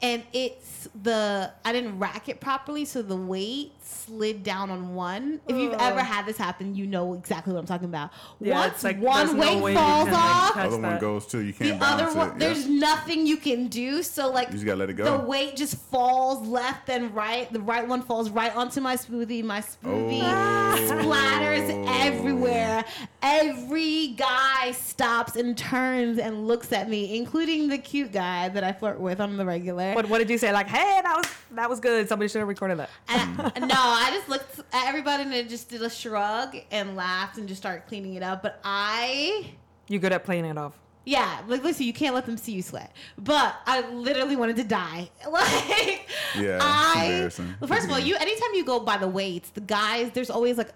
Speaker 2: and it's the I didn't rack it properly, so the weight slid down on one. If you've
Speaker 4: Ugh.
Speaker 2: ever had this happen, you know exactly what I'm talking about.
Speaker 4: Yeah,
Speaker 2: Once
Speaker 4: it's like there's
Speaker 2: one
Speaker 4: no
Speaker 2: weight
Speaker 4: way you
Speaker 2: falls
Speaker 4: can, like,
Speaker 2: off,
Speaker 4: touch
Speaker 3: other one
Speaker 4: that.
Speaker 3: goes too. You
Speaker 2: the
Speaker 3: can't
Speaker 2: other
Speaker 3: balance
Speaker 2: one,
Speaker 3: it.
Speaker 2: there's
Speaker 3: Yep.
Speaker 2: nothing you can do. So like,
Speaker 3: You just gotta let it go.
Speaker 2: The weight just falls left and right. The right one falls right onto my smoothie. My smoothie
Speaker 3: Oh.
Speaker 2: splatters everywhere. Every guy stops and turns and looks at me, including the cute guy that I flirt with on the regular.
Speaker 4: What, what did you say? Like, hey, that was that was good. Somebody should have recorded that.
Speaker 3: (laughs)
Speaker 2: And I- no, I just looked at everybody and I just did a shrug and laughed and just started cleaning it up. But I
Speaker 4: You good at playing it off?
Speaker 2: Yeah, like listen, you can't let them see you sweat. But I literally wanted to die. (laughs) Like,
Speaker 3: Yeah, it's
Speaker 2: I.
Speaker 3: embarrassing.
Speaker 2: Well, first of all, you anytime you go by the weights, the guys, there's always like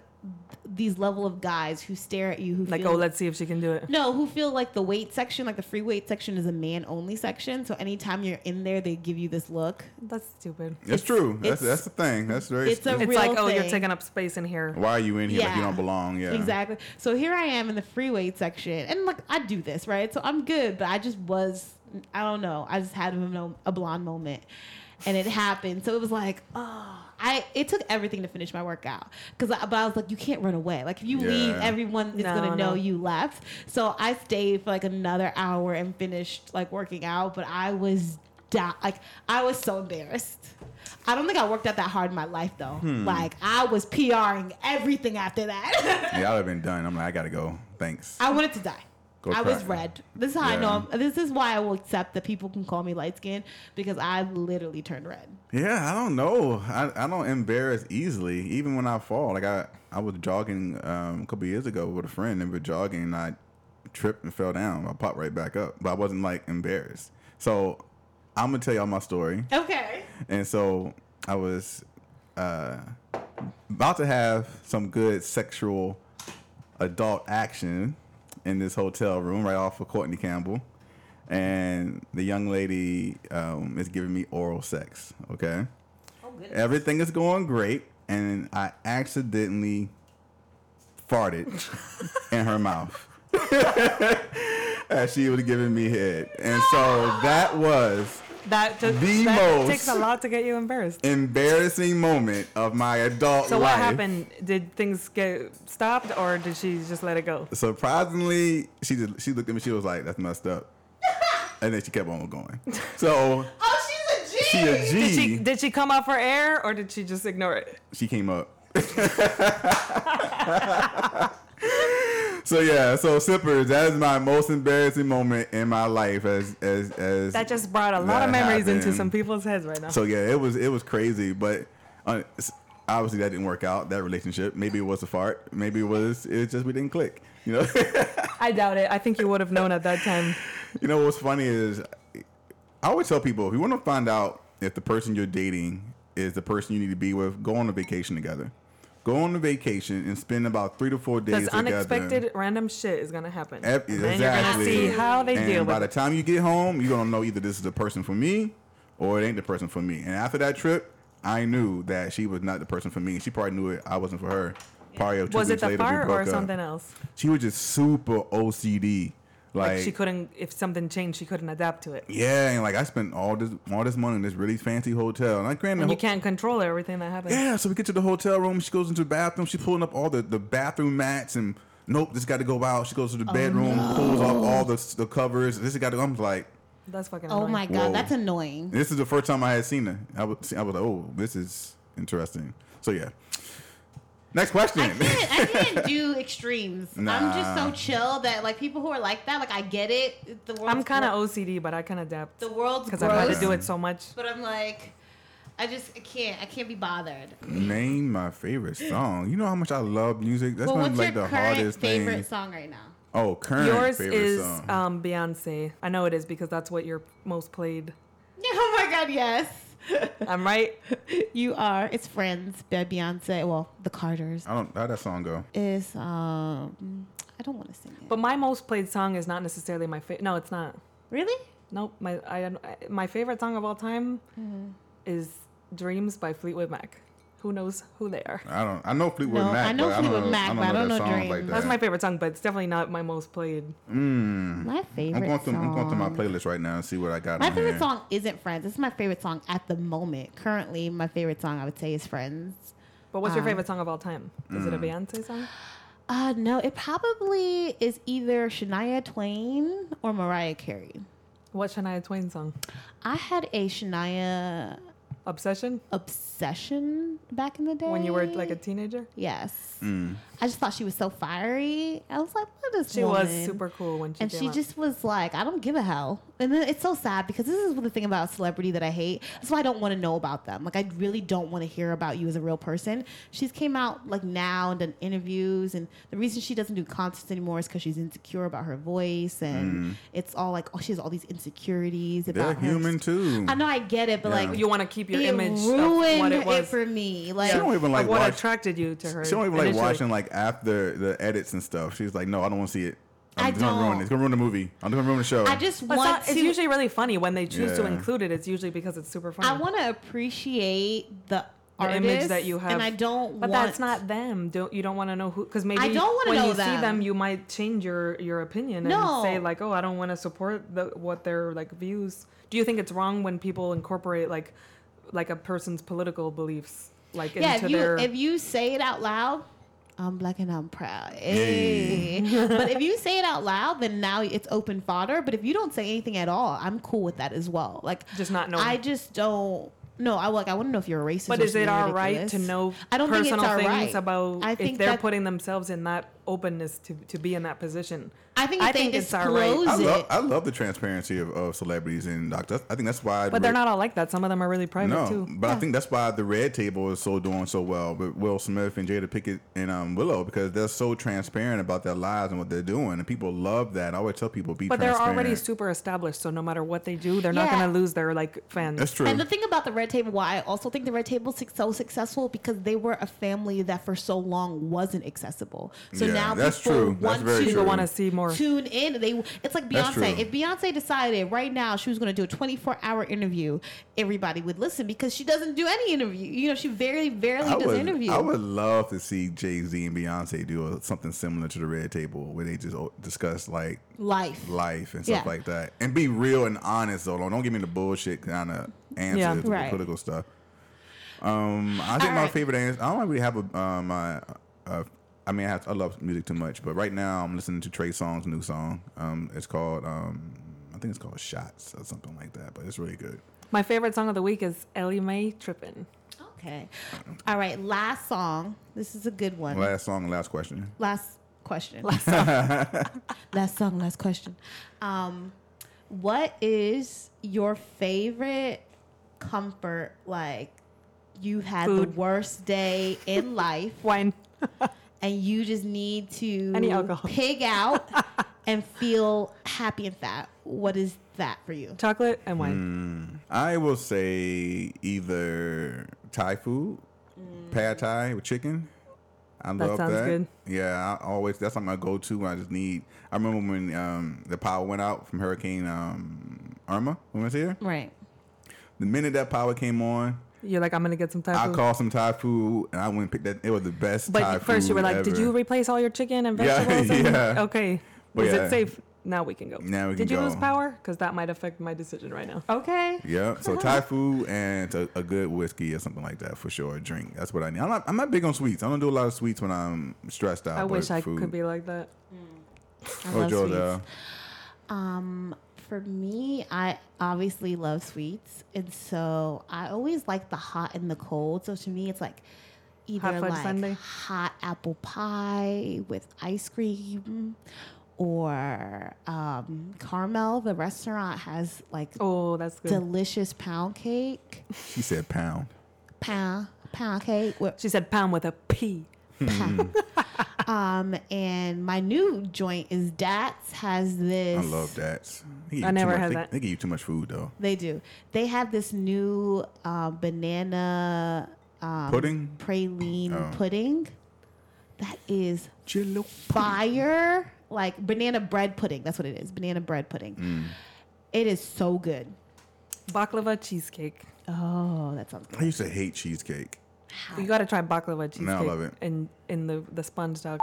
Speaker 2: these level of guys who stare at you who
Speaker 4: Like,
Speaker 2: feel,
Speaker 4: oh, let's see if she can do it.
Speaker 2: no, who feel like the weight section, like the free weight section, is a man only section. So anytime you're in there, they give you this look.
Speaker 4: That's stupid.
Speaker 3: That's true.
Speaker 2: it's-
Speaker 3: That's that's the thing. That's very.
Speaker 2: it's a
Speaker 4: It's
Speaker 2: real
Speaker 4: like, oh, you're
Speaker 2: thing.
Speaker 4: taking up space in here.
Speaker 3: why are you in here? Like you
Speaker 2: Yeah.
Speaker 3: don't belong. Yeah.
Speaker 2: Exactly. So here I am in the free weight section, and look, I do this right, so I'm good. But I just was, I don't know, I just had a, mo- a blonde moment, and it happened. So it was like, oh, I. It took everything to finish my workout because, I, but I was like, you can't run away. Like if you leave,
Speaker 3: Yeah.
Speaker 2: everyone is
Speaker 4: No,
Speaker 2: gonna
Speaker 4: no.
Speaker 2: know you left. So I stayed for like another hour and finished like working out, but I was. da- Like I was so embarrassed. I don't think I worked out that hard in my life though.
Speaker 3: Hmm.
Speaker 2: Like I was PRing everything after that. (laughs)
Speaker 3: Yeah, I've been done. I'm like, I gotta go. Thanks.
Speaker 2: I wanted to die.
Speaker 3: Go
Speaker 2: I was
Speaker 3: cry.
Speaker 2: red. This is how I know.
Speaker 3: Yeah.
Speaker 2: I'm, this is why I will accept that people can call me light skinned because I literally turned red.
Speaker 3: Yeah, I don't know. I, I don't embarrass easily, even when I fall. Like I, I was jogging um, a couple years ago with a friend, and we were jogging, and I tripped and fell down. I popped right back up, but I wasn't like embarrassed. So I'm gonna tell y'all my story.
Speaker 2: Okay.
Speaker 3: And so I was uh, about to have some good sexual adult action in this hotel room right off of Courtney Campbell. And the young lady um, is giving me oral sex. Okay. Everything is going great. And I accidentally farted in her mouth (laughs) as she was giving me head. And so that was
Speaker 4: That just
Speaker 3: The
Speaker 4: that
Speaker 3: most.
Speaker 4: takes a lot to get you embarrassed.
Speaker 3: embarrassing moment of my adult
Speaker 4: So
Speaker 3: life.
Speaker 4: what happened? Did things get stopped, or did she just let it go?
Speaker 3: Surprisingly, she did, she looked at me. She was like, "That's messed
Speaker 4: (laughs)
Speaker 3: up," and then she kept on going. So
Speaker 2: Oh, she's a G.
Speaker 3: she a G.
Speaker 4: Did she
Speaker 3: She,
Speaker 4: did she come out for air, or did she just ignore it?
Speaker 3: came up. (laughs) So yeah, so sippers, that is my most embarrassing moment in my life as as as
Speaker 4: That just brought a lot
Speaker 3: that
Speaker 4: of memories into
Speaker 3: happened.
Speaker 4: some people's heads right now.
Speaker 3: So yeah, it was it was crazy, but uh, s- obviously that didn't work out. That relationship, maybe it was a fart, maybe it was it's just we didn't click. You know, (laughs)
Speaker 4: I doubt it. I think you would have known at that time.
Speaker 3: you know what's funny is I always tell people if you want to find out if the person you're dating is the person you need to be with, go on a vacation together. Go on a vacation and spend about three to four days
Speaker 4: Because
Speaker 3: together.
Speaker 4: unexpected random shit is gonna happen.
Speaker 3: Ev- exactly.
Speaker 4: and then you're gonna see how they
Speaker 3: and
Speaker 4: deal
Speaker 3: by
Speaker 4: with
Speaker 3: the
Speaker 4: it.
Speaker 3: time you get home, you're gonna know either this is the person for me or it ain't the person for me. And after that trip, I knew that she was not the person for me. She probably knew it. I wasn't for her. Probably two
Speaker 4: Was it
Speaker 3: weeks
Speaker 4: the
Speaker 3: later, we
Speaker 4: fart
Speaker 3: broke
Speaker 4: or
Speaker 3: up.
Speaker 4: something else?
Speaker 3: She was just super OCD. Like,
Speaker 4: Like, she couldn't. If something changed, she couldn't adapt to it.
Speaker 3: yeah, and like I spent all this all this money in this really fancy hotel, and I granted
Speaker 4: And
Speaker 3: ho-
Speaker 4: you can't control everything that happens.
Speaker 3: Yeah, so we get to the hotel room. She goes into the bathroom. She's pulling up all the, the bathroom mats and nope, this got to go out. She goes to
Speaker 2: Oh,
Speaker 3: the bedroom, pulls off all the, the covers. This has got to. I'm like,
Speaker 4: That's fucking.
Speaker 2: Oh my god,
Speaker 3: Whoa.
Speaker 2: that's
Speaker 3: (laughs)
Speaker 2: annoying.
Speaker 3: This is the first time I had seen it. I was, I was like, oh, this is interesting. So yeah. Next
Speaker 2: I
Speaker 3: question.
Speaker 2: can't, I can't do extremes. I'm just
Speaker 3: Nah.
Speaker 2: so chill that like people who are like that, like I get it. The world's
Speaker 4: I'm kind of OCD, but I can adapt
Speaker 2: the world's
Speaker 4: because
Speaker 2: gross,
Speaker 4: I've had to do it so much.
Speaker 2: but I'm like, I just I can't. I can't be bothered.
Speaker 3: (laughs) Name my favorite song. You know how much I love music. That's
Speaker 2: Well,
Speaker 3: one of
Speaker 2: what's
Speaker 3: like
Speaker 2: your
Speaker 3: the
Speaker 2: current
Speaker 3: hardest
Speaker 2: favorite uh,
Speaker 3: thing.
Speaker 2: song right now? (laughs)
Speaker 3: Oh, current
Speaker 4: Yours
Speaker 3: favorite
Speaker 4: is
Speaker 3: song.
Speaker 4: um, Beyonce. I know it is because that's what you're most played.
Speaker 2: Yeah, oh my god, (laughs) yes.
Speaker 4: I'm right.
Speaker 2: You are. It's Friends by Beyonce. Well, The Carters.
Speaker 3: I don't. How that song go?
Speaker 2: Is um, I don't want to sing it.
Speaker 4: But my most played song is not necessarily my favorite. No, it's not.
Speaker 2: really?
Speaker 4: Nope. My I, I- my favorite song of all time
Speaker 2: Mm-hmm.
Speaker 4: is "Dreams" by Fleetwood Mac. Who knows who they are?
Speaker 3: I don't. I know Fleetwood
Speaker 2: No,
Speaker 3: Mac.
Speaker 2: I know
Speaker 3: but I
Speaker 2: Fleetwood
Speaker 3: don't know,
Speaker 2: Mac,
Speaker 3: I don't
Speaker 2: but I
Speaker 3: know
Speaker 2: don't
Speaker 3: that
Speaker 2: know
Speaker 3: song
Speaker 2: Dreams.
Speaker 3: like that.
Speaker 4: That's my favorite song, but it's definitely not my most played. Mm.
Speaker 2: My favorite.
Speaker 3: I'm going through.
Speaker 2: song.
Speaker 3: I'm going through my playlist right now and see what I got.
Speaker 2: My
Speaker 3: on
Speaker 2: favorite
Speaker 3: here.
Speaker 2: song isn't Friends. It's my favorite song at the moment. Currently, my favorite song I would say is Friends.
Speaker 4: But what's
Speaker 2: Um,
Speaker 4: your favorite song of all time? Is
Speaker 3: mm.
Speaker 4: it a Beyonce song?
Speaker 2: Uh, no, it probably is either Shania Twain or Mariah Carey.
Speaker 4: What Shania Twain song?
Speaker 2: I had a Shania
Speaker 4: Obsession.
Speaker 2: obsession back in the day.
Speaker 4: When you were like a teenager,
Speaker 2: Yes. I just thought she was so fiery. I was like, what is
Speaker 4: she was
Speaker 2: woman?
Speaker 4: super cool when she
Speaker 2: and
Speaker 4: came
Speaker 2: she
Speaker 4: out.
Speaker 2: just was like, I don't give a hell. And then it's so sad because this is the thing about celebrity that I hate. That's why I don't want to know about them. Like I really don't want to hear about you as a real person. She's came out like now and done interviews, and the reason she doesn't do concerts anymore is because she's insecure about her voice, and it's all like, oh, she has all these insecurities
Speaker 3: Mm. They're
Speaker 2: about. her.
Speaker 3: human too.
Speaker 2: I know I get it, but
Speaker 3: Yeah.
Speaker 2: like
Speaker 4: you want to keep your
Speaker 2: it
Speaker 4: image
Speaker 2: ruined
Speaker 4: of what it was.
Speaker 2: for me. Like
Speaker 3: She don't even like
Speaker 4: of what
Speaker 3: watch.
Speaker 4: attracted you to her.
Speaker 3: She don't even like
Speaker 4: initially.
Speaker 3: watching like after the edits and stuff. She's like, no, I don't want to see it. I'm
Speaker 2: I
Speaker 3: just gonna ruin
Speaker 2: don't.
Speaker 3: it. It's gonna ruin the movie. I'm just gonna ruin the show.
Speaker 2: I just
Speaker 4: But it's,
Speaker 2: want
Speaker 4: not-
Speaker 2: to.
Speaker 4: it's usually really funny when they choose to
Speaker 3: Yeah.
Speaker 4: include it. It's usually because it's super funny.
Speaker 2: I want to appreciate the,
Speaker 4: the
Speaker 2: artist,
Speaker 4: image that you have,
Speaker 2: and I don't.
Speaker 4: But
Speaker 2: want,
Speaker 4: that's not them. Don't you don't want to know who? Because maybe
Speaker 2: don't wanna
Speaker 4: when
Speaker 2: know
Speaker 4: you see
Speaker 2: them.
Speaker 4: them, you might change your your opinion
Speaker 2: No.
Speaker 4: and say like, oh, I don't want to support the what their like views. Do you think it's wrong when people incorporate like like a person's political beliefs like
Speaker 2: Yeah, if
Speaker 4: into
Speaker 2: you
Speaker 4: their?
Speaker 2: if you say it out loud, I'm black and I'm proud.
Speaker 3: Hey.
Speaker 2: Hey. but if you say it out loud, then now it's open fodder. But if you don't say anything at all, I'm cool with that as well. Like
Speaker 4: Just not knowing.
Speaker 2: I just don't. No, I like. I want to know if you're a racist.
Speaker 4: but
Speaker 2: or
Speaker 4: is it
Speaker 2: something
Speaker 4: our right
Speaker 2: ridiculous.
Speaker 4: to know
Speaker 2: I don't
Speaker 4: personal
Speaker 2: think it's our
Speaker 4: things
Speaker 2: right.
Speaker 4: about
Speaker 2: I think
Speaker 4: if they're
Speaker 2: that-
Speaker 4: putting themselves in that openness to, to be in that position?
Speaker 2: I think if they disclose
Speaker 3: I
Speaker 2: it.
Speaker 3: love, I love the transparency of, of celebrities and doctors. I think that's why. the
Speaker 4: But they're
Speaker 3: red-
Speaker 4: not all like that. Some of them are really private
Speaker 3: No,
Speaker 4: too.
Speaker 3: but I think that's why the red table is so doing so well with Will Smith and Jada Pickett and um, Willow because they're so transparent about their lives and what they're doing, and people love that. I always tell people be.
Speaker 4: But they're
Speaker 3: transparent.
Speaker 4: already super established, so no matter what they do, they're not
Speaker 2: Yeah.
Speaker 4: going to lose their like fans.
Speaker 3: That's true.
Speaker 2: And the thing about the Red Table, why I also think the Red Table is so successful because they were a family that for so long wasn't accessible. So
Speaker 3: Yeah,
Speaker 2: now
Speaker 3: that's
Speaker 2: people
Speaker 3: true.
Speaker 2: want
Speaker 3: That's very
Speaker 2: to
Speaker 3: true.
Speaker 4: People want to see more.
Speaker 2: tune in. They it's like
Speaker 3: That's
Speaker 2: Beyonce.
Speaker 3: true.
Speaker 2: If Beyonce decided right now she was going to do a 24 hour interview, everybody would listen because she doesn't do any interview. You know, she very barely
Speaker 3: I
Speaker 2: does
Speaker 3: would,
Speaker 2: interview.
Speaker 3: I would love to see Jay Z and Beyonce do a, something similar to the red table where they just o- discuss like
Speaker 2: Life.
Speaker 3: life and stuff
Speaker 2: Yeah.
Speaker 3: like that, and be real and honest. Though, don't give me the bullshit kind of answers
Speaker 4: Yeah.
Speaker 3: to the
Speaker 2: Right.
Speaker 3: political stuff. Um, I think my
Speaker 2: Alright.
Speaker 3: favorite answer. I don't really have a um. Uh, uh, I mean, I, have, I love music too much, but right now I'm listening to Trey Songz's new song. Um, it's called um, I think it's called Shots or something like that, but it's really good.
Speaker 4: My favorite song of the week is Ellie Mae Trippin'.
Speaker 2: Okay. All right. Last song. This is a good one.
Speaker 3: Last song, and last question.
Speaker 2: Last question. (laughs) last song, last question. Um, what is your favorite comfort? Like, you had the
Speaker 4: Food.
Speaker 2: worst day in life,
Speaker 4: Wine.
Speaker 2: and you just need to
Speaker 4: Any alcohol.
Speaker 2: pig out and feel happy and fat. What is that for you?
Speaker 4: Chocolate and
Speaker 3: Mm.
Speaker 4: wine.
Speaker 3: I will say either Thai food, pad Thai with chicken. I
Speaker 4: Mm. That
Speaker 3: love
Speaker 4: sounds
Speaker 3: that.
Speaker 4: good.
Speaker 3: Yeah, I always that's not my go-to. When I just need. I remember when um, the power went out from Hurricane um, Irma when I was here.
Speaker 2: Right.
Speaker 3: The minute that power came on,
Speaker 4: You're like, I'm gonna get some Thai
Speaker 3: I
Speaker 4: food.
Speaker 3: called some Thai food and I went and picked that. It was the best.
Speaker 4: but
Speaker 3: Thai
Speaker 4: first, you
Speaker 3: food
Speaker 4: were like, did
Speaker 3: ever.
Speaker 4: you replace all your chicken
Speaker 3: (laughs)
Speaker 4: and
Speaker 3: Yeah, (laughs)
Speaker 4: vegetables? and-"
Speaker 3: yeah.
Speaker 4: (laughs) Okay.
Speaker 3: But
Speaker 4: Is
Speaker 3: yeah.
Speaker 4: it safe? Now we can go.
Speaker 3: Now we
Speaker 4: did
Speaker 3: can
Speaker 4: you lose
Speaker 3: go.
Speaker 4: power? Because that might affect my decision right now.
Speaker 2: Okay.
Speaker 3: Yeah,
Speaker 4: (laughs)
Speaker 3: so Thai food and a, a good whiskey or something like that for sure. A drink. That's what I need. I'm not, I'm not big on sweets. I don't do a lot of sweets when I'm stressed out.
Speaker 4: I
Speaker 3: but
Speaker 4: wish I
Speaker 3: food.
Speaker 4: could be like that.
Speaker 2: I
Speaker 3: Oh,
Speaker 2: love
Speaker 3: Joe,
Speaker 2: sweets.
Speaker 3: uh,
Speaker 2: Um, for me, I obviously love sweets, and so I always like the hot and the cold. So to me, it's like either
Speaker 4: Hot fudge
Speaker 2: like
Speaker 4: sundae?
Speaker 2: hot apple pie with ice cream, or um, Carmel. The restaurant has like
Speaker 4: Oh, that's good.
Speaker 2: delicious pound cake,
Speaker 3: She said pound.
Speaker 2: pound pound cake with
Speaker 4: she said pound with a P.
Speaker 3: Hmm.
Speaker 2: um. And my new joint is Dats has this.
Speaker 3: I love that. They give
Speaker 4: I
Speaker 3: you too
Speaker 4: never
Speaker 3: much-
Speaker 4: had
Speaker 3: they,
Speaker 4: that.
Speaker 3: They give you too much food though.
Speaker 2: They do. They have this new uh, banana um,
Speaker 3: Pudding?
Speaker 2: praline
Speaker 3: Oh.
Speaker 2: pudding that is
Speaker 3: Jello.
Speaker 2: fire, like banana bread pudding. That's what it is, banana bread pudding. It is so good.
Speaker 4: Baklava cheesecake.
Speaker 2: Oh, that sounds
Speaker 3: I
Speaker 2: good.
Speaker 3: used to hate cheesecake.
Speaker 4: You gotta try baklava cheesecake.
Speaker 3: No, I love it.
Speaker 4: And in the the sponge dogs.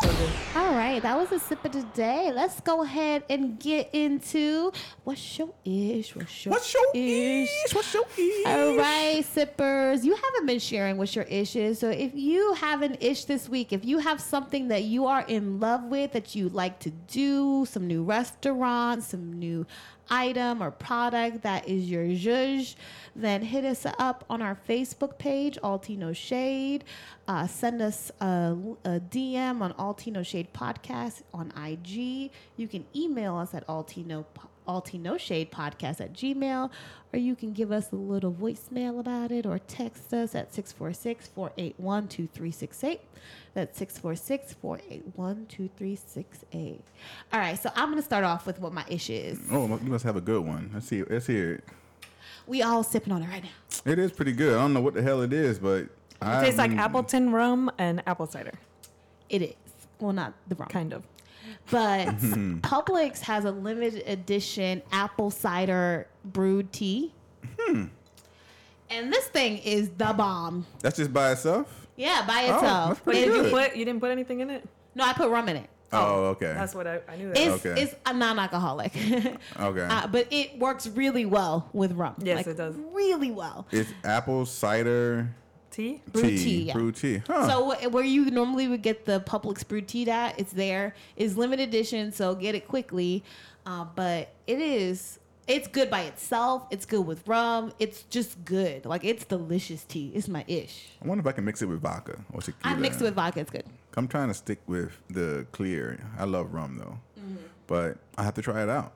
Speaker 4: So good.
Speaker 2: All right, that was a sip of the day. Let's go ahead and get into what's your ish? What's your,
Speaker 3: What's your ish? What's your ish?
Speaker 2: All right, sippers, you haven't been sharing what your ish is. So if you have an ish this week, if you have something that you are in love with that you like to do, some new restaurant, some new item or product that is your zhuzh, then hit us up on our Facebook page, Altino Shade. Uh, send us a, a DM on Altino Shade Podcast on IG. You can email us at Altino Altino Shade Podcast at Gmail, or you can give us a little voicemail about it or text us at 646 481 2368. That's 646 481 2368. All right, so I'm going to start off with what my issue is.
Speaker 3: Oh, you must have a good one. Let's see. Let's hear it.
Speaker 2: We all sipping on it right now.
Speaker 3: It is pretty good. I don't know what the hell it is, but I
Speaker 4: It tastes like Appleton rum and apple cider,
Speaker 2: It is. Well, not the wrong.
Speaker 4: kind of.
Speaker 3: (laughs)
Speaker 2: But Publix has a limited edition apple cider brewed tea.
Speaker 3: Hmm.
Speaker 2: And this thing is the bomb.
Speaker 3: That's just by itself.
Speaker 2: Yeah, by
Speaker 3: Oh,
Speaker 2: itself.
Speaker 3: that's pretty
Speaker 2: It-
Speaker 4: Did you
Speaker 3: good.
Speaker 4: put you didn't put anything in it?
Speaker 2: No, I put rum in it.
Speaker 3: Oh, okay.
Speaker 4: That's what I, I knew. That.
Speaker 2: It's
Speaker 3: Okay.
Speaker 2: it's a non-alcoholic,
Speaker 3: (laughs) okay.
Speaker 2: uh, but it works really well with rum.
Speaker 4: Yes, it does.
Speaker 2: Really well.
Speaker 3: it's apple cider
Speaker 4: tea.
Speaker 2: Brewed tea, yeah.
Speaker 3: Brewed tea. Huh.
Speaker 2: So wh- where you normally would get the Publix brewed tea at, it's there. It's limited edition, so get it quickly. Uh, but it is it's good by itself. It's good with rum. It's just good. Like it's delicious tea. It's my ish.
Speaker 3: I wonder if I can mix it with vodka or tequila.
Speaker 2: I mixed it with vodka. It's good.
Speaker 3: I'm trying to stick with the clear. I love rum though,
Speaker 2: Mm-hmm.
Speaker 3: but I have to try it out.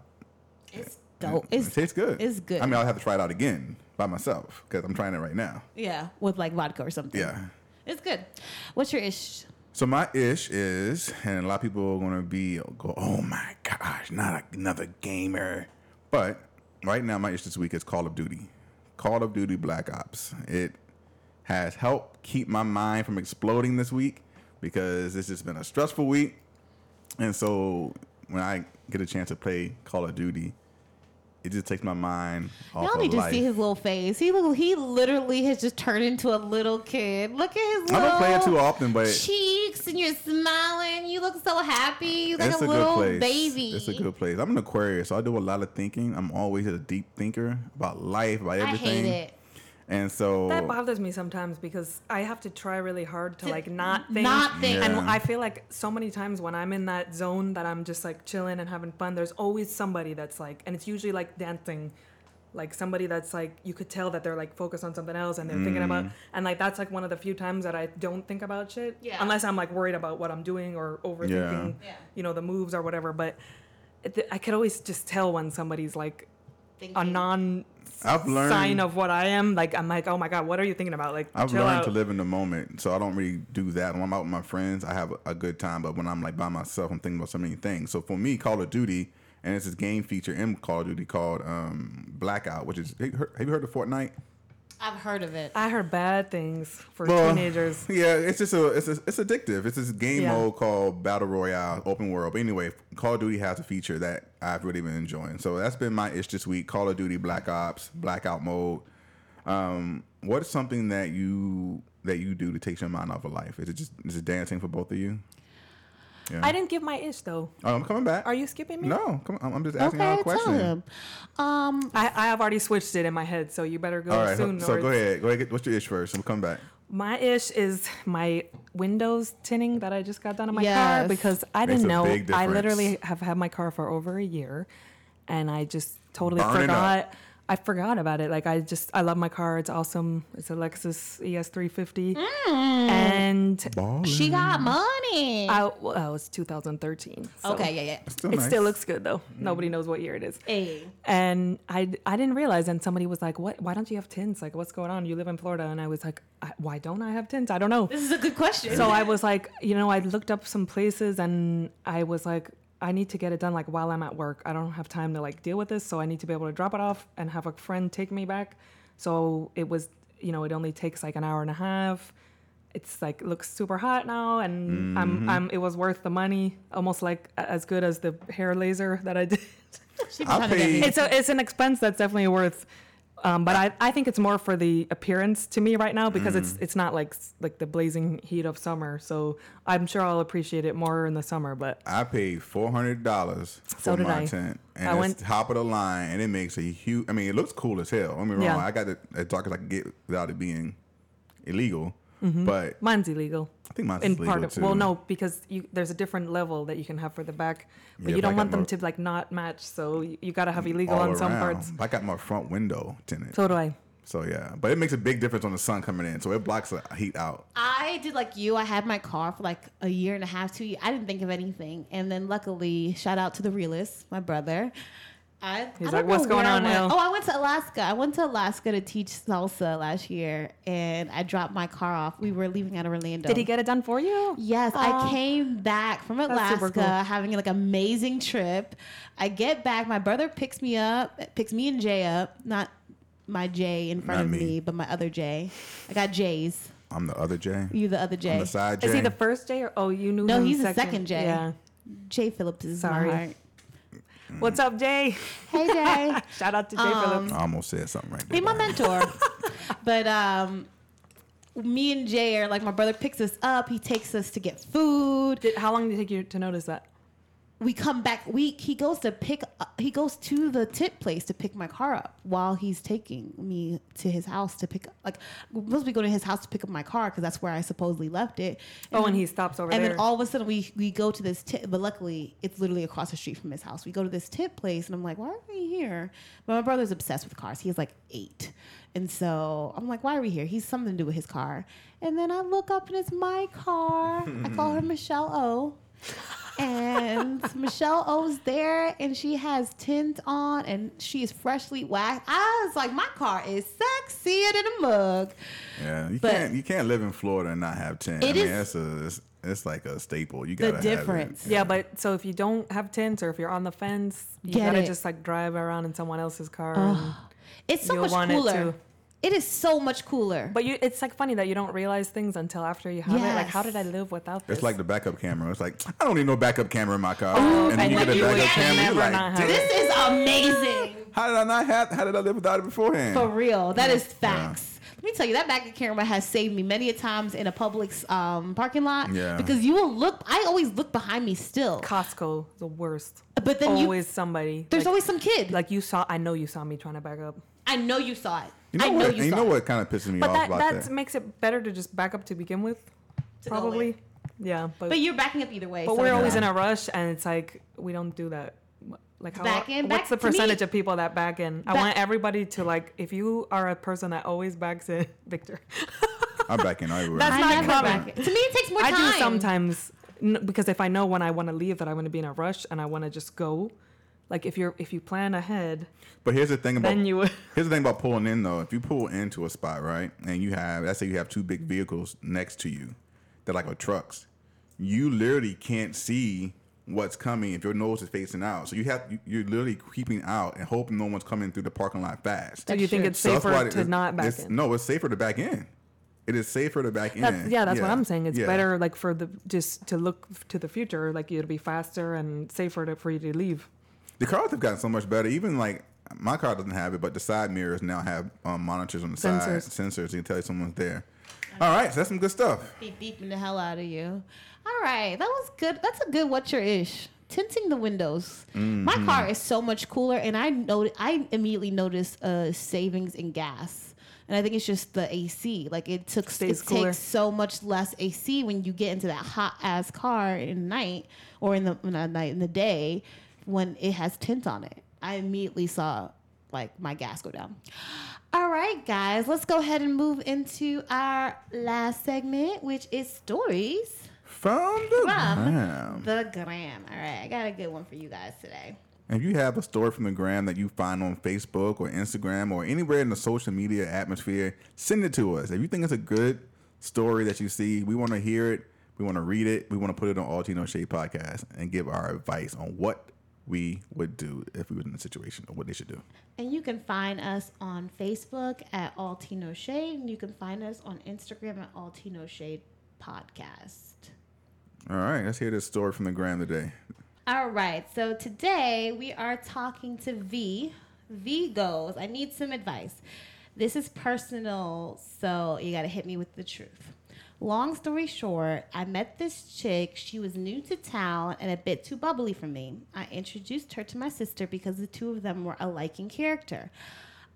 Speaker 2: It's dope. Oh, It's
Speaker 3: it tastes good.
Speaker 2: It's good.
Speaker 3: I mean, I'll have to try it out again by myself because I'm trying it right now.
Speaker 2: yeah, with like vodka or something.
Speaker 3: Yeah.
Speaker 2: it's good. What's your ish?
Speaker 3: So my ish is, and a lot of people are gonna be go, oh my gosh, not another gamer. But right now, my ish this week is Call of Duty. Call of Duty Black Ops. It has helped keep my mind from exploding this week because it's just been a stressful week. And so when I get a chance to play Call of Duty, it just takes my mind off
Speaker 2: Y'all
Speaker 3: of
Speaker 2: need to
Speaker 3: life.
Speaker 2: see his little face. He look, he literally has just turned into a little kid. Look at his
Speaker 3: I
Speaker 2: little
Speaker 3: don't play it too often, but
Speaker 2: cheeks, and you're smiling. You look so happy. You like
Speaker 3: it's
Speaker 2: a,
Speaker 3: a, good
Speaker 2: little
Speaker 3: place.
Speaker 2: baby.
Speaker 3: It's a good place. I'm an Aquarius, so I do a lot of thinking. I'm always a deep thinker about life, about
Speaker 2: I
Speaker 3: everything.
Speaker 2: hate it.
Speaker 3: And so
Speaker 4: That bothers me sometimes because I have to try really hard to like not think.
Speaker 2: not think.
Speaker 4: And
Speaker 3: Yeah.
Speaker 4: I feel like so many times when I'm in that zone that I'm just like chilling and having fun, there's always somebody that's like, and it's usually like dancing, like somebody that's like you could tell that they're like focused on something else and they're thinking
Speaker 3: Mm.
Speaker 4: about and like that's like one of the few times that I don't think about shit
Speaker 2: Yeah.
Speaker 4: unless I'm like worried about what I'm doing or overthinking you know the moves or whatever but it, I could always just tell when somebody's like a
Speaker 2: Thinking.
Speaker 4: non
Speaker 3: I've learned
Speaker 4: sign of what I am like I'm like oh my god what are you thinking about like
Speaker 3: I've
Speaker 4: chill
Speaker 3: learned
Speaker 4: out.
Speaker 3: to live in the moment, so I don't really do that. When I'm out with my friends, I have a good time, but when I'm like by myself, I'm thinking about so many things. So for me, Call of Duty, and it's this game feature in Call of Duty called um, Blackout, which is have you heard- have you heard of Fortnite?
Speaker 2: I've heard of it.
Speaker 4: I heard bad things for
Speaker 3: Well,
Speaker 4: teenagers
Speaker 3: (laughs) Yeah, it's just a it's a, it's addictive. It's this game
Speaker 4: Yeah.
Speaker 3: mode called Battle Royale, open world. But anyway, Call of Duty has a feature that I've really been enjoying. So that's been my ish this week: Call of Duty Black Ops, Blackout mode. Um, what is something that you that you do to take your mind off of life? Is it just is it dancing for both of you?
Speaker 4: I didn't give my ish though
Speaker 3: Oh, I'm coming back.
Speaker 4: are you skipping me
Speaker 3: No, come on. I'm just asking y'all
Speaker 7: Okay,
Speaker 3: a
Speaker 7: tell
Speaker 3: question.
Speaker 7: him. Um,
Speaker 4: I, I have already switched it in my head so you better go
Speaker 3: All right,
Speaker 4: soon
Speaker 3: so
Speaker 4: or
Speaker 3: go ahead. Go ahead. Get, what's your ish first? We'll come back.
Speaker 4: My ish is my windows tinning that I just got done on my car
Speaker 2: Yes.
Speaker 4: because I
Speaker 3: Makes
Speaker 4: didn't
Speaker 3: a
Speaker 4: know.
Speaker 3: big
Speaker 4: I
Speaker 3: difference.
Speaker 4: literally have had my car for over a year, and I just totally
Speaker 3: Burn it
Speaker 4: forgot. I forgot about it. Like I just, I love my car. It's awesome. It's a Lexus E ES350,
Speaker 2: Mm.
Speaker 4: and
Speaker 2: She
Speaker 3: Mm-hmm.
Speaker 2: got money.
Speaker 4: I well, that was 2013. so
Speaker 2: okay, yeah, yeah.
Speaker 3: Still
Speaker 4: it
Speaker 3: nice.
Speaker 4: still looks good though. Nobody knows what year it is.
Speaker 2: Hey.
Speaker 4: And I, I didn't realize. And somebody was like, "What? Why don't you have tints? Like, what's going on? You live in Florida." And I was like, I, "Why don't I have tints? I don't know."
Speaker 2: This is a good question.
Speaker 4: So I was like, you know, I looked up some places and I was like, I need to get it done like while I'm at work. I don't have time to like deal with this, so I need to be able to drop it off and have a friend take me back. So it was, you know, it only takes like an hour and a half. It's like looks super hot now, and I'm, I'm. It was worth the money, almost like a- as good as the hair laser that I did.
Speaker 3: I paid.
Speaker 4: it's a, it's an expense that's definitely worth. Um, but I, I think it's more for the appearance to me right now because
Speaker 3: Mm.
Speaker 4: it's it's not like s- like the blazing heat of summer. So I'm sure I'll appreciate it more in the summer. But
Speaker 3: I paid four hundred dollars
Speaker 4: So
Speaker 3: for
Speaker 4: did
Speaker 3: my
Speaker 4: I.
Speaker 3: tent, and
Speaker 4: I
Speaker 3: it's
Speaker 4: went-
Speaker 3: top of the line, and it makes a huge. I mean, it looks cool as hell. Don't get me wrong.
Speaker 4: Yeah.
Speaker 3: I got it as dark as I could get without it being illegal, but
Speaker 4: mine's illegal.
Speaker 3: I think mine's
Speaker 4: Mm-hmm. in
Speaker 3: legal
Speaker 4: part of
Speaker 3: too.
Speaker 4: well no because you, there's a different level that you can have for the back but
Speaker 3: Yeah,
Speaker 4: you
Speaker 3: but I
Speaker 4: don't
Speaker 3: got
Speaker 4: want them
Speaker 3: more-
Speaker 4: to like not match so you, you got to have illegal
Speaker 3: Mm, all
Speaker 4: on some
Speaker 3: around.
Speaker 4: parts
Speaker 3: I got my front window tinted, so,
Speaker 4: so do i
Speaker 3: yeah. But it makes a big difference on the sun coming in, so it blocks the heat out.
Speaker 2: I did like you. I had my car for like a year and a half, two years. I didn't think of anything. And then luckily, shout out to the realist, my brother. I, I
Speaker 4: He's
Speaker 2: don't
Speaker 4: like,
Speaker 2: know
Speaker 4: "What's going
Speaker 2: where I
Speaker 4: on,
Speaker 2: went."
Speaker 4: Elle?
Speaker 2: Oh, I went to Alaska. I went to Alaska to teach salsa last year, and I dropped my car off. We were leaving out of Orlando.
Speaker 4: did he get it done for you
Speaker 2: Yes, I came back from
Speaker 4: That's super
Speaker 2: Alaska
Speaker 4: cool.
Speaker 2: having like amazing trip. I get back, my brother picks me up, picks me and Jay up, not my Jay in front
Speaker 3: Not
Speaker 2: of
Speaker 3: me.
Speaker 2: me. but my other Jay. I got Jay's.
Speaker 3: I'm the other Jay.
Speaker 2: You the other Jay.
Speaker 3: I'm the side Jay.
Speaker 4: is he the first Jay or oh you knew
Speaker 2: No,
Speaker 4: him
Speaker 2: he's the second Jay.
Speaker 4: yeah
Speaker 2: Jay Phillips is Sorry.
Speaker 4: Sorry.
Speaker 2: my heart.
Speaker 4: what's up Jay (laughs)
Speaker 2: Hey Jay.
Speaker 4: shout out to Jay
Speaker 2: Um,
Speaker 4: Phillips
Speaker 3: I almost said something right
Speaker 2: (laughs) Be
Speaker 3: there.
Speaker 2: my mentor. but um me and Jay are like my brother picks us up, he takes us to get food.
Speaker 4: Did, how long did it take you to notice that?
Speaker 2: we come back we he goes to pick up, he goes to the tip place to pick my car up while he's taking me to his house to pick up like we're supposed to be going to his house to pick up my car because that's where i supposedly left it
Speaker 4: Oh, and he stops over
Speaker 2: and
Speaker 4: there.
Speaker 2: then all of a sudden we we go to this tip but luckily it's literally across the street from his house we go to this tip place and i'm like why are we here but my brother's obsessed with cars he's like eight and so i'm like why are we here he's something to do with his car and then i look up and it's my car i call
Speaker 4: (laughs)
Speaker 2: her michelle o and Michelle O's there, and she has tint on, and she is freshly waxed. I was like, my car is sexier than a mug.
Speaker 3: yeah, you
Speaker 2: but-
Speaker 3: can't you can't live in Florida and not have tint. I
Speaker 2: It
Speaker 3: mean,
Speaker 2: is-
Speaker 3: that's a it's, it's like a staple. You
Speaker 2: The
Speaker 3: gotta
Speaker 2: difference.
Speaker 3: Have it.
Speaker 4: yeah, but so if you don't have tints or if you're on the fence, you
Speaker 2: Get
Speaker 4: gotta
Speaker 2: it.
Speaker 4: just like drive around in someone else's car. and-
Speaker 2: It's so
Speaker 4: You'll
Speaker 2: much
Speaker 4: want it
Speaker 2: cooler.
Speaker 4: too.
Speaker 2: it is so much cooler.
Speaker 4: but you, it's like funny that you don't realize things until after you have it. Like, how did I live without this?
Speaker 3: It's like the backup camera. It's like I don't need no backup camera in my car. and then
Speaker 4: and
Speaker 3: you get
Speaker 4: when
Speaker 3: a
Speaker 4: you
Speaker 3: backup
Speaker 4: get it,
Speaker 3: camera. You're
Speaker 4: never
Speaker 3: like,
Speaker 4: not have it.
Speaker 3: "Damn,
Speaker 2: this is amazing.
Speaker 3: how did I not have? How did I live without it beforehand?
Speaker 2: For real. That is facts. Let me tell you, that backup camera has saved me many a times in a Publix um, parking lot.
Speaker 3: Yeah.
Speaker 2: Because you will look, I always look behind me still.
Speaker 4: Costco, the worst.
Speaker 2: Uh, But then you-
Speaker 4: always somebody.
Speaker 2: There's
Speaker 4: like,
Speaker 2: always some kid. Like
Speaker 4: like you saw. I know you saw me trying to back up.
Speaker 2: I know you saw it.
Speaker 3: You know
Speaker 2: I know
Speaker 3: what?
Speaker 2: you
Speaker 3: and you
Speaker 2: saw
Speaker 3: know
Speaker 2: it.
Speaker 3: what kind of pisses me
Speaker 4: But
Speaker 3: off
Speaker 4: that
Speaker 3: about
Speaker 4: that
Speaker 3: that?
Speaker 4: makes it better to just back up to begin with,
Speaker 2: go
Speaker 4: probably.
Speaker 2: later.
Speaker 4: Yeah, but
Speaker 2: But you're backing up either way.
Speaker 4: but
Speaker 2: so
Speaker 4: we're
Speaker 2: it's
Speaker 4: always
Speaker 2: fine.
Speaker 4: in a rush, and it's like we don't do that. Like how
Speaker 2: Back in,
Speaker 4: what's
Speaker 2: back
Speaker 4: the
Speaker 2: to me.
Speaker 4: percentage of people that back in? I
Speaker 2: Back-
Speaker 4: want everybody to like if you are a person that always backs in, (laughs) Victor.
Speaker 3: I'm back in everywhere.
Speaker 4: That's
Speaker 2: I
Speaker 4: not
Speaker 2: never
Speaker 4: common.
Speaker 2: back it. To me, it takes more
Speaker 4: I
Speaker 2: time.
Speaker 4: do sometimes n- because if I know when I want to leave that I'm going to be in a rush and I want to just go. Like if you're if you plan ahead,
Speaker 3: But here's the thing about
Speaker 4: Then you would-
Speaker 3: here's the thing about pulling in though. If you pull into a spot, right, and you have let's say you have two big vehicles next to you, they're like with trucks. You literally can't see what's coming if your nose is facing out. So you have you- you're literally creeping out and hoping no one's coming through the parking lot fast.
Speaker 4: do you think
Speaker 2: true.
Speaker 4: it's
Speaker 3: So that's
Speaker 4: safer
Speaker 3: why
Speaker 4: to
Speaker 3: it-
Speaker 4: not back
Speaker 3: it's-
Speaker 4: in?
Speaker 3: No, it's safer to back in. It is safer to back
Speaker 4: That's,
Speaker 3: in.
Speaker 4: yeah, that's what I'm saying. It's
Speaker 3: Yeah.
Speaker 4: better like for the just to look f- to the future. Like it'll be faster and safer to, for you to leave.
Speaker 3: The cars have gotten so much better. Even like my car doesn't have it, but the side mirrors now have um, monitors on the side, sensors. You can tell you someone's there. All right, so that's some good stuff.
Speaker 2: be beeping the hell out of you. All right, that was good. That's a good what's your ish. Tinting the windows. My car is so much cooler, and I know I immediately noticed a savings in gas. And I think it's just the AC. Like it took
Speaker 4: Stays
Speaker 2: it
Speaker 4: cooler.
Speaker 2: takes so much less AC when you get into that hot ass car in the night or in the not night in the day when it has tint on it. I immediately saw like my gas go down. All right, guys, let's go ahead and move into our last segment, which is stories
Speaker 3: From the
Speaker 2: From
Speaker 3: gram.
Speaker 2: the gram. All right, I got a good one for you guys today.
Speaker 3: If you have a story from the gram that you find on Facebook or Instagram or anywhere in the social media atmosphere, send it to us. If you think it's a good story that you see, we want to hear it. We want to read it. We want to put it on All Tino Shade podcast and give our advice on what we would do if we were in the situation or what they should do.
Speaker 2: And you can find us on Facebook at All Tino Shade, and you can find us on Instagram at All Tino Shade Podcast.
Speaker 3: All right, let's hear this story from the gram today.
Speaker 2: All right, so today we are talking to V. V goes, I need some advice. This is personal, so you gotta hit me with the truth. Long story short, I met this chick. She was new to town and a bit too bubbly for me. I introduced her to my sister because the two of them were alike in character.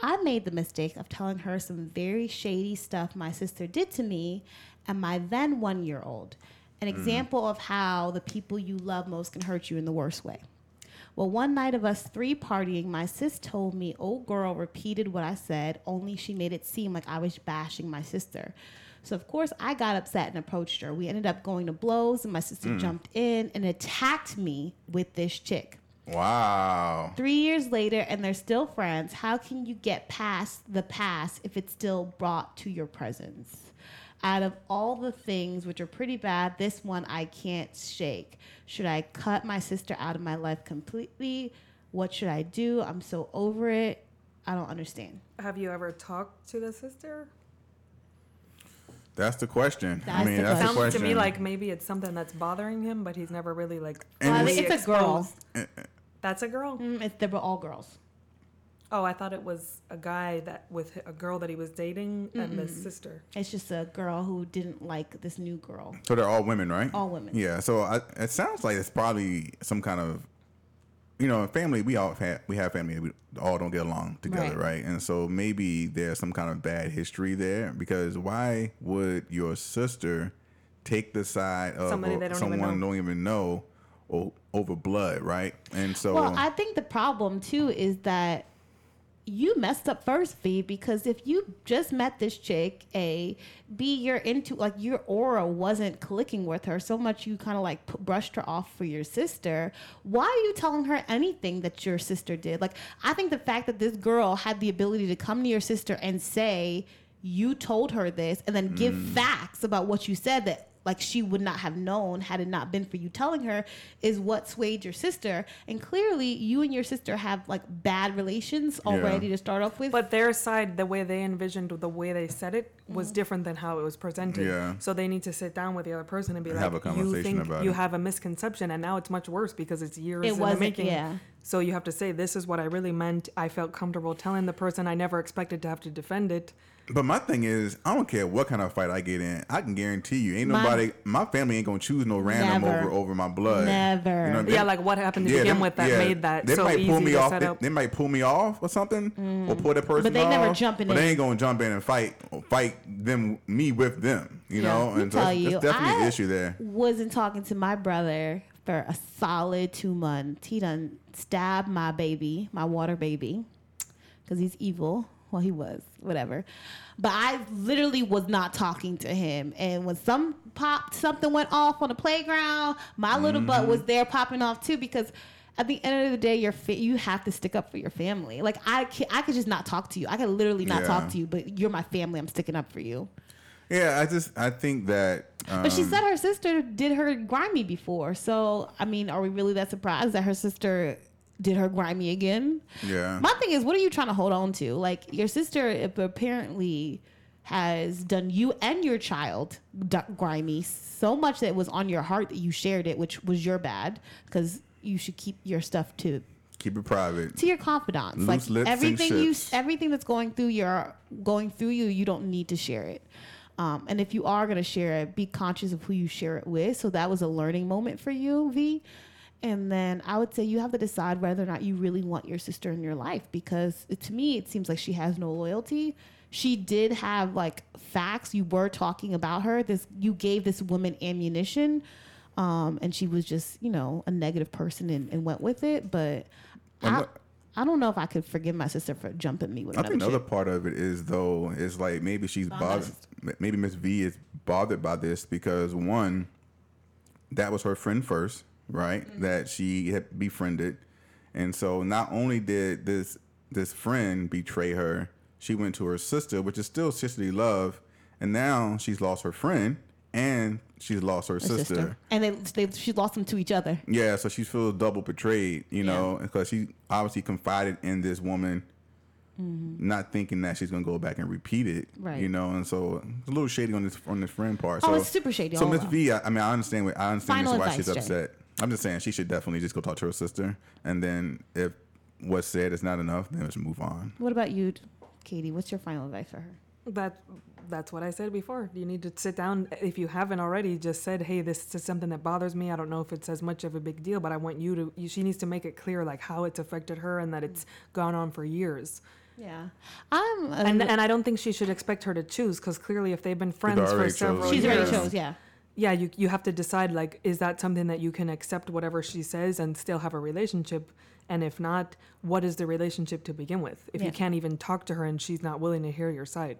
Speaker 2: I made the mistake of telling her some very shady stuff my sister did to me and my then one year old. An example of how the people you love most can hurt you in the worst way. Well, one night of us three partying, my sis told me old girl repeated what I said, only she made it seem like I was bashing my sister. So, of course, I got upset and approached her. We ended up going to blows, and my sister jumped in and attacked me with this chick.
Speaker 3: Wow.
Speaker 2: Three years later, and they're still friends. How can you get past the past if it's still brought to your presence? Out of all the things which are pretty bad, this one I can't shake. Should I cut my sister out of my life completely? What should I do? I'm so over it. I don't understand.
Speaker 4: Have you ever talked to the sister?
Speaker 3: That's the question. I
Speaker 2: That's
Speaker 3: mean,
Speaker 2: the
Speaker 3: that's the
Speaker 4: Sounds
Speaker 3: question.
Speaker 4: to me like maybe it's something that's bothering him, but he's never really like.
Speaker 3: And
Speaker 2: Well, I
Speaker 3: it's-
Speaker 2: think it's a girl.
Speaker 4: That's a girl.
Speaker 2: uh, Mm, it's, they were all girls.
Speaker 4: Oh, I thought it was a guy that with a girl that he was dating and the sister.
Speaker 2: It's just a girl who didn't like this new girl.
Speaker 3: so they're all women, right?
Speaker 2: All women.
Speaker 3: Yeah. So I, it sounds like it's probably some kind of, you know, family. We all have, we have family. We all don't get along together,
Speaker 2: Right.
Speaker 3: right? And so maybe there's some kind of bad history there because why would your sister take the side of
Speaker 4: Somebody they don't even
Speaker 3: someone
Speaker 4: know.
Speaker 3: don't even know o- over blood, right? And so
Speaker 2: Well, I think the problem too is that you messed up first, V, because if you just met this chick, A, B, you're into like your aura wasn't clicking with her so much you kind of like p- brushed her off for your sister. Why are you telling her anything that your sister did? Like, I think the fact that this girl had the ability to come to your sister and say, you told her this, and then give facts about what you said that like she would not have known had it not been for you telling her is what swayed your sister and clearly you and your sister have like bad relations already to start off with
Speaker 4: But their side, the way they envisioned, the way they said it, was
Speaker 2: Mm.
Speaker 4: different than how it was presented.
Speaker 3: Yeah.
Speaker 4: So they need to sit down with the other person and be
Speaker 3: And
Speaker 4: like,
Speaker 3: have a
Speaker 4: "You
Speaker 3: conversation
Speaker 4: think
Speaker 3: about
Speaker 4: you
Speaker 3: it."
Speaker 4: have a misconception, and now it's much worse because it's years
Speaker 2: It
Speaker 4: in the
Speaker 2: wasn't-
Speaker 4: making."
Speaker 2: yeah.
Speaker 4: So you have to say, "This is what I really meant. I felt comfortable telling the person. I never expected to have to defend it."
Speaker 3: But my thing is, I don't care what kind of fight I get in. I can guarantee you, ain't
Speaker 2: My-
Speaker 3: nobody, my family ain't gonna choose no random
Speaker 2: Never.
Speaker 3: over over my blood.
Speaker 2: Never.
Speaker 3: what I mean?
Speaker 4: yeah, like what happened to
Speaker 3: Yeah,
Speaker 4: begin
Speaker 3: they-
Speaker 4: with that
Speaker 3: yeah,
Speaker 4: made that
Speaker 3: They
Speaker 4: so
Speaker 3: might
Speaker 4: easy
Speaker 3: pull me
Speaker 4: to
Speaker 3: off.
Speaker 4: set
Speaker 3: They,
Speaker 4: up. Mm.
Speaker 3: they might pull me off or something, or pull the person.
Speaker 2: they never
Speaker 3: off,
Speaker 2: jumping
Speaker 3: But
Speaker 2: in.
Speaker 3: they ain't gonna jump in and fight, fight them, me with them. You know,
Speaker 2: Let me
Speaker 3: and so it's- it's definitely
Speaker 2: I
Speaker 3: an issue there.
Speaker 2: wasn't talking to my brother for a solid two months. He done stabbed my baby, my water baby, because he's evil. Well, he was, whatever. But I literally was not talking to him. And when some popped, something went off on the playground. My little butt was there popping off too because at the end of the day, your fa- you have to stick up for your family. Like I, ca- I could just not talk to you. I could literally not
Speaker 3: Yeah.
Speaker 2: talk to you, but you're my family. I'm sticking up for you.
Speaker 3: Yeah, I just I think that. Um,
Speaker 2: But she said her sister did her grimy before. So, I mean, are we really that surprised that her sister did her grimy again?
Speaker 3: Yeah.
Speaker 2: My thing is, what are you trying to hold on to? Like, your sister apparently has done you and your child d- grimy so much that it was on your heart that you shared it, which was your bad because you should keep your stuff to
Speaker 3: keep it private.
Speaker 2: to your confidants.
Speaker 3: Loose
Speaker 2: like
Speaker 3: lips and
Speaker 2: everything you,
Speaker 3: ships.
Speaker 2: everything that's going through your going through you, you don't need to share it. Um, and if you are gonna share it, be conscious of who you share it with. So that was a learning moment for you, V. And then I would say you have to decide whether or not you really want your sister in your life because it- to me it seems like she has no loyalty. She did have like facts. You were talking about her. This you gave this woman ammunition, um, and she was just you know a negative person and, and went with it. But
Speaker 3: And
Speaker 2: I,
Speaker 3: what-
Speaker 2: I don't know if I could forgive my sister for jumping me with
Speaker 3: I think
Speaker 2: another,
Speaker 3: another
Speaker 2: chick.
Speaker 3: part of it is though is like maybe she's bothered. Maybe Miss V is bothered by this because one, that was her friend first, right? That she had befriended, and so not only did this this friend betray her, she went to her sister, which is still sisterly love, and now she's lost her friend and she's lost her,
Speaker 2: Her
Speaker 3: sister.
Speaker 2: and they, they she lost them to each other.
Speaker 3: Yeah, so she feels double betrayed, you know, because she obviously confided in this woman, not thinking that she's gonna go back and repeat it,
Speaker 2: Mm-hmm. Right.
Speaker 3: You know, and so it's a little shady on this on this friend part.
Speaker 2: Oh,
Speaker 3: so,
Speaker 2: it's super shady
Speaker 3: So
Speaker 2: all
Speaker 3: Miss
Speaker 2: around.
Speaker 3: V, I, I mean, I understand. What, I understand
Speaker 2: Final
Speaker 3: this why
Speaker 2: advice,
Speaker 3: she's
Speaker 2: Jay.
Speaker 3: upset. I'm just saying she should definitely just go talk to her sister, and then if what's said is not enough, then let's move on.
Speaker 2: What about you, Katie? What's your final advice for her?
Speaker 4: That that's what I said before. You need to sit down if you haven't already. Just said, hey, this is something that bothers me. I don't know if it's as much of a big deal, but I want you to. You, she needs to make it clear like how it's affected her and that it's gone on for years.
Speaker 2: Yeah, I'm.
Speaker 4: And and I don't think she should expect her to choose because clearly, if they've been friends for
Speaker 3: already
Speaker 4: several
Speaker 3: chose.
Speaker 2: she's
Speaker 4: years,
Speaker 2: already chose. Yeah,
Speaker 4: yeah, you you have to decide like is that something that you can accept whatever she says and still have a relationship, and if not, what is the relationship to begin with? If
Speaker 2: Yeah.
Speaker 4: you can't even talk to her and she's not willing to hear your side.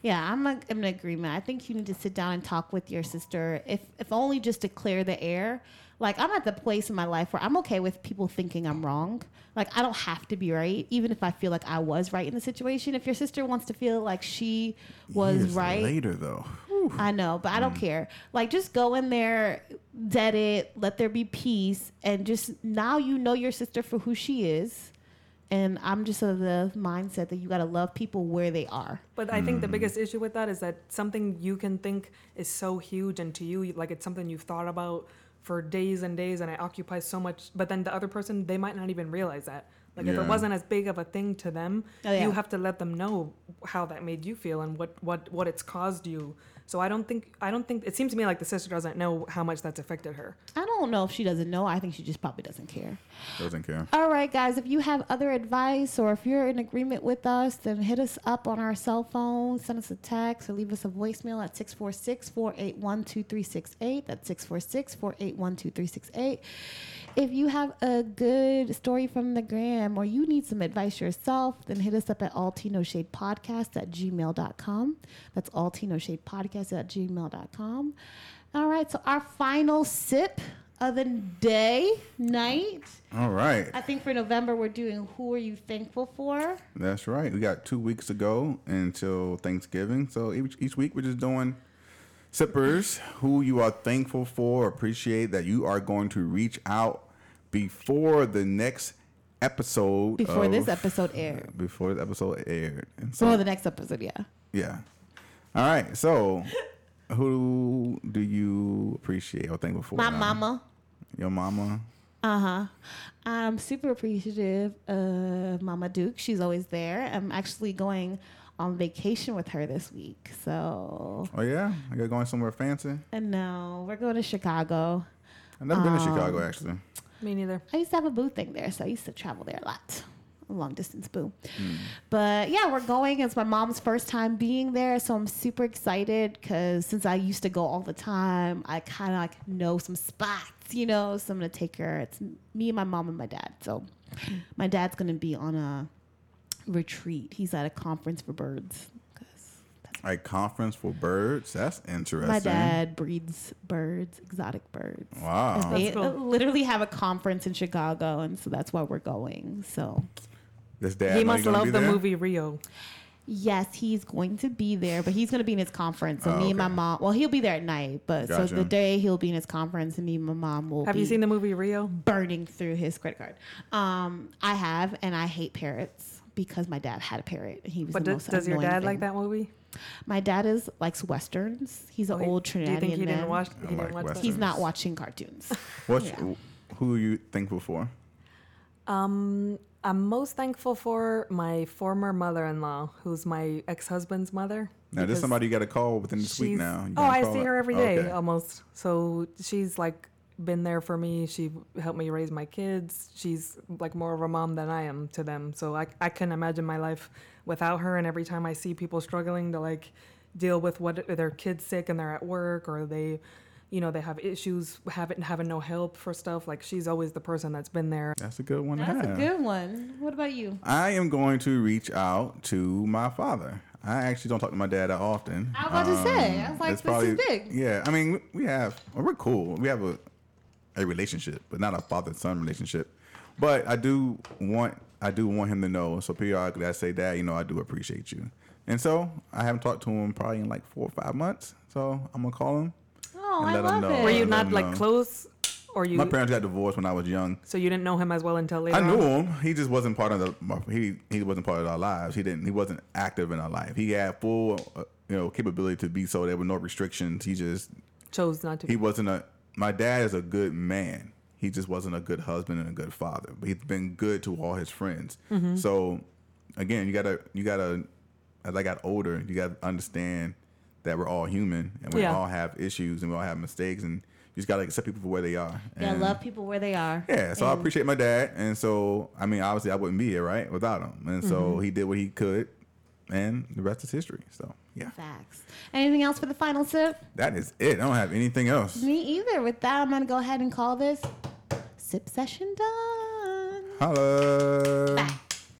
Speaker 2: yeah. I'm. A, I'm in agreement. I think you need to sit down and talk with your sister, if if only just to clear the air. Like I'm at the place in my life where I'm okay with people thinking I'm wrong. Like I don't have to be right, even if I feel like I was right in the situation. If your sister wants to feel like she was
Speaker 3: Years
Speaker 2: right,
Speaker 3: later though.
Speaker 2: I know, but I don't care. Like, just go in there, dead it, let there be peace, and just now you know your sister for who she is. And I'm just of the mindset that you gotta love people where they are.
Speaker 4: But I
Speaker 3: Mm.
Speaker 4: think the biggest issue with that is that something you can think is so huge and to you, like it's something you've thought about for days and days and it occupies so much. But then the other person, they might not even realize that. Like if
Speaker 3: Yeah.
Speaker 4: it wasn't as big of a thing to them,
Speaker 2: Oh, yeah.
Speaker 4: you have to let them know how that made you feel and what, what, what it's caused you. So I don't think I don't think it seems to me like the sister doesn't know how much that's affected her.
Speaker 2: I don't know if she doesn't know. I think she just probably doesn't care.
Speaker 3: Doesn't care.
Speaker 2: All right, guys, if you have other advice or if you're in agreement with us, then hit us up on our cell phone, send us a text, or leave us a voicemail at 646 481 2368. That's 646 481 2368. If you have a good story from the gram or you need some advice yourself, then hit us up at alltinoshadepodcast at gmail.com. That's alltinoshadepodcast at gmail.com. All right, so our final sip of the day, night.
Speaker 3: All right.
Speaker 2: I think for November we're doing who are you thankful for?
Speaker 3: That's right. We got two weeks to go until Thanksgiving. So each, each week we're just doing sippers who you are thankful for, appreciate that you are going to reach out before the next episode.
Speaker 2: Before
Speaker 3: of-
Speaker 2: this episode aired.
Speaker 3: Before the episode aired. And so,
Speaker 2: So the next episode, yeah.
Speaker 3: yeah. All right. So who do you appreciate or thankful for?
Speaker 2: My
Speaker 3: now?
Speaker 2: mama.
Speaker 3: Your mama.
Speaker 2: Uh huh. I'm super appreciative of Mama Duke. She's always there. I'm actually going on vacation with her this week. So,
Speaker 3: Oh yeah, I got going somewhere fancy.
Speaker 2: and no, we're going to Chicago.
Speaker 3: I've never been to
Speaker 2: Um,
Speaker 3: Chicago actually.
Speaker 4: Me neither.
Speaker 2: I used to have a boo thing there, so I used to travel there a lot. A long distance boo. But yeah, we're going. It's my mom's first time being there, so I'm super excited because since I used to go all the time, I kind of like know some spots. Latinos. So I'm gonna take her. It's me, my mom, and my dad. So my dad's gonna be on a retreat. He's at a conference for birds. 'cause
Speaker 3: A conference for birds. That's interesting.
Speaker 2: My dad breeds birds, exotic birds.
Speaker 3: Wow.
Speaker 2: They
Speaker 4: cool.
Speaker 2: uh, literally have a conference in Chicago, and so that's why we're going. So
Speaker 3: This dad.
Speaker 4: he
Speaker 3: know
Speaker 4: must
Speaker 3: you gonna be
Speaker 4: love the
Speaker 3: there?
Speaker 4: movie Rio.
Speaker 2: Yes, he's going to be there, but he's going to be in his conference. So
Speaker 3: Oh,
Speaker 2: me and my
Speaker 3: okay.
Speaker 2: mom. Well, he'll be there at night, but
Speaker 3: Gotcha.
Speaker 2: so the day he'll be in his conference, and me and my mom will.
Speaker 4: Have
Speaker 2: be
Speaker 4: you seen the movie Rio?
Speaker 2: burning through his credit card? Um, I have, and I hate parrots because my dad had a parrot. and He was.
Speaker 4: But
Speaker 2: the
Speaker 4: does,
Speaker 2: most
Speaker 4: does your
Speaker 2: annoying
Speaker 4: dad like
Speaker 2: thing.
Speaker 4: that movie?
Speaker 2: My dad is likes westerns. He's an
Speaker 4: Oh, he-
Speaker 2: old
Speaker 4: do
Speaker 2: Trinidadian
Speaker 4: you think he
Speaker 2: man.
Speaker 4: didn't watch?
Speaker 3: I
Speaker 4: He
Speaker 3: like
Speaker 4: didn't watch
Speaker 3: Western.
Speaker 4: that?
Speaker 2: he's not watching
Speaker 3: (laughs)
Speaker 2: cartoons.
Speaker 3: What's,
Speaker 2: Yeah.
Speaker 3: Who are you thankful for?
Speaker 4: Um, I'm most thankful for my former mother-in-law, who's my ex-husband's mother.
Speaker 3: Now, this
Speaker 4: because
Speaker 3: is somebody you got to call within this week
Speaker 4: she's-
Speaker 3: now. You
Speaker 4: Oh,
Speaker 3: gonna
Speaker 4: I
Speaker 3: call
Speaker 4: see
Speaker 3: it?
Speaker 4: her every day Oh.
Speaker 3: Okay.
Speaker 4: almost. So she's like been there for me. She helped me raise my kids. She's like more of a mom than I am to them. So I I couldn't imagine my life without her. And every time I see people struggling to like deal with what their kids sick and they're at work or they. You know they have issues, having having no help for stuff. Like she's always the person that's been there.
Speaker 3: That's a good one to
Speaker 2: That's a
Speaker 3: have.
Speaker 2: good one. What about you?
Speaker 3: I am going to reach out to my father. I actually don't talk to my dad that often. Um,
Speaker 2: I was about to say, I was like,
Speaker 3: it's
Speaker 2: this is big.
Speaker 3: Yeah, I mean, we- we have, well, we're cool. We have a, a relationship, but not a father son relationship. But I do want, I do want him to know. So periodically, I say, Dad, you know, I do appreciate you. And so I haven't talked to him probably in like four or five months. So I'm gonna call him.
Speaker 2: Oh,
Speaker 3: And
Speaker 2: I
Speaker 3: let 'em
Speaker 2: love
Speaker 3: know.
Speaker 2: it.
Speaker 4: Were
Speaker 3: I
Speaker 4: you
Speaker 3: don't
Speaker 4: not
Speaker 3: know.
Speaker 4: like close, or you?
Speaker 3: My parents got divorced when I was young.
Speaker 4: so you didn't know him as well until later.
Speaker 3: I knew
Speaker 4: on?
Speaker 3: him. He just wasn't part of the. my- He he wasn't part of our lives. He didn't. He wasn't active in our life. He had full, uh, you know, capability to be so. There were no restrictions. He just
Speaker 4: Chose not to.
Speaker 3: he wasn't a. My dad is a good man. He just wasn't a good husband and a good father. But he's been good to all his friends.
Speaker 2: Mm-hmm.
Speaker 3: So, again, you gotta you gotta. As I got older, you gotta understand that we're all human and we
Speaker 4: Yeah.
Speaker 3: all have issues and we all have mistakes and you just gotta accept people for where they are.
Speaker 2: Yeah,
Speaker 3: And-
Speaker 2: love people where they are.
Speaker 3: yeah, so I
Speaker 2: And-
Speaker 3: appreciate my dad, and so I mean, obviously, I wouldn't be here right without him, and so he did what he could, and the rest is history. So yeah,
Speaker 2: Facts. Anything else for the final sip?
Speaker 3: that is it. I don't have anything else.
Speaker 2: Me either. With that, I'm gonna go ahead and call this sip session done.
Speaker 3: Holla.